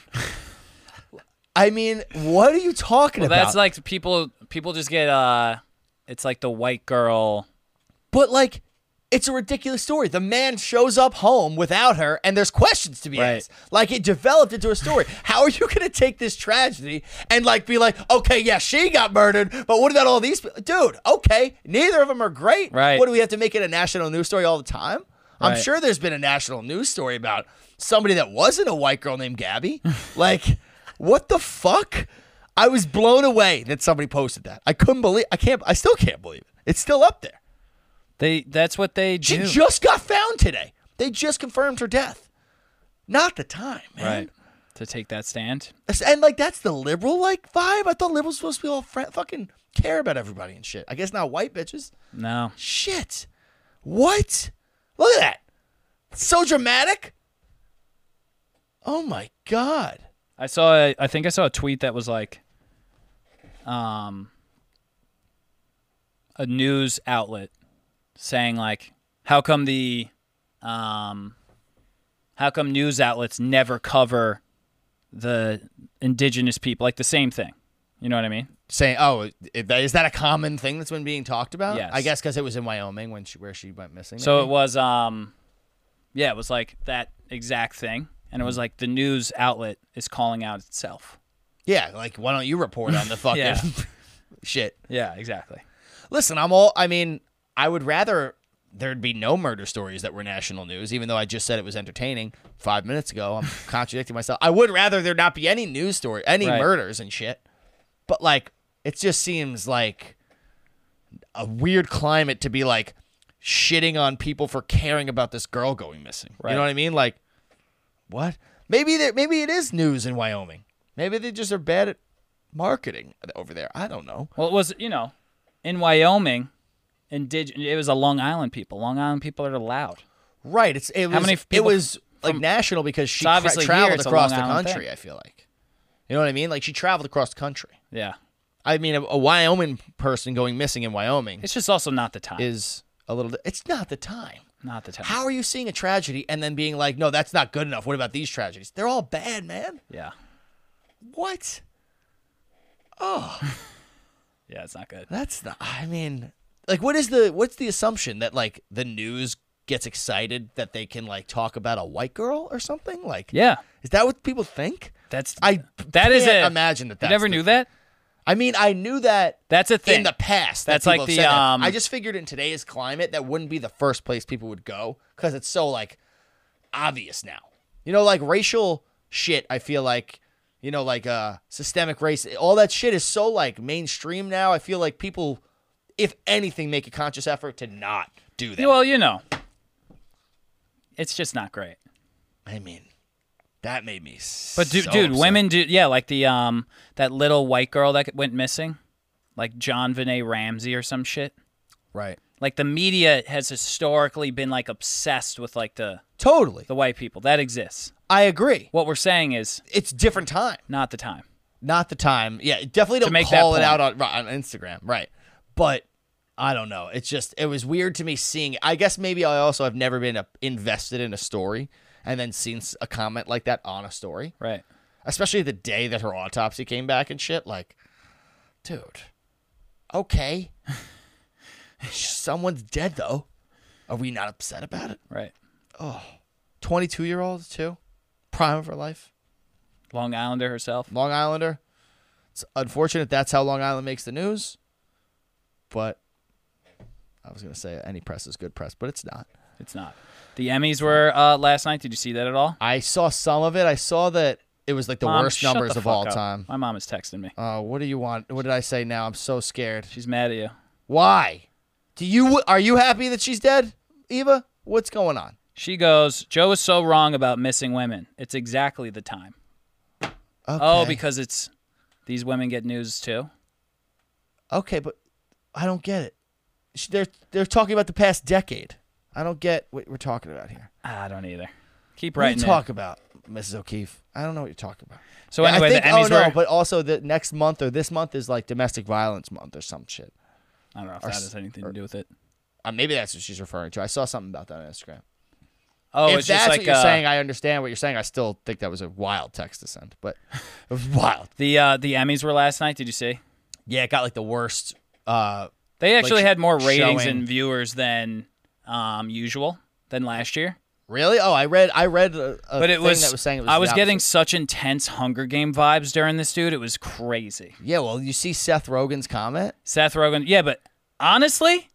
[SPEAKER 1] I mean, what are you talking
[SPEAKER 3] Well,
[SPEAKER 1] about?
[SPEAKER 3] that's like people. People just get. uh It's like the white girl.
[SPEAKER 1] But like, it's a ridiculous story. The man shows up home without her, and there's questions to be
[SPEAKER 3] Right.
[SPEAKER 1] asked. Like it developed into a story. How are you gonna take this tragedy and like be like, okay, yeah, she got murdered, but what about all these? pe- Dude, okay, neither of them are great.
[SPEAKER 3] Right.
[SPEAKER 1] What do we have to make it a national news story all the time? I'm
[SPEAKER 3] Right.
[SPEAKER 1] sure there's been a national news story about somebody that wasn't a white girl named Gabby. like, what the fuck? I was blown away that somebody posted that. I couldn't believe. I can't. I still can't believe it. It's still up there.
[SPEAKER 3] They. That's what they
[SPEAKER 1] She
[SPEAKER 3] do.
[SPEAKER 1] just got found today. They just confirmed her death. Not the time, man.
[SPEAKER 3] right. To take that stand.
[SPEAKER 1] And like that's the liberal like vibe. I thought liberals supposed to be all fr- fucking care about everybody and shit. I guess not white bitches.
[SPEAKER 3] No.
[SPEAKER 1] Shit. What? Look at that. So dramatic. Oh my god.
[SPEAKER 3] I saw. A, I think I saw a tweet that was like, um, a news outlet saying like, how come the, um, how come news outlets never cover the indigenous people? Like the same thing. You know what I mean?
[SPEAKER 1] Saying, oh, is that- is that a common thing that's been being talked about?
[SPEAKER 3] Yes.
[SPEAKER 1] I guess because it was in Wyoming when she, where she went missing.
[SPEAKER 3] So it
[SPEAKER 1] maybe?
[SPEAKER 3] was, um, yeah, it was like that exact thing, and it
[SPEAKER 1] Mm-hmm.
[SPEAKER 3] was like the news outlet is calling out itself.
[SPEAKER 1] yeah, like why don't you report on the fucking
[SPEAKER 3] Yeah.
[SPEAKER 1] shit?
[SPEAKER 3] Yeah, exactly.
[SPEAKER 1] Listen, I'm all. I mean, I would rather there'd be no murder stories that were national news, even though I just said it was entertaining five minutes ago. I'm contradicting myself. I would rather there not be any news story, any
[SPEAKER 3] Right.
[SPEAKER 1] murders and shit. But like, it just seems like a weird climate to be like shitting on people for caring about this girl going missing. You
[SPEAKER 3] Right.
[SPEAKER 1] know what I mean? Like, what? Maybe there. Maybe it is news in Wyoming. Maybe they just are bad at marketing over there. I don't know.
[SPEAKER 3] Well, it was you know, in Wyoming, indig- it was a Long Island people. Long Island people are loud.
[SPEAKER 1] Right. It's it was,
[SPEAKER 3] many f- people
[SPEAKER 1] it was like
[SPEAKER 3] from-
[SPEAKER 1] national because she
[SPEAKER 3] So obviously
[SPEAKER 1] tra- traveled
[SPEAKER 3] here it's a
[SPEAKER 1] across the
[SPEAKER 3] Long Island
[SPEAKER 1] country.
[SPEAKER 3] thing.
[SPEAKER 1] I feel like, you know what I mean? Like she traveled across the country.
[SPEAKER 3] Yeah,
[SPEAKER 1] I mean, a, a Wyoming person going missing in Wyoming
[SPEAKER 3] it's just also not the time.
[SPEAKER 1] is a little. It's not the time.
[SPEAKER 3] not the time.
[SPEAKER 1] How are you seeing a tragedy and then being like, no, that's not good enough? What about these tragedies? They're all bad, man.
[SPEAKER 3] Yeah,
[SPEAKER 1] What? Oh,
[SPEAKER 3] Yeah, it's not good.
[SPEAKER 1] That's not. I mean, like, what is the what's the assumption that like the news gets excited that they can like talk about a white girl or something? Like,
[SPEAKER 3] Yeah,
[SPEAKER 1] is that what people think?
[SPEAKER 3] that's
[SPEAKER 1] I
[SPEAKER 3] That
[SPEAKER 1] can't
[SPEAKER 3] is it.
[SPEAKER 1] imagine that.
[SPEAKER 3] You
[SPEAKER 1] That's
[SPEAKER 3] never
[SPEAKER 1] the-
[SPEAKER 3] knew that.
[SPEAKER 1] I mean, I knew that
[SPEAKER 3] That's a thing.
[SPEAKER 1] in the past. that
[SPEAKER 3] That's like
[SPEAKER 1] people have
[SPEAKER 3] the,
[SPEAKER 1] said that.
[SPEAKER 3] um,
[SPEAKER 1] I just figured in today's climate that wouldn't be the first place people would go because it's so like obvious now. You know, like racial shit. I feel like you know, like uh, systemic race. All that shit is so like mainstream now. I feel like people, if anything, make a conscious effort to not do that.
[SPEAKER 3] well, you know, it's just not great.
[SPEAKER 1] I mean, that made me. s-
[SPEAKER 3] But dude,
[SPEAKER 1] so
[SPEAKER 3] dude,
[SPEAKER 1] upset.
[SPEAKER 3] women do yeah, like the um that little white girl that went missing, like John Vinay Ramsey or some shit.
[SPEAKER 1] right?
[SPEAKER 3] Like the media has historically been like obsessed with like the
[SPEAKER 1] Totally,
[SPEAKER 3] the white people that exists.
[SPEAKER 1] I agree.
[SPEAKER 3] What we're saying is
[SPEAKER 1] It's different time.
[SPEAKER 3] not the time.
[SPEAKER 1] not the time. Yeah, definitely don't
[SPEAKER 3] make that
[SPEAKER 1] call it
[SPEAKER 3] point.
[SPEAKER 1] out on right, on Instagram, right? But I don't know. It's just it was weird to me seeing. I guess maybe I also have never been a, invested in a story and then seen s- a comment like that on a story,
[SPEAKER 3] Right.
[SPEAKER 1] especially the day that her autopsy came back and shit. Like, dude, okay, someone's dead though. Are we not upset about it?
[SPEAKER 3] Right.
[SPEAKER 1] Twenty-two year old too, prime of her life.
[SPEAKER 3] Long Islander herself.
[SPEAKER 1] Long Islander. It's unfortunate that's how Long Island makes the news, but I was gonna say any press is good press, but it's not.
[SPEAKER 3] It's not. The Emmys were uh, last night. Did you see that at all?
[SPEAKER 1] I saw some of it. I saw that it was like the
[SPEAKER 3] Mom,
[SPEAKER 1] worst
[SPEAKER 3] shut
[SPEAKER 1] numbers
[SPEAKER 3] the
[SPEAKER 1] of all
[SPEAKER 3] fuck up.
[SPEAKER 1] time.
[SPEAKER 3] My mom is texting me.
[SPEAKER 1] Uh, what do you want? What did I say now? I'm so scared.
[SPEAKER 3] She's mad at you.
[SPEAKER 1] Why? Do you are you happy that she's dead, Eva? What's going on?
[SPEAKER 3] She goes, Joe is so wrong about missing women. It's exactly the time. Oh,
[SPEAKER 1] Okay.
[SPEAKER 3] because it's these women get news too.
[SPEAKER 1] okay, but I don't get it. She- They're they're talking about the past decade. I don't get what we're talking about here.
[SPEAKER 3] Ah, I don't either. Keep
[SPEAKER 1] What do
[SPEAKER 3] writing.
[SPEAKER 1] you
[SPEAKER 3] in.
[SPEAKER 1] talk about, Mrs. O'Keefe? I don't know what you're talking about.
[SPEAKER 3] So
[SPEAKER 1] Yeah,
[SPEAKER 3] anyway,
[SPEAKER 1] I think,
[SPEAKER 3] the Emmys
[SPEAKER 1] oh, no,
[SPEAKER 3] were.
[SPEAKER 1] but also the next month or this month is like domestic violence month or some shit.
[SPEAKER 3] I don't know if that has anything to do with it.
[SPEAKER 1] Uh, maybe that's what she's referring to. I saw something about that on Instagram.
[SPEAKER 3] Oh,
[SPEAKER 1] if
[SPEAKER 3] it's
[SPEAKER 1] that's
[SPEAKER 3] just like
[SPEAKER 1] what you're
[SPEAKER 3] uh,
[SPEAKER 1] saying, I understand what you're saying. I still think that was a wild text to send, but it was wild.
[SPEAKER 3] the uh, the Emmys were last night. Did you see?
[SPEAKER 1] Yeah, it got like the worst. Uh,
[SPEAKER 3] They actually
[SPEAKER 1] sh-
[SPEAKER 3] had more ratings
[SPEAKER 1] showing-
[SPEAKER 3] and viewers than um, usual than last year.
[SPEAKER 1] really? Oh, I read. I read. A, a
[SPEAKER 3] But it
[SPEAKER 1] thing
[SPEAKER 3] was,
[SPEAKER 1] that was saying. It was
[SPEAKER 3] I
[SPEAKER 1] the
[SPEAKER 3] was getting
[SPEAKER 1] opposite.
[SPEAKER 3] such intense Hunger Game vibes during this dude. It was crazy.
[SPEAKER 1] Yeah, well, you see Seth Rogen's comment.
[SPEAKER 3] Seth Rogen. Yeah, but honestly,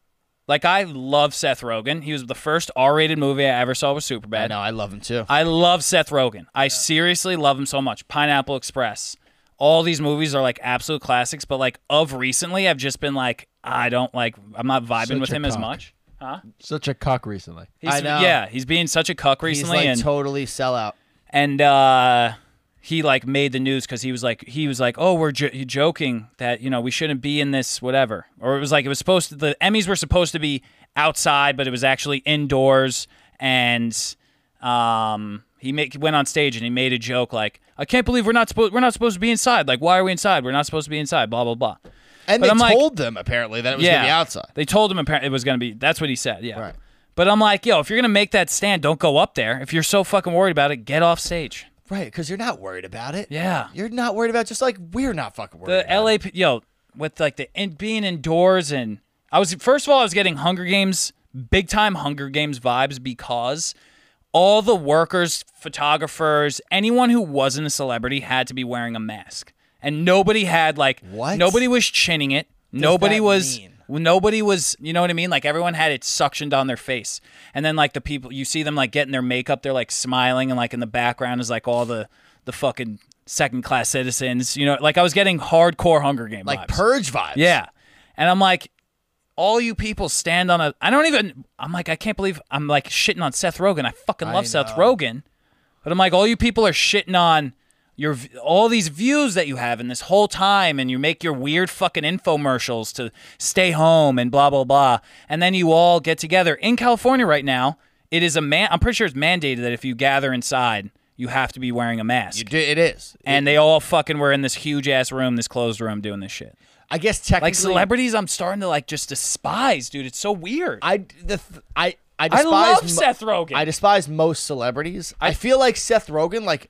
[SPEAKER 3] like I love Seth Rogen. He was the first R-rated movie I ever saw was
[SPEAKER 1] I
[SPEAKER 3] Superbad.
[SPEAKER 1] know. I love him too.
[SPEAKER 3] I love Seth Rogen. I seriously love him so much. Pineapple Express. All these movies are like absolute classics, but like of recently, I've just been like, I don't like, I'm not vibing
[SPEAKER 4] Such
[SPEAKER 3] with
[SPEAKER 4] a
[SPEAKER 3] him as
[SPEAKER 4] cock.
[SPEAKER 3] much. Huh?
[SPEAKER 4] Such a cock recently.
[SPEAKER 3] He's,
[SPEAKER 1] I know.
[SPEAKER 3] Yeah, he's being such a cuck recently,
[SPEAKER 1] He's like
[SPEAKER 3] and
[SPEAKER 1] totally sellout.
[SPEAKER 3] and uh, he like made the news because he was like he was like, oh, we're jo- joking that you know we shouldn't be in this whatever, or it was like it was supposed to the Emmys were supposed to be outside, but it was actually indoors, and um, he make, went on stage and he made a joke like, I can't believe we're not supposed we're not supposed to be inside. Like, why are we inside? We're not supposed to be inside. Blah blah blah.
[SPEAKER 1] And
[SPEAKER 3] But
[SPEAKER 1] they
[SPEAKER 3] I'm like-
[SPEAKER 1] told them apparently that it was gonna be outside.
[SPEAKER 3] They told him apparently it was going to be. That's what he said. Yeah.
[SPEAKER 1] Right.
[SPEAKER 3] But I'm like, yo, if you're going to make that stand, don't go up there. If you're so fucking worried about it, get off stage.
[SPEAKER 1] Right, because you're not worried about it.
[SPEAKER 3] Yeah.
[SPEAKER 1] You're not worried about it, just like we're not fucking worried
[SPEAKER 3] The
[SPEAKER 1] about it.
[SPEAKER 3] LA, p- yo, with like the in, being indoors and I was first of all I was getting Hunger Games big time Hunger Games vibes because all the workers, photographers, anyone who wasn't a celebrity had to be wearing a mask, and nobody had like
[SPEAKER 1] What?
[SPEAKER 3] nobody was chinning it. nobody
[SPEAKER 1] that
[SPEAKER 3] was
[SPEAKER 1] mean?
[SPEAKER 3] nobody was you know what i mean like everyone had it suctioned on their face and then like the people you see them like getting their makeup they're like smiling and like in the background is like all the the fucking second class citizens you know like i was getting hardcore hunger game
[SPEAKER 1] like
[SPEAKER 3] vibes.
[SPEAKER 1] purge vibes.
[SPEAKER 3] yeah and i'm like all you people stand on a i don't even i'm like i can't believe i'm like shitting on seth rogen i fucking love seth rogen but i'm like all you people are shitting on your v- all these views that you have in this whole time and you make your weird fucking infomercials to stay home and blah blah blah and then you all get together in california right now it is a man i'm pretty sure it's mandated that if you gather inside you have to be wearing a mask
[SPEAKER 1] You do, it is.
[SPEAKER 3] and they all fucking were in this huge ass room this closed room doing this shit
[SPEAKER 1] I guess technically,
[SPEAKER 3] like celebrities, I'm starting to like just despise, dude. It's so weird. I,
[SPEAKER 1] I the th- I I
[SPEAKER 3] I
[SPEAKER 1] despise
[SPEAKER 3] love
[SPEAKER 1] mo-
[SPEAKER 3] Seth Rogen.
[SPEAKER 1] I despise most celebrities. I, feel like Seth Rogen, like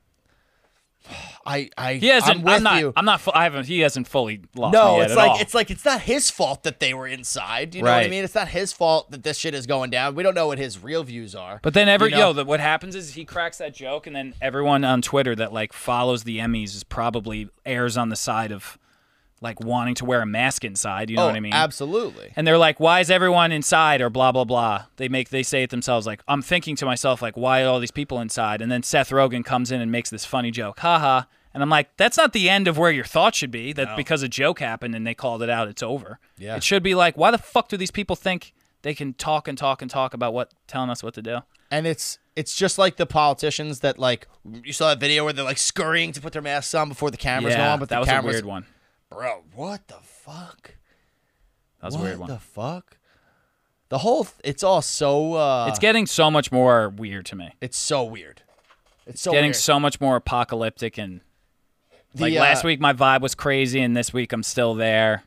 [SPEAKER 1] I, I,
[SPEAKER 3] He hasn't.
[SPEAKER 1] I'm
[SPEAKER 3] I'm,
[SPEAKER 1] with
[SPEAKER 3] not.
[SPEAKER 1] you.
[SPEAKER 3] I'm not. fu- I haven't. He hasn't fully lost.
[SPEAKER 1] no,
[SPEAKER 3] me yet
[SPEAKER 1] it's
[SPEAKER 3] at
[SPEAKER 1] like
[SPEAKER 3] all.
[SPEAKER 1] it's like it's not his fault that they were inside. You know what I
[SPEAKER 3] Right.
[SPEAKER 1] mean? It's not his fault that this shit is going down. We don't know what his real views are.
[SPEAKER 3] But then every
[SPEAKER 1] you know?
[SPEAKER 3] yo, the, what happens is he cracks that joke, and then everyone on Twitter that like follows the Emmys is probably errs on the side of like wanting to wear a mask inside. You know
[SPEAKER 1] oh,
[SPEAKER 3] what I mean?
[SPEAKER 1] absolutely.
[SPEAKER 3] and they're like, "Why is everyone inside?" or blah blah blah. They make they say it themselves. Like I'm thinking to myself, like, "Why are all these people inside?" And then Seth Rogen comes in and makes this funny joke, haha. And I'm like, "That's not the end of where your thought should be. That because a joke happened and they called it out, it's over.
[SPEAKER 1] Yeah.
[SPEAKER 3] It should be like, why the fuck do these people think they can talk and talk and talk about what telling us what to do?
[SPEAKER 1] And it's it's just like the politicians that like you saw that video where they're like scurrying to put their masks on before the cameras go on, but
[SPEAKER 3] that
[SPEAKER 1] the
[SPEAKER 3] was
[SPEAKER 1] cameras
[SPEAKER 3] a weird one.
[SPEAKER 1] Bro, what the fuck?
[SPEAKER 3] That was
[SPEAKER 1] what
[SPEAKER 3] a weird one.
[SPEAKER 1] the fuck? The whole th- it's all so uh
[SPEAKER 3] it's getting so much more weird to me.
[SPEAKER 1] it's so weird. It's so
[SPEAKER 3] getting
[SPEAKER 1] weird.
[SPEAKER 3] so much more apocalyptic and
[SPEAKER 1] The,
[SPEAKER 3] like last
[SPEAKER 1] uh,
[SPEAKER 3] week my vibe was crazy and this week I'm still there.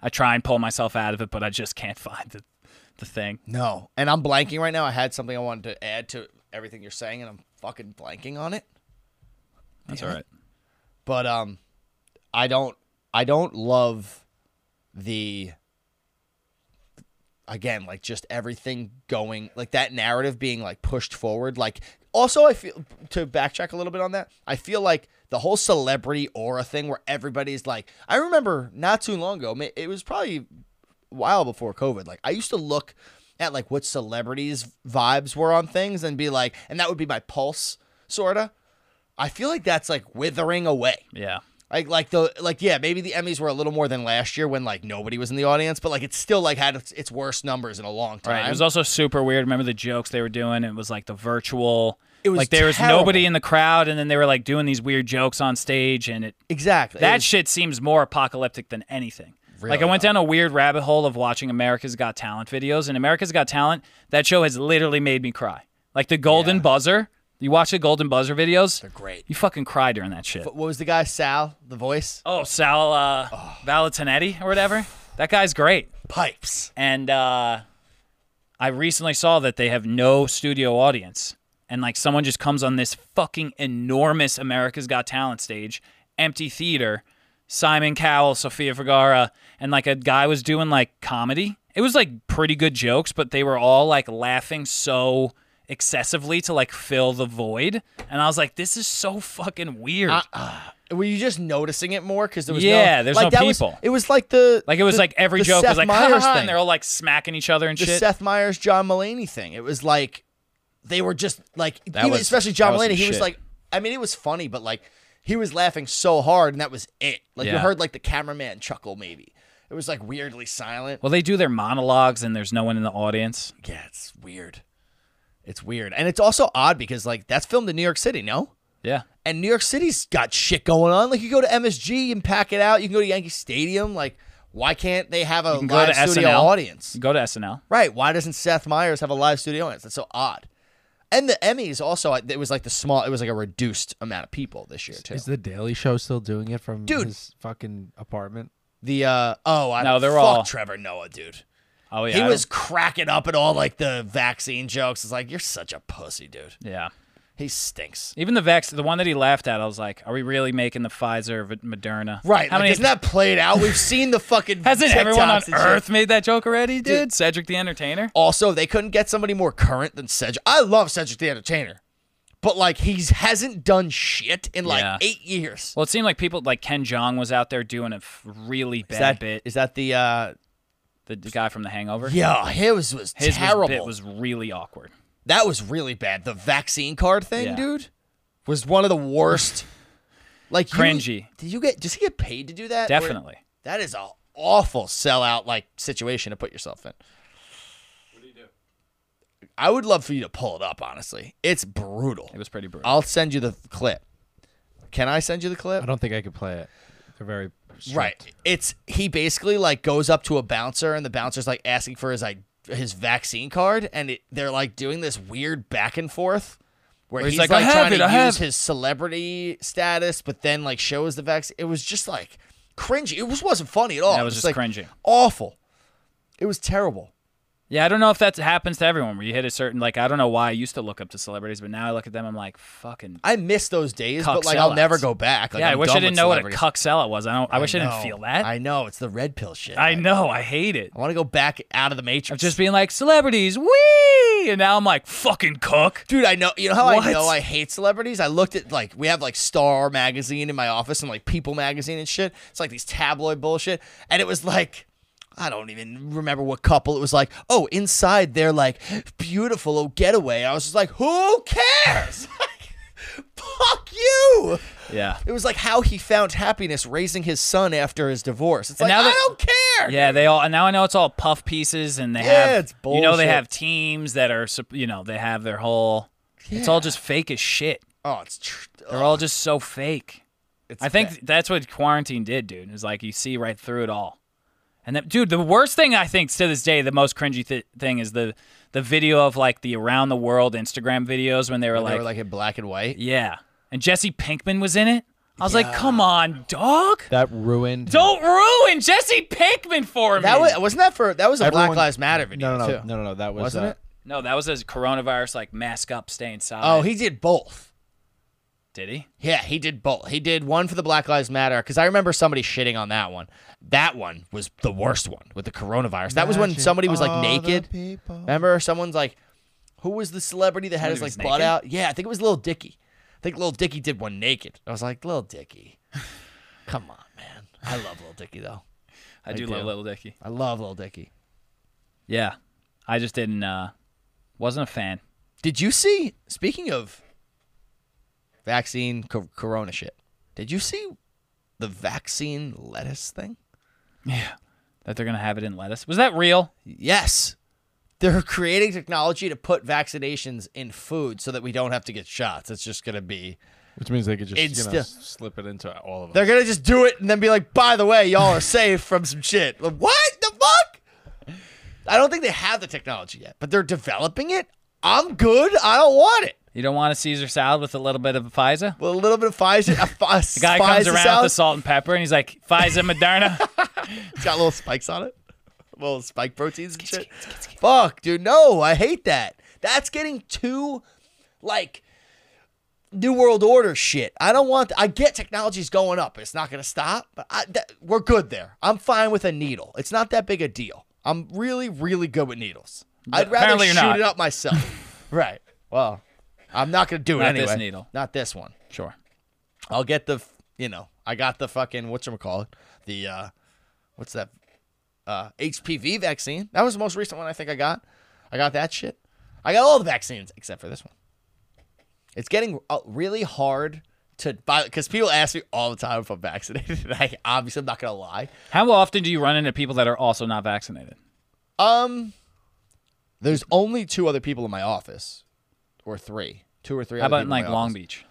[SPEAKER 3] I try and pull myself out of it, but I just can't find the the thing.
[SPEAKER 1] No, and I'm blanking right now. I had something I wanted to add to everything you're saying, and I'm fucking blanking on it.
[SPEAKER 3] That's all right.
[SPEAKER 1] But um, I don't, I don't love the again, like just everything going like that narrative being like pushed forward. Like also, I feel to backtrack a little bit on that. I feel like the whole celebrity aura thing, where everybody's like, I remember not too long ago, ma- it was probably while before COVID. Like I used to look at like what celebrities' vibes were on things and be like, and that would be my pulse, sorta. I feel like that's like withering away.
[SPEAKER 3] Yeah.
[SPEAKER 1] Like like the like yeah maybe the Emmys were a little more than last year when like nobody was in the audience, but like it still like had its, its worst numbers in a long time.
[SPEAKER 3] Right. It was also super weird. Remember the jokes they were doing? It was like the virtual.
[SPEAKER 1] It was
[SPEAKER 3] like there was
[SPEAKER 1] terrible.
[SPEAKER 3] nobody in the crowd, and then they were like doing these weird jokes on stage, and it
[SPEAKER 1] exactly It
[SPEAKER 3] That
[SPEAKER 1] was-
[SPEAKER 3] shit seems more apocalyptic than anything. like I
[SPEAKER 1] Really
[SPEAKER 3] went down a weird rabbit hole of watching America's Got Talent videos, and America's Got Talent, that show has literally made me cry. Like the Golden Buzzer, you watch the Golden Buzzer videos,
[SPEAKER 1] They're great.
[SPEAKER 3] you fucking cry during that shit.
[SPEAKER 1] But what was the guy Sal the voice
[SPEAKER 3] Oh, Sal uh, Valentinetti or whatever, that guy's great.
[SPEAKER 1] pipes?
[SPEAKER 3] And uh, I recently saw that they have no studio audience. And like someone just comes on this fucking enormous America's Got Talent stage, empty theater, Simon Cowell, Sofia Vergara, and like a guy was doing like comedy. It was like pretty good jokes, but they were all like laughing so excessively to like fill the void. And I was like, this is so fucking weird.
[SPEAKER 1] Were you just noticing it more because there was
[SPEAKER 3] Yeah,
[SPEAKER 1] no,
[SPEAKER 3] there's
[SPEAKER 1] like,
[SPEAKER 3] no
[SPEAKER 1] that was-
[SPEAKER 3] people.
[SPEAKER 1] it was like the
[SPEAKER 3] like it was
[SPEAKER 1] the-
[SPEAKER 3] like every
[SPEAKER 1] the
[SPEAKER 3] joke
[SPEAKER 1] Seth
[SPEAKER 3] was like, ha, ha,
[SPEAKER 1] Meyers
[SPEAKER 3] ha,
[SPEAKER 1] thing.
[SPEAKER 3] and they're all like smacking each other and
[SPEAKER 1] the
[SPEAKER 3] shit.
[SPEAKER 1] Seth Meyers John Mulaney thing. It was like they were just like
[SPEAKER 4] That
[SPEAKER 1] he-
[SPEAKER 4] was-
[SPEAKER 1] especially
[SPEAKER 4] that
[SPEAKER 1] John
[SPEAKER 4] was
[SPEAKER 1] Mulaney.
[SPEAKER 4] some
[SPEAKER 1] He was
[SPEAKER 4] shit.
[SPEAKER 1] like, I mean, it was funny, but like he was laughing so hard, and that was it. Like you
[SPEAKER 3] Yeah.
[SPEAKER 1] heard like the cameraman chuckle, maybe. It was like weirdly silent.
[SPEAKER 3] Well, they do their monologues and there's no one in the audience.
[SPEAKER 1] yeah, it's weird. It's weird, and it's also odd because like that's filmed in New York City, no?
[SPEAKER 3] Yeah.
[SPEAKER 1] And New York City's got shit going on. Like you go to MSG and pack it out. You can go to Yankee Stadium. Like why can't they have a
[SPEAKER 3] can go
[SPEAKER 1] live
[SPEAKER 3] to
[SPEAKER 1] studio
[SPEAKER 3] SNL.
[SPEAKER 1] audience?
[SPEAKER 3] Go to SNL.
[SPEAKER 1] Right. Why doesn't Seth Meyers have a live studio audience? That's so odd. And the Emmys also, it was like the small, it was like a reduced amount of people this year too.
[SPEAKER 4] Is the Daily Show still doing it from
[SPEAKER 1] Dude.
[SPEAKER 4] his fucking apartment?
[SPEAKER 1] The uh oh, I
[SPEAKER 3] No, they're
[SPEAKER 1] fuck
[SPEAKER 3] all-
[SPEAKER 1] Trevor Noah, dude.
[SPEAKER 3] Oh yeah.
[SPEAKER 1] he
[SPEAKER 3] I
[SPEAKER 1] was cracking up at all like the vaccine jokes. It's like you're such a pussy, dude.
[SPEAKER 3] don't- Yeah.
[SPEAKER 1] He stinks.
[SPEAKER 3] Even the Vex, the one that he laughed at, I was like, "Are we really making the Pfizer v- Moderna?"
[SPEAKER 1] Right?
[SPEAKER 3] How
[SPEAKER 1] like,
[SPEAKER 3] many?
[SPEAKER 1] isn't that played out? We've seen the fucking
[SPEAKER 3] hasn't everyone
[SPEAKER 1] TikToks
[SPEAKER 3] on
[SPEAKER 1] and shit.
[SPEAKER 3] Earth made that joke already, dude? Cedric the Entertainer.
[SPEAKER 1] Also, they couldn't get somebody more current than Cedric. I love Cedric the Entertainer, but like he's hasn't done shit in like
[SPEAKER 3] Yeah.
[SPEAKER 1] eight years.
[SPEAKER 3] Well, it seemed like people like Ken Jong was out there doing a f- really bad
[SPEAKER 1] Is that
[SPEAKER 3] bit.
[SPEAKER 1] is that the uh
[SPEAKER 3] The d- guy from The Hangover.
[SPEAKER 1] Yeah, his was
[SPEAKER 3] His was-
[SPEAKER 1] terrible.
[SPEAKER 3] bit was really awkward.
[SPEAKER 1] that was really bad. The vaccine card thing,
[SPEAKER 3] Yeah.
[SPEAKER 1] dude, was one of the worst. like you-
[SPEAKER 3] Cringy.
[SPEAKER 1] did you get? Does he get paid to do that? Or-
[SPEAKER 3] Definitely.
[SPEAKER 1] that is a awful sellout like situation to put yourself in. What do you do? I would love for you to pull it up. Honestly, it's brutal.
[SPEAKER 3] It was pretty brutal.
[SPEAKER 1] I'll send you the clip. Can I send you the clip?
[SPEAKER 4] I don't think I could play it. They're very strict.
[SPEAKER 1] Right. It's he basically like goes up to a bouncer and the bouncer's like asking for his like his vaccine card and it, they're like doing this weird back and forth where,
[SPEAKER 3] he's
[SPEAKER 1] he's,
[SPEAKER 3] like,
[SPEAKER 1] like,
[SPEAKER 3] "I have
[SPEAKER 1] trying
[SPEAKER 3] it,
[SPEAKER 1] to
[SPEAKER 3] I have
[SPEAKER 1] use
[SPEAKER 3] it."
[SPEAKER 1] his celebrity status but then like shows the vaccine. It was just like cringy. It was wasn't funny at all.
[SPEAKER 3] Yeah, it
[SPEAKER 1] It
[SPEAKER 3] was
[SPEAKER 1] was
[SPEAKER 3] just
[SPEAKER 1] like,
[SPEAKER 3] cringy.
[SPEAKER 1] Awful. It was terrible.
[SPEAKER 3] Yeah, I don't know if that happens to everyone where you hit a certain like I don't know why I used to look up to celebrities, but now I look at them I'm like fucking
[SPEAKER 1] I miss those days,
[SPEAKER 3] Cuck
[SPEAKER 1] but like I'll
[SPEAKER 3] sellouts.
[SPEAKER 1] never go back. Like,
[SPEAKER 3] Yeah, i
[SPEAKER 1] I'm
[SPEAKER 3] wish I
[SPEAKER 1] done
[SPEAKER 3] didn't
[SPEAKER 1] with
[SPEAKER 3] know what a
[SPEAKER 1] celebrities.
[SPEAKER 3] cuck sellout was. I don't I, wish I
[SPEAKER 1] know.
[SPEAKER 3] didn't feel that.
[SPEAKER 1] I know it's the red pill shit.
[SPEAKER 3] I know, I hate it.
[SPEAKER 1] I want to go back out of the
[SPEAKER 3] I'm
[SPEAKER 1] matrix.
[SPEAKER 3] just being like celebrities, wee, and now I'm like fucking cook.
[SPEAKER 1] Dude, I know. You know how
[SPEAKER 3] What?
[SPEAKER 1] I know I hate celebrities? I looked at, like, we have, like, Star Magazine in my office and, like, People Magazine and shit. It's like these tabloid bullshit. And it was like, I don't even remember what couple. It was like, oh, inside they're, like, beautiful, oh, getaway. I was just like, who cares? Like, Fuck you.
[SPEAKER 3] Yeah,
[SPEAKER 1] It was like how he found happiness raising his son after his divorce. It's
[SPEAKER 3] And
[SPEAKER 1] like,
[SPEAKER 3] now
[SPEAKER 1] I
[SPEAKER 3] that-
[SPEAKER 1] don't care.
[SPEAKER 3] yeah. They all and now I know it's all puff pieces, and they
[SPEAKER 1] Yeah,
[SPEAKER 3] have
[SPEAKER 1] it's
[SPEAKER 3] you know they
[SPEAKER 1] bullshit.
[SPEAKER 3] have teams that are sup- you know they have their whole. It's all just fake as shit.
[SPEAKER 1] Oh, it's tr-
[SPEAKER 3] They're all just so fake.
[SPEAKER 1] It's
[SPEAKER 3] I think
[SPEAKER 1] bad.
[SPEAKER 3] that's what quarantine did, dude. Is like you see right through it all. And that, dude, the worst thing I think to this day, the most cringy th- thing is the the video of like the around the world Instagram videos when they were,
[SPEAKER 1] they
[SPEAKER 3] like,
[SPEAKER 1] were like in black and white.
[SPEAKER 3] yeah, and Jesse Pinkman was in it. I was like, come on, dog,
[SPEAKER 4] That ruined.
[SPEAKER 3] don't ruin Jesse Pinkman for me.
[SPEAKER 1] That was, wasn't that for that was a
[SPEAKER 4] Everyone-
[SPEAKER 1] Black Lives Matter video
[SPEAKER 4] No, no, no,
[SPEAKER 1] too.
[SPEAKER 4] no, no, no. That was
[SPEAKER 1] Wasn't
[SPEAKER 4] uh,
[SPEAKER 1] it?
[SPEAKER 3] no, that was his coronavirus like mask up, stay inside.
[SPEAKER 1] Oh, he did both.
[SPEAKER 3] did he?
[SPEAKER 1] Yeah, he did both. He did one for the Black Lives Matter because I remember somebody shitting on that one. That one was the worst one with the coronavirus. That was when somebody was like naked. Remember, someone's like, who was the celebrity that had his
[SPEAKER 3] Somebody
[SPEAKER 1] like
[SPEAKER 3] was
[SPEAKER 1] butt
[SPEAKER 3] naked?
[SPEAKER 1] out? Yeah, I think it was Lil Dicky. I think Lil Dicky did one naked. I was like, Lil Dicky, come on, man. I love Lil Dicky though.
[SPEAKER 3] I, do,
[SPEAKER 1] do.
[SPEAKER 3] love Little Dicky.
[SPEAKER 1] I love Lil Dicky.
[SPEAKER 3] Yeah, I just didn't. uh Wasn't a fan.
[SPEAKER 1] Did you see? Speaking of vaccine co- corona shit, did you see the vaccine lettuce thing?
[SPEAKER 3] Yeah, that they're gonna have it in lettuce. Was that real?
[SPEAKER 1] Yes, they're creating technology to put vaccinations in food so that we don't have to get shots. It's just gonna be
[SPEAKER 4] Which means they could just
[SPEAKER 1] It's
[SPEAKER 4] you know,
[SPEAKER 1] still-
[SPEAKER 4] s- slip it into all of them.
[SPEAKER 1] they're gonna just do it and then be like, by the way, y'all are safe from some shit. Like, what the fuck? I don't think they have the technology yet, but they're developing it. I'm good. I don't want it.
[SPEAKER 3] You don't want a Caesar salad with a little bit of Pfizer?
[SPEAKER 1] With a little bit of Pfizer, a, a
[SPEAKER 3] The guy comes around with the salt and pepper and he's like, Pfizer Moderna.
[SPEAKER 1] It's got little spikes on it. Little spike proteins and shit. Fuck, dude. No, I hate that. That's getting too, like, New World Order shit. I don't want. I get technology's going up. It's not going to stop, but I, that, we're good there. I'm fine with a needle. It's not that big a deal. I'm really, really good with needles. I'd rather
[SPEAKER 3] apparently
[SPEAKER 1] shoot
[SPEAKER 3] you're not.
[SPEAKER 1] it up myself. right. Well, I'm not going to do it
[SPEAKER 3] Not
[SPEAKER 1] anyway.
[SPEAKER 3] this needle.
[SPEAKER 1] Not this one.
[SPEAKER 3] sure.
[SPEAKER 1] I'll get the f- you know I got the fucking whatchamacallit, the uh what's that uh HPV vaccine that was the most recent one I think I got I got that shit I got all the vaccines except for this one it's getting uh, really hard to buy because people ask me all the time if I'm vaccinated and I obviously I'm not gonna lie
[SPEAKER 3] How often do you run into people that are also not vaccinated?
[SPEAKER 1] um there's only two other people in my office or three two or three
[SPEAKER 3] How
[SPEAKER 1] other
[SPEAKER 3] about in
[SPEAKER 1] people
[SPEAKER 3] like
[SPEAKER 1] my
[SPEAKER 3] Long
[SPEAKER 1] office.
[SPEAKER 3] Beach?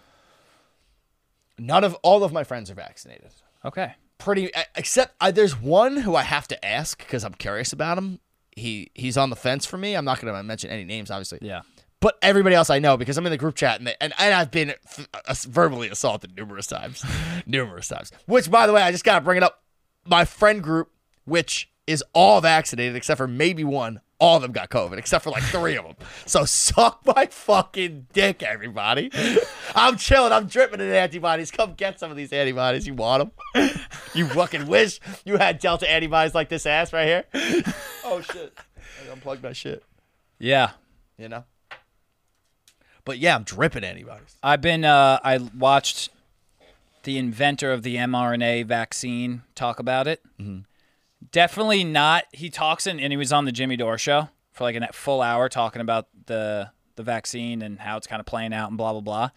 [SPEAKER 1] none of all of my friends are vaccinated
[SPEAKER 3] Okay.
[SPEAKER 1] pretty e, except I, there's one who I have to ask because I'm curious about him. He he's on the fence for me. I'm not going to mention any names, obviously.
[SPEAKER 3] Yeah.
[SPEAKER 1] But everybody else I know because I'm in the group chat and they, and, and I've been f- uh, verbally assaulted numerous times, numerous times. Which, by the way, I just got to bring it up. My friend group, which is all vaccinated except for maybe one, all of them got COVID except for like three of them. So suck my fucking dick, everybody. I'm chilling. I'm dripping in antibodies. Come get some of these antibodies. You want them? You fucking wish you had Delta antibodies like this ass right here. Oh shit! I unplugged my shit
[SPEAKER 3] Yeah.
[SPEAKER 1] you know. But yeah, I'm dripping antibodies.
[SPEAKER 3] I've been, uh, I watched the inventor of the mRNA vaccine talk about it.
[SPEAKER 1] Mm-hmm.
[SPEAKER 3] Definitely not. He talks in, and he was on the Jimmy Dore show for like a net- full hour talking about the the vaccine and how it's kind of playing out and blah blah blah.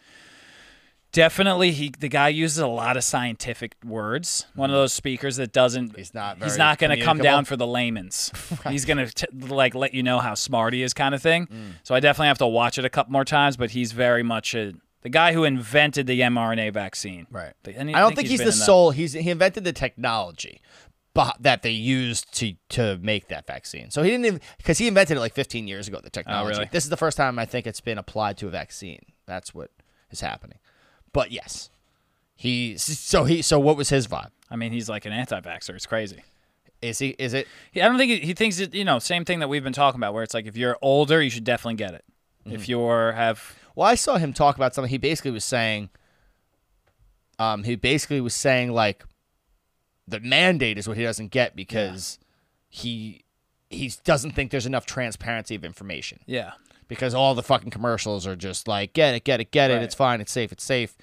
[SPEAKER 3] Definitely, he the guy uses a lot of scientific words. One of those speakers that doesn't.
[SPEAKER 1] Mm-hmm. He's not
[SPEAKER 3] he's
[SPEAKER 1] very
[SPEAKER 3] not going to come
[SPEAKER 1] communicable.
[SPEAKER 3] down for the layman's. He's going to like let you know how smart he is, kind of thing.
[SPEAKER 1] Mm.
[SPEAKER 3] So I definitely have to watch it a couple more times. But he's very much a the guy who invented the mRNA vaccine.
[SPEAKER 1] Right.
[SPEAKER 3] The- and
[SPEAKER 1] I don't think, he's,
[SPEAKER 3] been
[SPEAKER 1] the
[SPEAKER 3] in
[SPEAKER 1] sole. He's he invented the technology, but that they used to to make that vaccine. So he didn't even because he invented it like 15 years ago. The technology.
[SPEAKER 3] Oh, really?
[SPEAKER 1] This is the first time I think it's been applied to a vaccine. That's what is happening. But yes, he so he so what was his vibe?
[SPEAKER 3] I mean, he's like an anti-vaxxer. It's crazy.
[SPEAKER 1] Is he? Is it?
[SPEAKER 3] He- I don't think he, he thinks it. You know, same thing that we've been talking about, where it's like if you're older, you should definitely get it.
[SPEAKER 1] Mm-hmm.
[SPEAKER 3] If you're have
[SPEAKER 1] Well, I saw him talk about something. He basically was saying, um, he basically was saying like, the mandate is what he doesn't get because he he doesn't think there's enough transparency of information
[SPEAKER 3] yeah,
[SPEAKER 1] because all the fucking commercials are just like get it, get it, get it.
[SPEAKER 3] Right.
[SPEAKER 1] It's fine. It's safe. It's safe.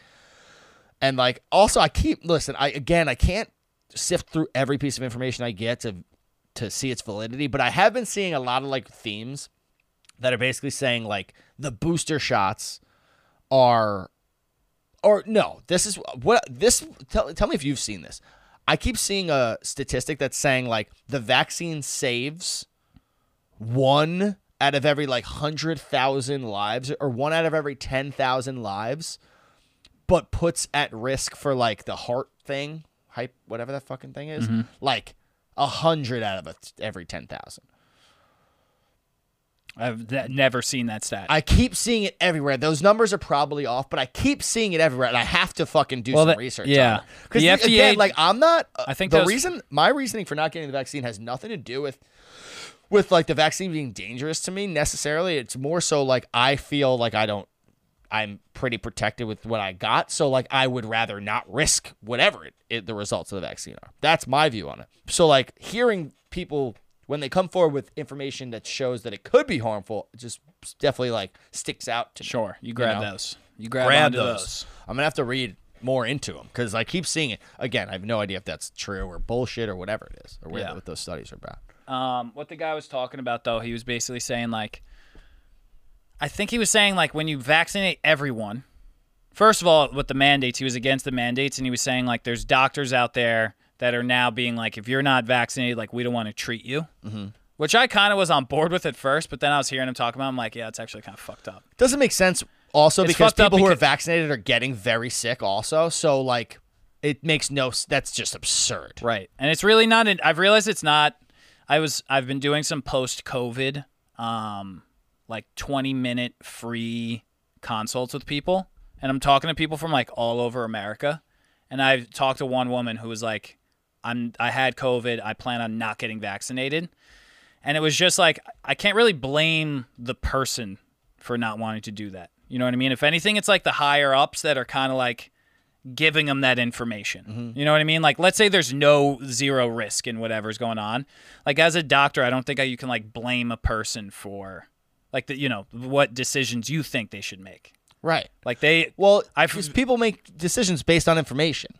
[SPEAKER 1] And like also, I keep listen. I again, I can't sift through every piece of information I get to to see its validity, but I have been seeing a lot of like themes that are basically saying like the booster shots are or no this is what this tell, tell me if you've seen this i keep seeing a statistic that's saying like the vaccine saves one out of every like 100000 lives or one out of every 10000 lives but puts at risk for like the heart thing hype whatever that fucking thing is like a hundred out of a, every 10000
[SPEAKER 3] I've ne- never seen that stat.
[SPEAKER 1] I keep seeing it everywhere. Those numbers are probably off, but I keep seeing it everywhere, and I have to fucking do
[SPEAKER 3] Well,
[SPEAKER 1] some
[SPEAKER 3] that-
[SPEAKER 1] research.
[SPEAKER 3] yeah.
[SPEAKER 1] because
[SPEAKER 3] The
[SPEAKER 1] again,
[SPEAKER 3] FDA
[SPEAKER 1] like I'm not. uh,
[SPEAKER 3] I think
[SPEAKER 1] the
[SPEAKER 3] those-
[SPEAKER 1] reason my reasoning for not getting the vaccine has nothing to do with with like the vaccine being dangerous to me necessarily. It's more so like I feel like I don't. I'm pretty protected with what I got, so like I would rather not risk whatever it, it, the results of the vaccine are. That's my view on it. So like hearing people when they come forward with information that shows that it could be harmful, it just definitely like sticks out to me.
[SPEAKER 3] sure, you grab
[SPEAKER 1] know.
[SPEAKER 3] those. You grab,
[SPEAKER 1] Grab
[SPEAKER 3] onto
[SPEAKER 1] those.
[SPEAKER 3] those.
[SPEAKER 1] I'm gonna have to read more into them because I keep seeing it again. I have no idea if that's true or bullshit or whatever it is or where-
[SPEAKER 3] Yeah.
[SPEAKER 1] what those studies are about.
[SPEAKER 3] Um, what the guy was talking about though, he was basically saying like, I think he was saying like when you vaccinate everyone, first of all with the mandates, he was against the mandates, and he was saying like there's doctors out there that are now being like if you're not vaccinated, like we don't want to treat you. Mm-hmm. Which I kind of was on board with at first, but then I was hearing him talking about, it, I'm like, yeah, it's actually kind of fucked up.
[SPEAKER 1] Doesn't make sense also
[SPEAKER 3] It's
[SPEAKER 1] because
[SPEAKER 3] fucked up
[SPEAKER 1] people who are
[SPEAKER 3] because-
[SPEAKER 1] vaccinated are getting very sick also. So like it makes no. s- That's just absurd.
[SPEAKER 3] Right. And it's really not an, I've realized it's not I was I've been doing some post COVID um like 20 minute free consults with people and I'm talking to people from like all over America and I've talked to one woman who was like I'm I had COVID, I plan on not getting vaccinated. And it was just like I can't really blame the person for not wanting to do that. You know what I mean? If anything it's like the higher ups that are kind of like giving them that information.
[SPEAKER 1] Mm-hmm.
[SPEAKER 3] You know what I mean? Like, let's say there's no zero risk in whatever's going on. Like, as a doctor, I don't think I, you can like blame a person for like the you know what decisions you think they should make.
[SPEAKER 1] Right.
[SPEAKER 3] Like they
[SPEAKER 1] Well,
[SPEAKER 3] I've-
[SPEAKER 1] because people make decisions based on information,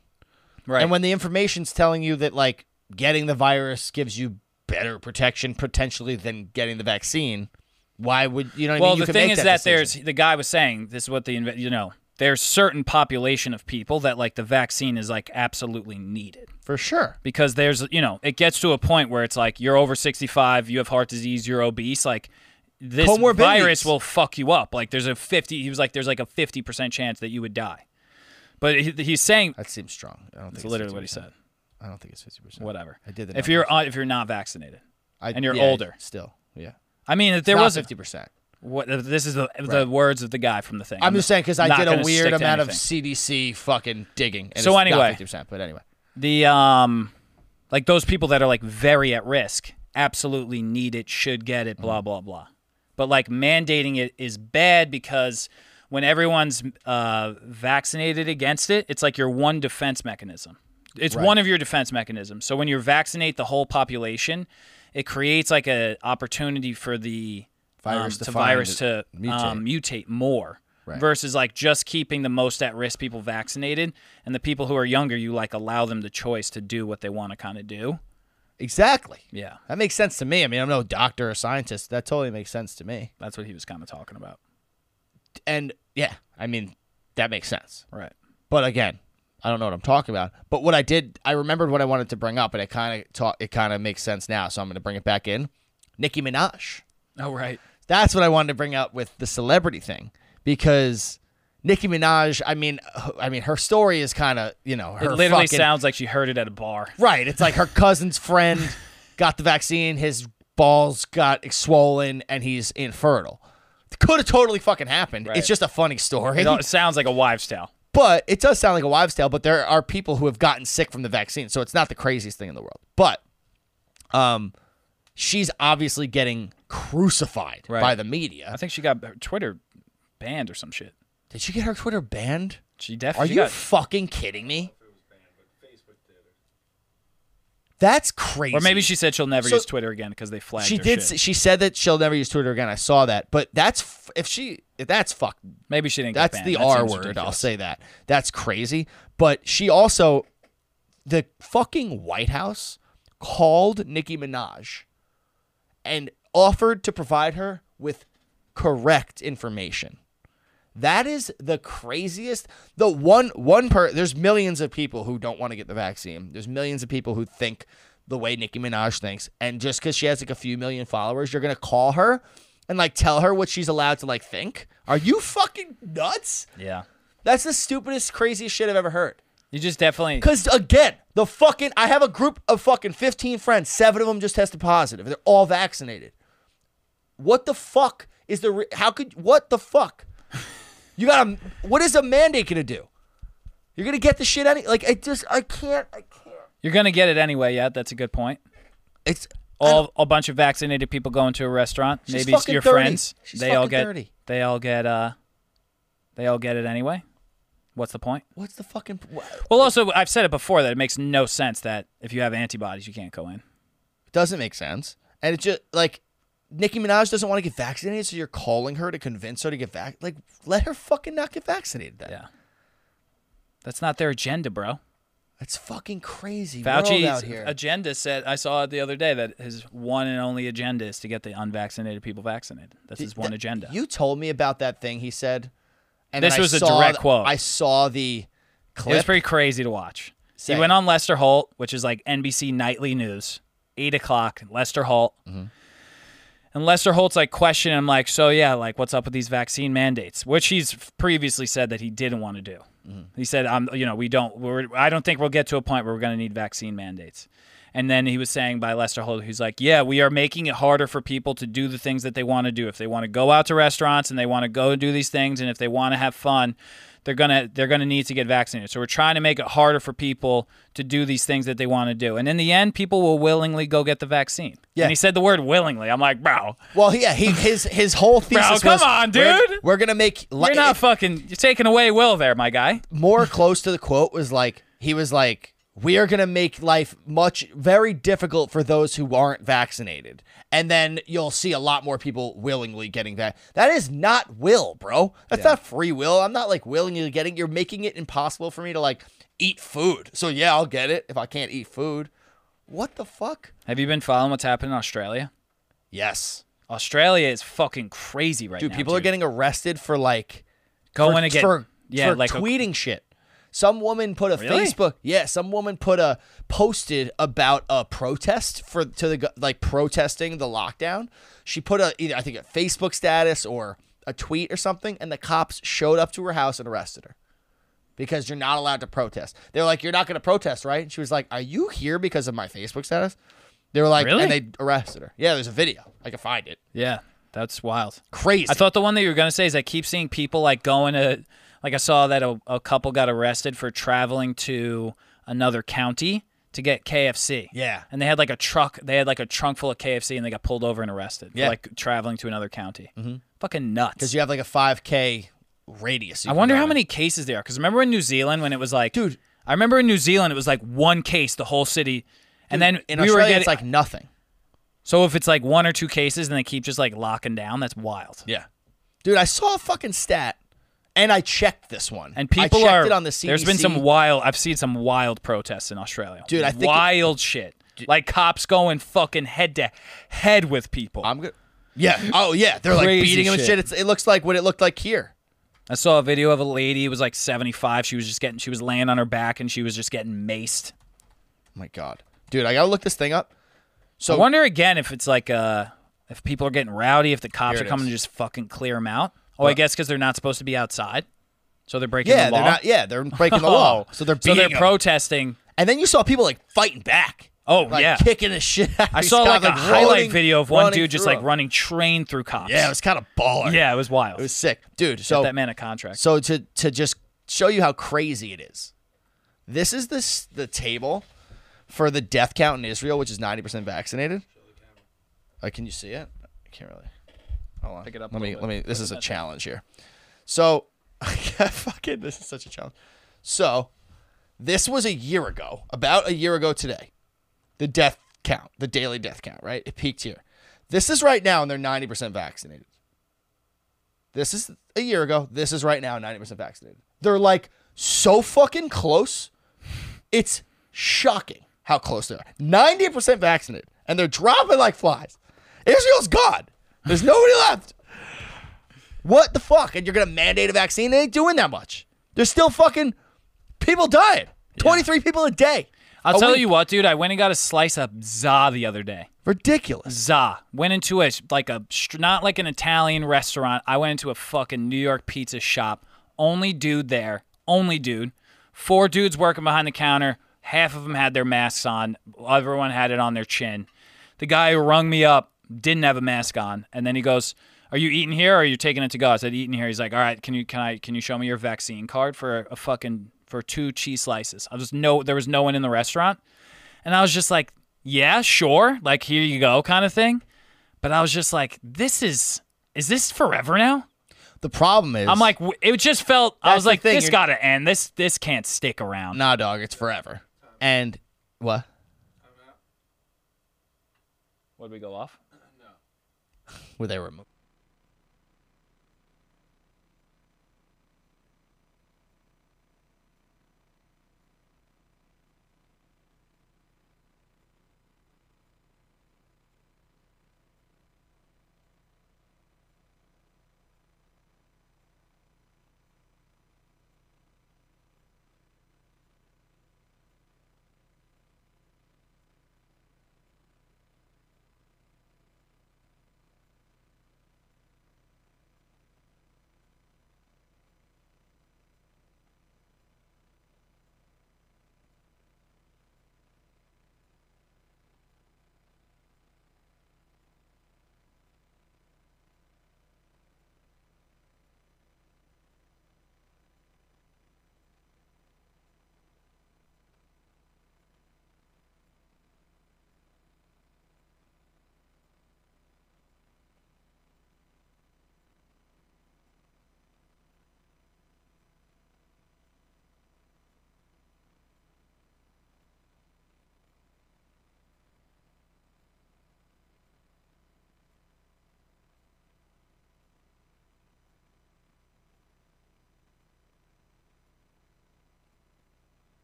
[SPEAKER 3] right
[SPEAKER 1] and when the information's telling you that like getting the virus gives you better protection potentially than getting the vaccine, why would you know? What I
[SPEAKER 3] well
[SPEAKER 1] mean? You can
[SPEAKER 3] the thing
[SPEAKER 1] make
[SPEAKER 3] is that
[SPEAKER 1] decision.
[SPEAKER 3] there's the guy was saying this is what the inve- you know there's certain population of people that like the vaccine is like absolutely needed.
[SPEAKER 1] for sure.
[SPEAKER 3] because there's you know it gets to a point where it's like you're over 65 you have heart disease you're obese like this
[SPEAKER 1] Comorbidities.
[SPEAKER 3] virus will fuck you up like there's a 50 he was like there's like a 50% chance that you would die but he, he's saying
[SPEAKER 1] That seems strong. I don't think
[SPEAKER 3] that's
[SPEAKER 1] it's
[SPEAKER 3] literally what he
[SPEAKER 1] 50%.
[SPEAKER 3] said
[SPEAKER 1] I don't think it's fifty percent.
[SPEAKER 3] whatever
[SPEAKER 1] I did the
[SPEAKER 3] if you're uh, if you're not vaccinated
[SPEAKER 1] I,
[SPEAKER 3] and you're
[SPEAKER 1] yeah,
[SPEAKER 3] older.
[SPEAKER 1] still, yeah.
[SPEAKER 3] i mean if there
[SPEAKER 1] Not
[SPEAKER 3] was
[SPEAKER 1] fifty percent.
[SPEAKER 3] what this is the, the words of the guy from the thing
[SPEAKER 1] I'm just saying because I
[SPEAKER 3] not
[SPEAKER 1] did a
[SPEAKER 3] gonna stick
[SPEAKER 1] weird
[SPEAKER 3] to
[SPEAKER 1] amount
[SPEAKER 3] anything.
[SPEAKER 1] of CDC fucking digging. And
[SPEAKER 3] So
[SPEAKER 1] it's
[SPEAKER 3] anyway.
[SPEAKER 1] fifty percent. But anyway,
[SPEAKER 3] the um like those people that are like very at risk absolutely need it should get it
[SPEAKER 1] Mm-hmm.
[SPEAKER 3] blah blah blah but like mandating it is bad because when everyone's uh, vaccinated against it it's like your one defense mechanism it's one of your defense mechanisms so when you vaccinate the whole population it creates like a opportunity for the
[SPEAKER 1] Virus
[SPEAKER 3] um,
[SPEAKER 1] to
[SPEAKER 3] to
[SPEAKER 1] find
[SPEAKER 3] virus
[SPEAKER 1] it-
[SPEAKER 3] to
[SPEAKER 1] mutate.
[SPEAKER 3] Um, mutate more
[SPEAKER 1] Right.
[SPEAKER 3] versus like just keeping the most at risk people vaccinated and the people who are younger you like allow them the choice to do what they want to kind of do
[SPEAKER 1] exactly.
[SPEAKER 3] yeah
[SPEAKER 1] That makes sense to me. I mean, I'm no doctor or scientist. That totally makes sense to me.
[SPEAKER 3] that's what he was kind of talking about
[SPEAKER 1] And yeah, I mean, that makes sense.
[SPEAKER 3] right
[SPEAKER 1] But again, I don't know what I'm talking about. But what I did, I remembered what I wanted to bring up, and it kind of ta- it kind of makes sense now. So I'm going to bring it back in. Nicki Minaj.
[SPEAKER 3] oh right
[SPEAKER 1] That's what I wanted to bring up with the celebrity thing because Nicki Minaj. I mean, h- I mean, her story is kind of you know her
[SPEAKER 3] it literally
[SPEAKER 1] fucking,
[SPEAKER 3] sounds like she heard it at a bar
[SPEAKER 1] right. It's like her cousin's friend got the vaccine. His balls got swollen, and he's infertile. Could have totally fucking happened.
[SPEAKER 3] Right.
[SPEAKER 1] It's just a funny story.
[SPEAKER 3] it all- it sounds like a wives tale
[SPEAKER 1] But it does sound like a wives' tale, but there are people who have gotten sick from the vaccine. So it's not the craziest thing in the world. But Um, she's obviously getting crucified
[SPEAKER 3] Right.
[SPEAKER 1] by the media.
[SPEAKER 3] I think she got her Twitter banned or some shit.
[SPEAKER 1] Did she get her Twitter banned?
[SPEAKER 3] She definitely
[SPEAKER 1] Are you
[SPEAKER 3] got,
[SPEAKER 1] fucking kidding me? That's crazy.
[SPEAKER 3] or maybe she said she'll never
[SPEAKER 1] So-
[SPEAKER 3] use Twitter again because they flagged
[SPEAKER 1] she
[SPEAKER 3] her
[SPEAKER 1] did.
[SPEAKER 3] shit.
[SPEAKER 1] s She said that she'll never use Twitter again. I saw that, but that's f- if she if that's fucked.
[SPEAKER 3] Maybe she didn't.
[SPEAKER 1] That's
[SPEAKER 3] get
[SPEAKER 1] the
[SPEAKER 3] banned. That
[SPEAKER 1] R
[SPEAKER 3] seems
[SPEAKER 1] word. I'll
[SPEAKER 3] ridiculous.
[SPEAKER 1] say that. That's crazy. But she also, the fucking White House called Nicki Minaj and offered to provide her with correct information. That is the craziest. The one one per there's millions of people who don't want to get the vaccine. There's millions of people who think the way Nicki Minaj thinks. And just because she has like a few million followers, you're gonna call her and like tell her what she's allowed to like think. Are you fucking nuts?
[SPEAKER 3] Yeah,
[SPEAKER 1] That's the stupidest, craziest shit I've ever heard.
[SPEAKER 3] you just definitely.
[SPEAKER 1] Cause again, the fucking I have a group of fucking 15 friends. Seven of them just tested positive. They're all vaccinated. What the fuck is the? Re- how could? What the fuck? You got to What is a mandate gonna do? You're gonna get the shit any. Like I just I can't. I can't.
[SPEAKER 3] You're gonna get it anyway. Yeah, that's a good point.
[SPEAKER 1] It's
[SPEAKER 3] All a bunch of vaccinated people going to a restaurant.
[SPEAKER 1] She's
[SPEAKER 3] maybe it's
[SPEAKER 1] fucking
[SPEAKER 3] your
[SPEAKER 1] 30.
[SPEAKER 3] friends.
[SPEAKER 1] She's
[SPEAKER 3] they all
[SPEAKER 1] fucking
[SPEAKER 3] get.
[SPEAKER 1] 30.
[SPEAKER 3] They all get. Uh, they all get it anyway. What's the point?
[SPEAKER 1] what's the fucking? What?
[SPEAKER 3] Well, also I've said it before that it makes no sense that if you have antibodies you can't go in.
[SPEAKER 1] doesn't make sense. And it just like Nicki Minaj doesn't want to get vaccinated, so you're calling her to convince her to get vac. Like let her fucking not get vaccinated. Then
[SPEAKER 3] Yeah. That's not their agenda, bro.
[SPEAKER 1] that's fucking crazy. world out
[SPEAKER 3] Fauci's
[SPEAKER 1] here.
[SPEAKER 3] agenda said I saw it the other day that his one and only agenda is to get the unvaccinated people vaccinated. That's his
[SPEAKER 1] Th-
[SPEAKER 3] one
[SPEAKER 1] th-
[SPEAKER 3] agenda.
[SPEAKER 1] You told me about that thing he said. And
[SPEAKER 3] This
[SPEAKER 1] then I
[SPEAKER 3] was a
[SPEAKER 1] saw
[SPEAKER 3] direct
[SPEAKER 1] th-
[SPEAKER 3] quote.
[SPEAKER 1] I saw the
[SPEAKER 3] It was
[SPEAKER 1] clip.
[SPEAKER 3] pretty crazy to watch.
[SPEAKER 1] Say.
[SPEAKER 3] He went on Lester Holt, which is like NBC nightly news, eight o'clock. Lester Holt, and Lester Holt's like questioning him, like, so yeah, like what's up with these vaccine mandates, which he's previously said that he didn't want to do. He said, "I'm, you know, we don't, we're, I don't think we'll get to a point where we're going to need vaccine mandates." And then he was saying by Lester Holt, he's like, "Yeah, we are making it harder for people to do the things that they want to do. If they want to go out to restaurants and they want to go do these things, and if they want to have fun, they're gonna they're gonna need to get vaccinated. So we're trying to make it harder for people to do these things that they want to do. And in the end, people will willingly go get the vaccine.
[SPEAKER 1] Yeah.
[SPEAKER 3] And he said the word willingly. I'm like, bro,
[SPEAKER 1] well, yeah, he his his whole thesis
[SPEAKER 3] come
[SPEAKER 1] was,
[SPEAKER 3] on,
[SPEAKER 1] we're-
[SPEAKER 3] dude.
[SPEAKER 1] We're, gonna make li-
[SPEAKER 3] you're not fucking. You're taking away will there, my guy.
[SPEAKER 1] more close to the quote was like he was like we are going to make life much very difficult for those who aren't vaccinated and then you'll see a lot more people willingly getting that that is not will bro that's not free will i'm not like willingly getting you're making it impossible for me to like eat food so yeah i'll get it if i can't eat food what the fuck
[SPEAKER 3] Have you been following what's happening in Australia?
[SPEAKER 1] yes
[SPEAKER 3] Australia is fucking crazy right
[SPEAKER 1] dude
[SPEAKER 3] now.
[SPEAKER 1] people are getting arrested for like
[SPEAKER 3] going
[SPEAKER 1] for,
[SPEAKER 3] to get
[SPEAKER 1] for,
[SPEAKER 3] yeah,
[SPEAKER 1] for
[SPEAKER 3] like a-
[SPEAKER 1] tweeting shit. Some woman put a
[SPEAKER 3] Really?
[SPEAKER 1] Facebook, yeah. Some woman put a posted about a protest for to the go- like protesting the lockdown. She put a either I think a Facebook status or a tweet or something, and the cops showed up to her house and arrested her because you're not allowed to protest. They're like, you're not going to protest, right? And she was like, are you here because of my Facebook status? They were like,
[SPEAKER 3] Really?
[SPEAKER 1] and they arrested her. Yeah, there's a video. I can find it.
[SPEAKER 3] yeah, that's wild.
[SPEAKER 1] Crazy.
[SPEAKER 3] I thought the one that you were gonna say is I keep seeing people like going to, like I saw that a, a couple got arrested for traveling to another county to get KFC.
[SPEAKER 1] Yeah.
[SPEAKER 3] and they had like a truck. They had like a trunk full of KFC, and they got pulled over and arrested.
[SPEAKER 1] Yeah.
[SPEAKER 3] for, like traveling to another county. Mm-hmm. Fucking nuts.
[SPEAKER 1] because you have like a 5k radius. you
[SPEAKER 3] I
[SPEAKER 1] can
[SPEAKER 3] wonder
[SPEAKER 1] go
[SPEAKER 3] how
[SPEAKER 1] in.
[SPEAKER 3] many cases there are. Because remember in New Zealand when it was like,
[SPEAKER 1] Dude.
[SPEAKER 3] I remember in New Zealand it was like one case the whole city, and then
[SPEAKER 1] in
[SPEAKER 3] we
[SPEAKER 1] Australia
[SPEAKER 3] were getting
[SPEAKER 1] it's like nothing.
[SPEAKER 3] so if it's like one or two cases and they keep just like locking down, that's wild.
[SPEAKER 1] Yeah. Dude, I saw a fucking stat and I checked this one.
[SPEAKER 3] And
[SPEAKER 1] I
[SPEAKER 3] people
[SPEAKER 1] checked
[SPEAKER 3] are
[SPEAKER 1] it on the CDC.
[SPEAKER 3] there's been some wild. I've seen some wild protests in Australia.
[SPEAKER 1] Dude, I think it-
[SPEAKER 3] wild shit. Like cops going fucking head to head with people.
[SPEAKER 1] I'm good. Yeah. Oh yeah, they're like
[SPEAKER 3] Crazy
[SPEAKER 1] beating him and
[SPEAKER 3] shit.
[SPEAKER 1] shit. It's, it looks like what it looked like here.
[SPEAKER 3] I saw a video of a lady. It was like 75. She was just getting. She was laying on her back and she was just getting maced.
[SPEAKER 1] Oh my god. Dude, I got to look this thing up. So
[SPEAKER 3] I wonder again if it's like uh if people are getting rowdy, if the cops
[SPEAKER 1] Here
[SPEAKER 3] are
[SPEAKER 1] it
[SPEAKER 3] coming
[SPEAKER 1] is.
[SPEAKER 3] to just fucking clear them out. Oh, I guess because they're not supposed to be outside, so they're breaking
[SPEAKER 1] yeah,
[SPEAKER 3] the law.
[SPEAKER 1] they're not yeah, they're breaking the law. So they're beating
[SPEAKER 3] so they're
[SPEAKER 1] him.
[SPEAKER 3] protesting.
[SPEAKER 1] And then you saw people like fighting back.
[SPEAKER 3] Oh,
[SPEAKER 1] like,
[SPEAKER 3] yeah.
[SPEAKER 1] Kicking the shit out of
[SPEAKER 3] I
[SPEAKER 1] these
[SPEAKER 3] saw
[SPEAKER 1] cops,
[SPEAKER 3] like a highlight
[SPEAKER 1] running-
[SPEAKER 3] video of one
[SPEAKER 1] running
[SPEAKER 3] dude just
[SPEAKER 1] through
[SPEAKER 3] like
[SPEAKER 1] them.
[SPEAKER 3] running train through cops.
[SPEAKER 1] Yeah, it was kind of baller.
[SPEAKER 3] yeah, it was wild.
[SPEAKER 1] It was sick. Dude,
[SPEAKER 3] Get
[SPEAKER 1] so
[SPEAKER 3] that man a contract.
[SPEAKER 1] So to to just show you how crazy it is, this is this the table for the death count in Israel, which is ninety percent vaccinated. Uh, can you see it? I can't really. Hold on.
[SPEAKER 3] Pick it up a
[SPEAKER 1] Let me.
[SPEAKER 3] little
[SPEAKER 1] Let
[SPEAKER 3] bit.
[SPEAKER 1] me. This is a challenge here. So, fucking, this is such a challenge. So, this was a year ago, about a year ago today. The death count, the daily death count, right? It peaked here. This is right now, and they're ninety percent vaccinated. This is a year ago. This is right now, 90% vaccinated. They're like so fucking close. It's shocking how close they are. 90% vaccinated, and they're dropping like flies. Israel's gone. There's nobody left. What the fuck? And you're going to mandate a vaccine? They ain't doing that much. There's still fucking people dying. 23 people a day.
[SPEAKER 3] I'll
[SPEAKER 1] A
[SPEAKER 3] tell
[SPEAKER 1] week.
[SPEAKER 3] you what, dude. I went and got a slice of za the other day.
[SPEAKER 1] Ridiculous.
[SPEAKER 3] Za went into a like a str- not like an Italian restaurant. I went into a fucking New York pizza shop. Only dude there. Only dude. Four dudes working behind the counter. Half of them had their masks on. Everyone had it on their chin. The guy who rung me up didn't have a mask on, and then he goes, "Are you eating here? or Are you taking it to go?" I said, "Eating here." He's like, "All right, can you can I can you show me your vaccine card for a fucking for two cheese slices?" I was no, there was no one in the restaurant. And I was just like, yeah, sure. Like, here you go, kind of thing. But I was just like, this is, is this forever now?
[SPEAKER 1] The problem is,
[SPEAKER 3] I'm like, w- it just felt, I
[SPEAKER 1] That's
[SPEAKER 3] was
[SPEAKER 1] the
[SPEAKER 3] like,
[SPEAKER 1] thing,
[SPEAKER 3] this
[SPEAKER 1] you're-
[SPEAKER 3] got to end. This, this can't stick around.
[SPEAKER 1] nah, dog, it's forever. And what?
[SPEAKER 3] What did we go off?
[SPEAKER 1] Were they removed?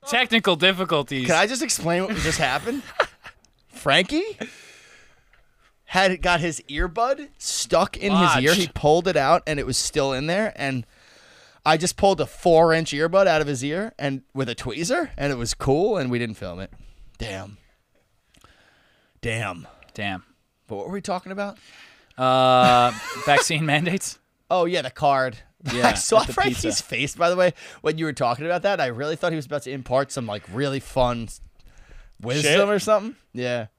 [SPEAKER 3] Technical difficulties.
[SPEAKER 1] Can I just explain what just happened? Frankie had got his earbud stuck in
[SPEAKER 3] Watch.
[SPEAKER 1] his ear. He pulled it out and it was still in there. And I just pulled a four inch earbud out of his ear and with a tweezer and it was cool and we didn't film it. Damn. Damn.
[SPEAKER 3] Damn.
[SPEAKER 1] But what were we talking about?
[SPEAKER 3] Uh, vaccine mandates?
[SPEAKER 1] Oh yeah, the card.
[SPEAKER 3] Yeah,
[SPEAKER 1] I saw
[SPEAKER 3] at the
[SPEAKER 1] Frankie's
[SPEAKER 3] pizza.
[SPEAKER 1] face by the way when you were talking about that. I really thought he was about to impart some like really fun s- wisdom or something. Yeah.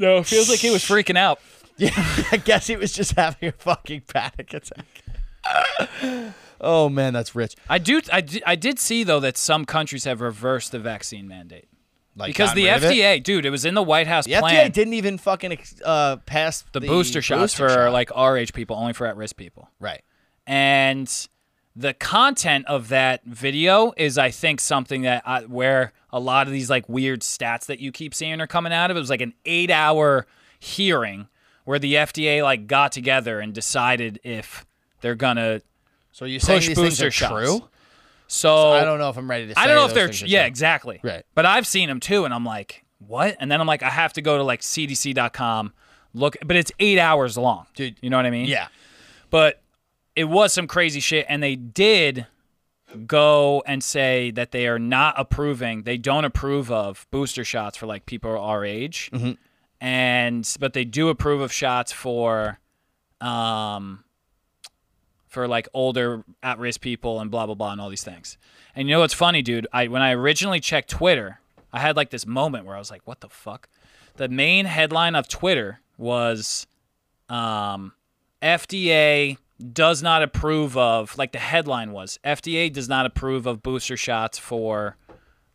[SPEAKER 3] No, feels like he was freaking out.
[SPEAKER 1] Yeah, I guess he was just having a fucking panic attack. oh man, that's rich.
[SPEAKER 3] I do, I, di- I did see though that some countries have reversed the vaccine mandate
[SPEAKER 1] Like
[SPEAKER 3] because
[SPEAKER 1] gotten
[SPEAKER 3] the
[SPEAKER 1] rid of it?
[SPEAKER 3] FDA, dude, it was in the White House
[SPEAKER 1] the
[SPEAKER 3] plan.
[SPEAKER 1] FDA didn't even fucking ex- uh, pass
[SPEAKER 3] the, booster shots
[SPEAKER 1] booster
[SPEAKER 3] for
[SPEAKER 1] shot.
[SPEAKER 3] like RH people, only for at-risk people.
[SPEAKER 1] right.
[SPEAKER 3] and the content of that video is i think something that I, where a lot of these like weird stats that you keep seeing are coming out of it was like an eight hour hearing where the fda like got together and decided if they're gonna
[SPEAKER 1] So you saying
[SPEAKER 3] push
[SPEAKER 1] these things
[SPEAKER 3] booster
[SPEAKER 1] are
[SPEAKER 3] shots.
[SPEAKER 1] true?
[SPEAKER 3] so
[SPEAKER 1] I don't know if I'm ready to. Say
[SPEAKER 3] I don't know if
[SPEAKER 1] those
[SPEAKER 3] they're
[SPEAKER 1] things are
[SPEAKER 3] yeah
[SPEAKER 1] true.
[SPEAKER 3] exactly
[SPEAKER 1] Right.
[SPEAKER 3] But I've seen them too, and I'm like, what? And then I'm like, I have to go to like CDC.com look, but it's eight hours long,
[SPEAKER 1] Dude,
[SPEAKER 3] You know what I mean?
[SPEAKER 1] Yeah,
[SPEAKER 3] But it was some crazy shit, and they did go and say that they are not approving. They don't approve of booster shots for like people our age, and but they do approve of shots for, um, for like older at-risk people and blah blah blah and all these things. And you know what's funny, dude? I when I originally checked Twitter, I had like this moment where I was like, "What the fuck?" The main headline of Twitter was um, FDA does not approve of, like the headline was, FDA does not approve of booster shots for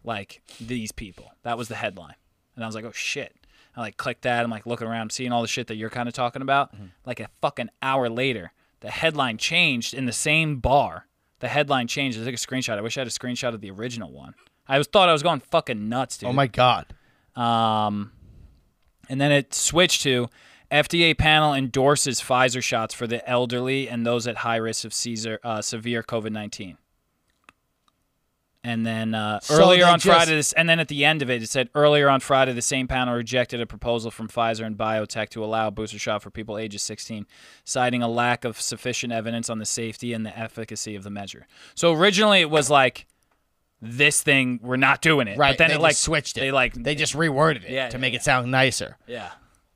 [SPEAKER 3] like these people. That was the headline. And I was like, oh shit. I like clicked that. I'm like looking around, seeing all the shit that you're kind of talking about.
[SPEAKER 1] Mm-hmm.
[SPEAKER 3] Like a fucking hour later, the headline changed in the same bar. The headline changed. I took a screenshot. I wish I had a screenshot of the original one. I was thought I was going fucking nuts, dude.
[SPEAKER 1] Oh my god.
[SPEAKER 3] Um, and then it switched to FDA panel endorses Pfizer shots for the elderly and those at high risk of Caesar, uh, severe COVID 19. And then uh,
[SPEAKER 4] So
[SPEAKER 3] earlier
[SPEAKER 4] they
[SPEAKER 3] on
[SPEAKER 4] just-
[SPEAKER 3] Friday, this, and then at the end of it, it said earlier on Friday, the same panel rejected a proposal from Pfizer and biotech to allow a booster shot for people ages 16, citing a lack of sufficient evidence on the safety and the efficacy of the measure. So originally, it was like this thing, we're not doing it.
[SPEAKER 1] Right.
[SPEAKER 3] But then
[SPEAKER 1] they
[SPEAKER 3] it
[SPEAKER 1] just
[SPEAKER 3] like
[SPEAKER 1] switched it.
[SPEAKER 3] They like
[SPEAKER 1] they just reworded it
[SPEAKER 3] Yeah,
[SPEAKER 1] to
[SPEAKER 3] yeah,
[SPEAKER 1] make
[SPEAKER 3] yeah.
[SPEAKER 1] it sound nicer.
[SPEAKER 3] yeah.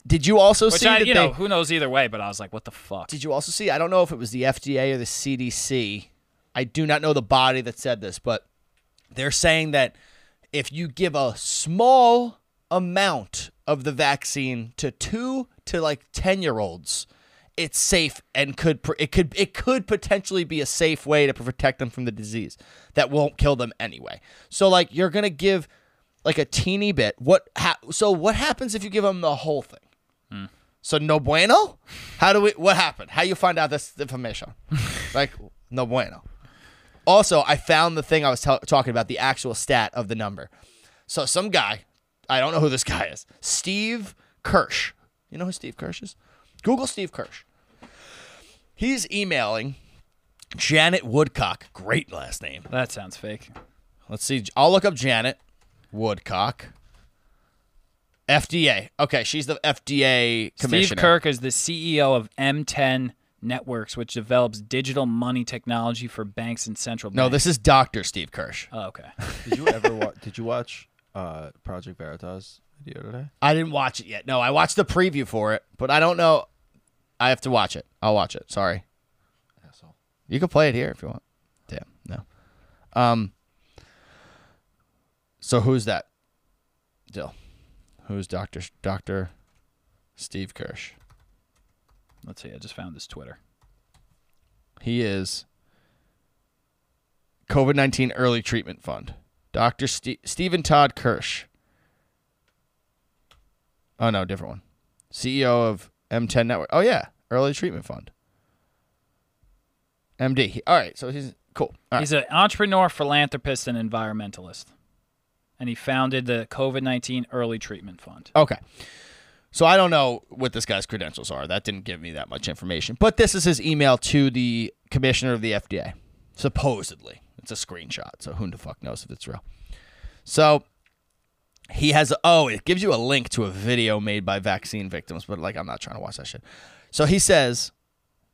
[SPEAKER 1] Did you also
[SPEAKER 3] Which
[SPEAKER 1] see
[SPEAKER 3] I,
[SPEAKER 1] that
[SPEAKER 3] you
[SPEAKER 1] they-
[SPEAKER 3] know, who knows either way, but I was like, what the fuck?
[SPEAKER 1] Did you also see? I don't know if it was the FDA or the CDC. I do not know the body that said this, but they're saying that if you give a small amount of the vaccine to 2 to like 10-year-olds, it's safe and could pr- it could it could potentially be a safe way to protect them from the disease that won't kill them anyway. So like you're going to give like a teeny bit. What ha- so what happens if you give them the whole thing? So no bueno? How do we? What happened? How you find out this information? like no bueno. Also, I found the thing I was tell talking about, the actual stat of the number. So some guy, I don't know who this guy is, Steve Kirsch. You know who Steve Kirsch is? Google Steve Kirsch. He's emailing Janet Woodcock. Great last name.
[SPEAKER 3] that sounds fake.
[SPEAKER 1] Let's see. I'll look up Janet Woodcock. FDA. Okay, she's the FDA commissioner.
[SPEAKER 3] Steve Kirk is the CEO of M10 Networks, which develops digital money technology for banks and central
[SPEAKER 1] No,
[SPEAKER 3] banks.
[SPEAKER 1] this is Doctor Steve Kirsch.
[SPEAKER 3] Oh, okay.
[SPEAKER 4] Did you ever watch? Did you watch uh, Project Veritas video today?
[SPEAKER 1] I didn't watch it yet. No, I watched the preview for it, but I don't know. I have to watch it. I'll watch it. Sorry.
[SPEAKER 4] Asshole.
[SPEAKER 1] You can play it here if you want. Damn, no. Um. So who's that? Dill. Who's Doctor Doctor Steve Kirsch?
[SPEAKER 3] Let's see. I just found his Twitter.
[SPEAKER 1] He is COVID 19 Early Treatment Fund. Dr. Ste- Stephen Todd Kirsch. Oh, no, different one. CEO of M10 Network. Oh, yeah. Early Treatment Fund. MD. He- all right. So he's cool. All right.
[SPEAKER 3] He's an entrepreneur, philanthropist, and environmentalist. And he founded the COVID 19 Early Treatment Fund.
[SPEAKER 1] Okay. So I don't know what this guy's credentials are. That didn't give me that much information. But this is his email to the commissioner of the FDA. Supposedly. It's a screenshot, so who the fuck knows if it's real. So he has oh, it gives you a link to a video made by vaccine victims, but like I'm not trying to watch that shit. So he says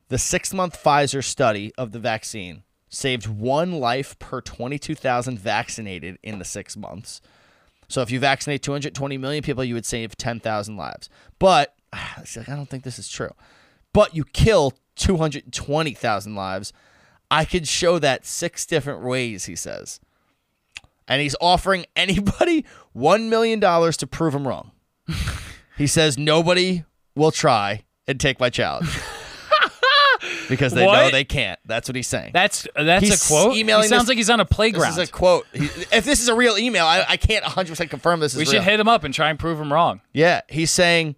[SPEAKER 1] the 6-month Pfizer study of the vaccine saved one life per 22,000 vaccinated in the 6 months. So if you vaccinate 220 million people, you would save 10,000 lives. But it's like, I don't think this is true. But you kill 220,000 lives. I could show that six different ways, he says. And he's offering anybody $1 million to prove him wrong. he says, nobody will try and take my challenge. because they know
[SPEAKER 3] What?
[SPEAKER 1] they can't. That's what he's saying.
[SPEAKER 3] That's that's
[SPEAKER 1] He's
[SPEAKER 3] a quote.
[SPEAKER 1] emailing
[SPEAKER 3] he sounds
[SPEAKER 1] this-
[SPEAKER 3] like he's on a
[SPEAKER 1] this
[SPEAKER 3] playground.
[SPEAKER 1] is a quote. He- If this is a real email, I, I can't 100% confirm this is
[SPEAKER 3] we
[SPEAKER 1] real.
[SPEAKER 3] should hit him up and try and prove him wrong.
[SPEAKER 1] Yeah, he's saying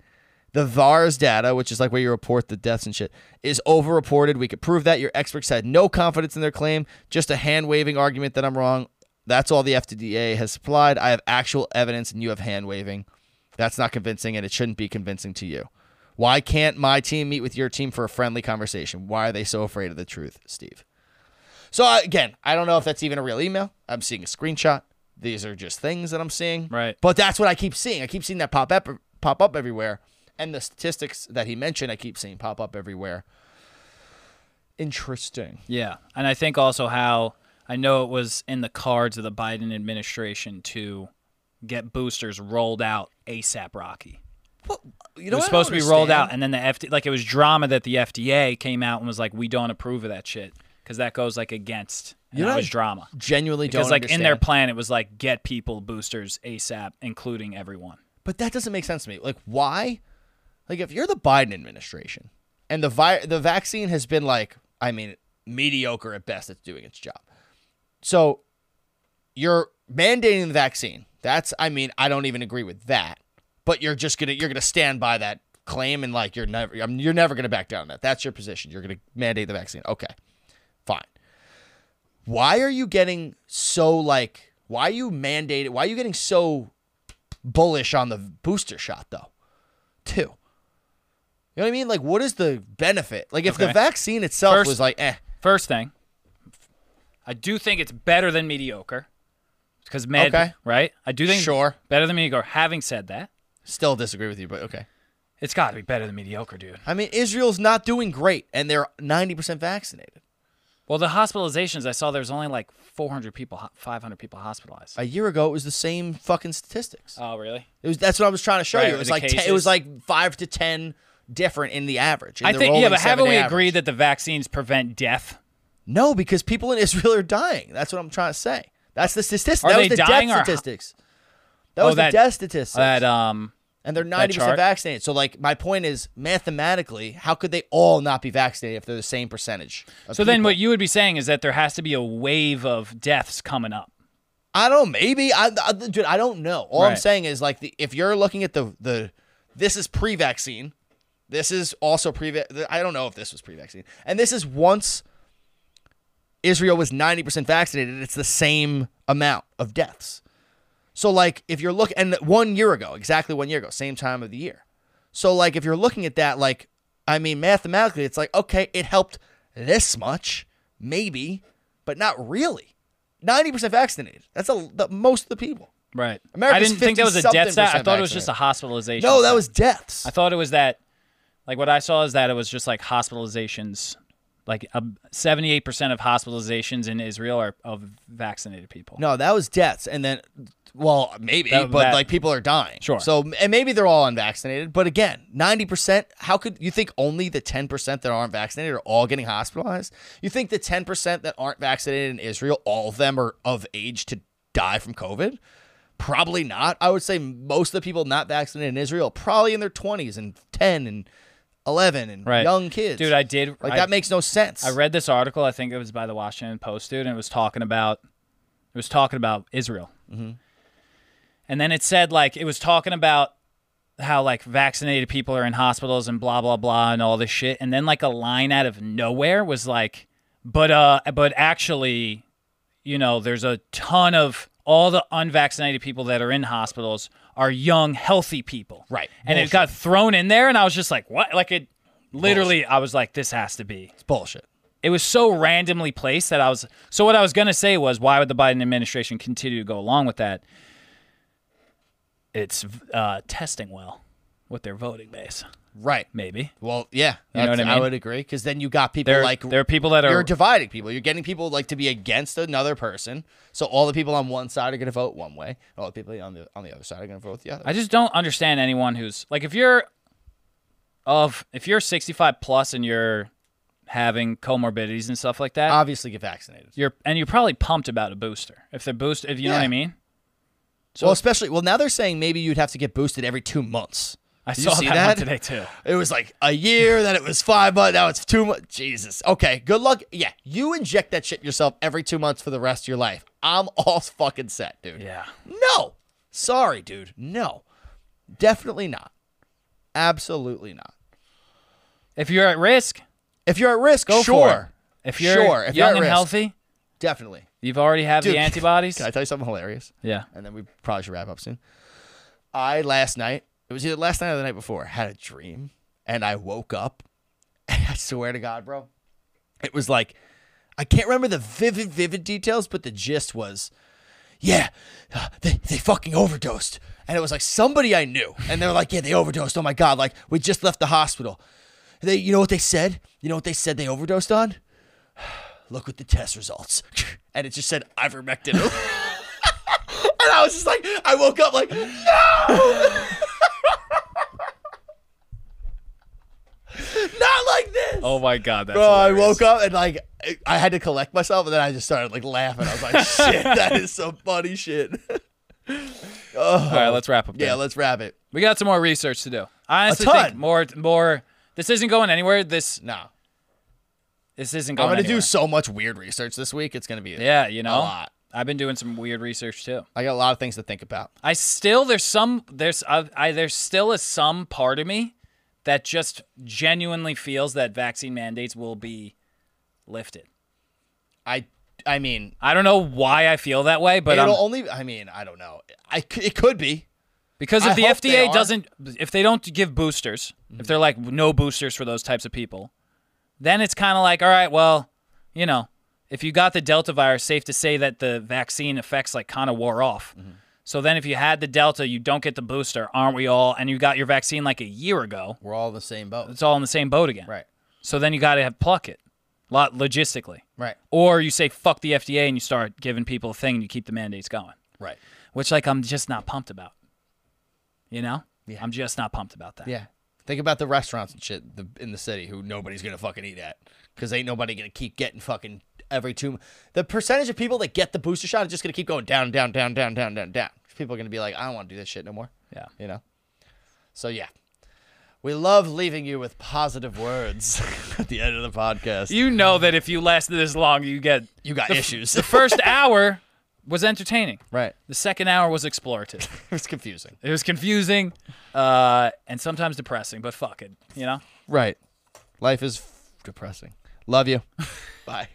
[SPEAKER 1] the VARS data, which is like where you report the deaths and shit, is overreported. We could prove that. Your experts had no confidence in their claim, just a hand waving argument that I'm wrong. That's all the FDA has supplied. I have actual evidence and you have hand waving. That's not convincing and it shouldn't be convincing to you. Why can't my team meet with your team for a friendly conversation? Why are they so afraid of the truth, Steve? So, uh, again, I don't know if that's even a real email. I'm seeing a screenshot. These are just things that I'm seeing.
[SPEAKER 3] Right.
[SPEAKER 1] But that's what I keep seeing. I keep seeing that pop up pop up everywhere. And the statistics that he mentioned, I keep seeing pop up everywhere. Interesting.
[SPEAKER 3] Yeah, and I think also how I know it was in the cards of the Biden administration to get boosters rolled out ASAP Rocky.
[SPEAKER 1] Well, you
[SPEAKER 3] It was supposed to be rolled out, and then the FDA, like it was drama that the FDA came out and was like, "We don't approve of that shit because that goes like against." And
[SPEAKER 1] You know
[SPEAKER 3] that
[SPEAKER 1] what
[SPEAKER 3] was
[SPEAKER 1] I
[SPEAKER 3] drama
[SPEAKER 1] genuinely
[SPEAKER 3] because
[SPEAKER 1] don't
[SPEAKER 3] like in their
[SPEAKER 1] understand.
[SPEAKER 3] plan it was like get people boosters ASAP, including everyone.
[SPEAKER 1] But that doesn't make sense to me. Like, why? Like, if you're the Biden administration and the vi- the vaccine has been like, I mean, mediocre at best, it's doing its job. So you're mandating the vaccine. That's I mean, I don't even agree with that. But you're just gonna you're gonna stand by that claim and like you're never I mean, you're never gonna back down on that. That's your position. You're gonna mandate the vaccine. Okay. Fine. Why are you getting so like why are you mandated why are you getting so bullish on the booster shot though? Two. You know what I mean? Like what is the benefit? Like if the
[SPEAKER 3] Okay.
[SPEAKER 1] vaccine itself
[SPEAKER 3] First-
[SPEAKER 1] was like eh
[SPEAKER 3] First thing, I do think it's better than mediocre. Because med,
[SPEAKER 1] Okay.
[SPEAKER 3] right? I do think it's
[SPEAKER 1] Sure.
[SPEAKER 3] better than mediocre. Having said that,
[SPEAKER 1] still disagree with you, but okay.
[SPEAKER 3] it's got to be better than mediocre, dude.
[SPEAKER 1] I mean, Israel's not doing great, and they're ninety percent vaccinated.
[SPEAKER 3] Well, the hospitalizations I saw, there's only like 400 people, ho- 500 people hospitalized.
[SPEAKER 1] A year ago, it was the same fucking statistics.
[SPEAKER 3] oh, really?
[SPEAKER 1] It was that's what I was trying to show
[SPEAKER 3] Right,
[SPEAKER 1] you. It was
[SPEAKER 3] the
[SPEAKER 1] like te- it
[SPEAKER 3] cases.
[SPEAKER 1] was like five to ten different in the average. in
[SPEAKER 3] I
[SPEAKER 1] the
[SPEAKER 3] think, yeah,
[SPEAKER 1] rolling
[SPEAKER 3] but haven't
[SPEAKER 1] seven-day
[SPEAKER 3] we
[SPEAKER 1] average.
[SPEAKER 3] agreed that the vaccines prevent death?
[SPEAKER 1] No, because people in Israel are dying. That's what I'm trying to say. That's the statistics.
[SPEAKER 3] Are
[SPEAKER 1] that
[SPEAKER 3] they
[SPEAKER 1] was the
[SPEAKER 3] dying
[SPEAKER 1] death
[SPEAKER 3] or-
[SPEAKER 1] statistics. That
[SPEAKER 3] Oh,
[SPEAKER 1] was
[SPEAKER 3] that-
[SPEAKER 1] the death statistics.
[SPEAKER 3] That um,
[SPEAKER 1] and they're ninety percent
[SPEAKER 3] chart?
[SPEAKER 1] vaccinated. So, like, my point is, mathematically, how could they all not be vaccinated if they're the same percentage? of
[SPEAKER 3] so then
[SPEAKER 1] people?
[SPEAKER 3] what you would be saying is that there has to be a wave of deaths coming up.
[SPEAKER 1] I don't. Maybe I, I- dude. I don't know. All I'm
[SPEAKER 3] Right.
[SPEAKER 1] saying is like the, if you're looking at the the this is pre-vaccine, this is also pre. I don't know if this was pre-vaccine, and this is once Israel was 90 percent vaccinated. It's the same amount of deaths. So like if you're looking and one year ago, exactly one year ago, same time of the year. So like if you're looking at that, like I mean mathematically, it's like okay, it helped this much, maybe, but not really. Ninety percent vaccinated. That's a, the, most of the people.
[SPEAKER 3] Right. I
[SPEAKER 1] America's
[SPEAKER 3] didn't think that was a
[SPEAKER 1] 50-something
[SPEAKER 3] death stat. I
[SPEAKER 1] percent
[SPEAKER 3] thought it was just a
[SPEAKER 1] vaccinated.
[SPEAKER 3] hospitalization.
[SPEAKER 1] No, that
[SPEAKER 3] stat.
[SPEAKER 1] was deaths.
[SPEAKER 3] I thought it was that, like what I saw is that it was just like hospitalizations, like seventy-eight percent of hospitalizations in Israel are of vaccinated people.
[SPEAKER 1] no, that was deaths, and then well maybe,
[SPEAKER 3] That-
[SPEAKER 1] but
[SPEAKER 3] that-
[SPEAKER 1] like people are dying.
[SPEAKER 3] Sure.
[SPEAKER 1] So and maybe they're all unvaccinated, but again, ninety percent. How could you think only the ten percent that aren't vaccinated are all getting hospitalized? You think the ten percent that aren't vaccinated in Israel, all of them are of age to die from COVID? Probably not. I would say most of the people not vaccinated in Israel are probably in their twenties and ten and eleven and
[SPEAKER 3] Right.
[SPEAKER 1] young kids.
[SPEAKER 3] Dude, I did-
[SPEAKER 1] like
[SPEAKER 3] I-
[SPEAKER 1] that makes no sense.
[SPEAKER 3] I read this article. I think it was by the Washington Post, dude, and it was talking about it was talking about Israel, and then it said like it was talking about how like vaccinated people are in hospitals and blah blah blah and all this shit, and then like a line out of nowhere was like, but uh, but actually, you know, there's a ton of all the unvaccinated people that are in hospitals are young, healthy people,
[SPEAKER 1] Right.
[SPEAKER 3] And it got thrown in there, and I was just like, what? Like it. Literally, I was like, "This has to be."
[SPEAKER 1] It's bullshit.
[SPEAKER 3] it was so randomly placed that I was so what I was gonna say was why would the Biden administration continue to go along with that? It's uh, testing well with their voting base,
[SPEAKER 1] Right.
[SPEAKER 3] maybe.
[SPEAKER 1] Well, yeah,
[SPEAKER 3] You know
[SPEAKER 1] that's-
[SPEAKER 3] what I
[SPEAKER 1] I
[SPEAKER 3] mean?
[SPEAKER 1] would agree because then you got people
[SPEAKER 3] There,
[SPEAKER 1] like
[SPEAKER 3] there are people that
[SPEAKER 1] you're
[SPEAKER 3] are
[SPEAKER 1] dividing people. You're getting people like to be against another person. So all the people on one side are going to vote one way, and all the people on the on the other side are going to vote the other.
[SPEAKER 3] I just don't understand anyone who's like if you're of if you're 65 plus and you're having comorbidities and stuff like that,
[SPEAKER 1] Obviously, get vaccinated.
[SPEAKER 3] you're and you're probably pumped about a booster. If the boost, if you know what
[SPEAKER 1] Yeah.
[SPEAKER 3] I mean.
[SPEAKER 1] well, especially well now they're saying maybe you'd have to get boosted every two months.
[SPEAKER 3] I
[SPEAKER 1] Did you
[SPEAKER 3] saw
[SPEAKER 1] see
[SPEAKER 3] that,
[SPEAKER 1] that?
[SPEAKER 3] one today too.
[SPEAKER 1] It was like a year, then it was five months, now it's two months. Jesus. Okay, good luck. Yeah, you inject that shit yourself every two months for the rest of your life. I'm all fucking set, dude.
[SPEAKER 3] Yeah.
[SPEAKER 1] No. Sorry, dude. No. Definitely not. Absolutely not.
[SPEAKER 3] If you're at risk,
[SPEAKER 1] If you're at risk,
[SPEAKER 3] go
[SPEAKER 1] sure.
[SPEAKER 3] for it. If you're
[SPEAKER 1] Sure, if you're
[SPEAKER 3] young
[SPEAKER 1] at
[SPEAKER 3] and
[SPEAKER 1] risk.
[SPEAKER 3] healthy,
[SPEAKER 1] Definitely.
[SPEAKER 3] You've already have
[SPEAKER 1] Dude,
[SPEAKER 3] the antibodies.
[SPEAKER 1] Can I tell you something hilarious?
[SPEAKER 3] yeah.
[SPEAKER 1] And then we probably should wrap up soon. I last night, it was either last night or the night before, had a dream and I woke up and I swear to God, bro, it was like I can't remember the vivid, vivid details, but the gist was, yeah, uh, they, they fucking overdosed. And it was like somebody I knew. And they're like, yeah, they overdosed. Oh my God. Like, we just left the hospital. They, you know what they said? You know what they said they overdosed on? Look at the test results. And it just said ivermectin. and I was just like, I woke up like, no! Not like this.
[SPEAKER 3] Oh my god, that's
[SPEAKER 1] Bro, I woke up and like I- I had to collect myself, and then I just started like laughing. I was like, "Shit, that is some funny shit."
[SPEAKER 3] All right, let's wrap up.
[SPEAKER 1] yeah,
[SPEAKER 3] then.
[SPEAKER 1] let's wrap it.
[SPEAKER 3] we got some more research to do. I honestly think
[SPEAKER 1] ton.
[SPEAKER 3] more more this isn't going anywhere. This
[SPEAKER 1] No,
[SPEAKER 3] this isn't
[SPEAKER 1] I'm
[SPEAKER 3] going
[SPEAKER 1] gonna
[SPEAKER 3] anywhere.
[SPEAKER 1] do so much weird research this week. It's gonna be
[SPEAKER 3] Yeah, you know.
[SPEAKER 1] a lot.
[SPEAKER 3] I've been doing some weird research too.
[SPEAKER 1] I got a lot of things to think about.
[SPEAKER 3] I still there's some there's I, I there's still a some part of me that just genuinely feels that vaccine mandates will be lifted.
[SPEAKER 1] I I mean,
[SPEAKER 3] I don't know why I feel that way, but um,
[SPEAKER 1] it'll
[SPEAKER 3] I'm-
[SPEAKER 1] only. I mean, I don't know. I c- it could be.
[SPEAKER 3] because
[SPEAKER 1] I
[SPEAKER 3] if the
[SPEAKER 1] hope they
[SPEAKER 3] FDA
[SPEAKER 1] are.
[SPEAKER 3] doesn't if they don't give boosters, if they're like no boosters for those types of people, then it's kind of like all right, well, you know, if you got the delta virus, safe to say that the vaccine effects like kind of wore off. So then if you had the delta, you don't get the booster, aren't we all? And you got your vaccine like a year ago.
[SPEAKER 1] We're all in the same boat.
[SPEAKER 3] it's all in the same boat again.
[SPEAKER 1] Right.
[SPEAKER 3] So then you got to have pluck it, lot logistically.
[SPEAKER 1] Right.
[SPEAKER 3] Or you say fuck the FDA and you start giving people a thing and you keep the mandates going,
[SPEAKER 1] Right.
[SPEAKER 3] which like I'm just not pumped about. You know,
[SPEAKER 1] Yeah.
[SPEAKER 3] I'm just not pumped about that.
[SPEAKER 1] Yeah. Think about the restaurants and shit the, in the city who nobody's gonna fucking eat at because ain't nobody gonna keep getting fucking every two. The percentage of people that get the booster shot is just gonna keep going down, down, down, down, down, down, down. People are gonna be like, I don't want to do this shit no more.
[SPEAKER 3] Yeah.
[SPEAKER 1] You know. So yeah, we love leaving you with positive words at the end of the podcast.
[SPEAKER 3] You know that if you lasted this long, you get.
[SPEAKER 1] you got issues.
[SPEAKER 3] The first hour was entertaining.
[SPEAKER 1] right.
[SPEAKER 3] The second hour was explorative.
[SPEAKER 1] It's confusing.
[SPEAKER 3] it was confusing, uh, and sometimes depressing. But fuck it, you know.
[SPEAKER 1] Right. Life is f- depressing. Love you. Bye.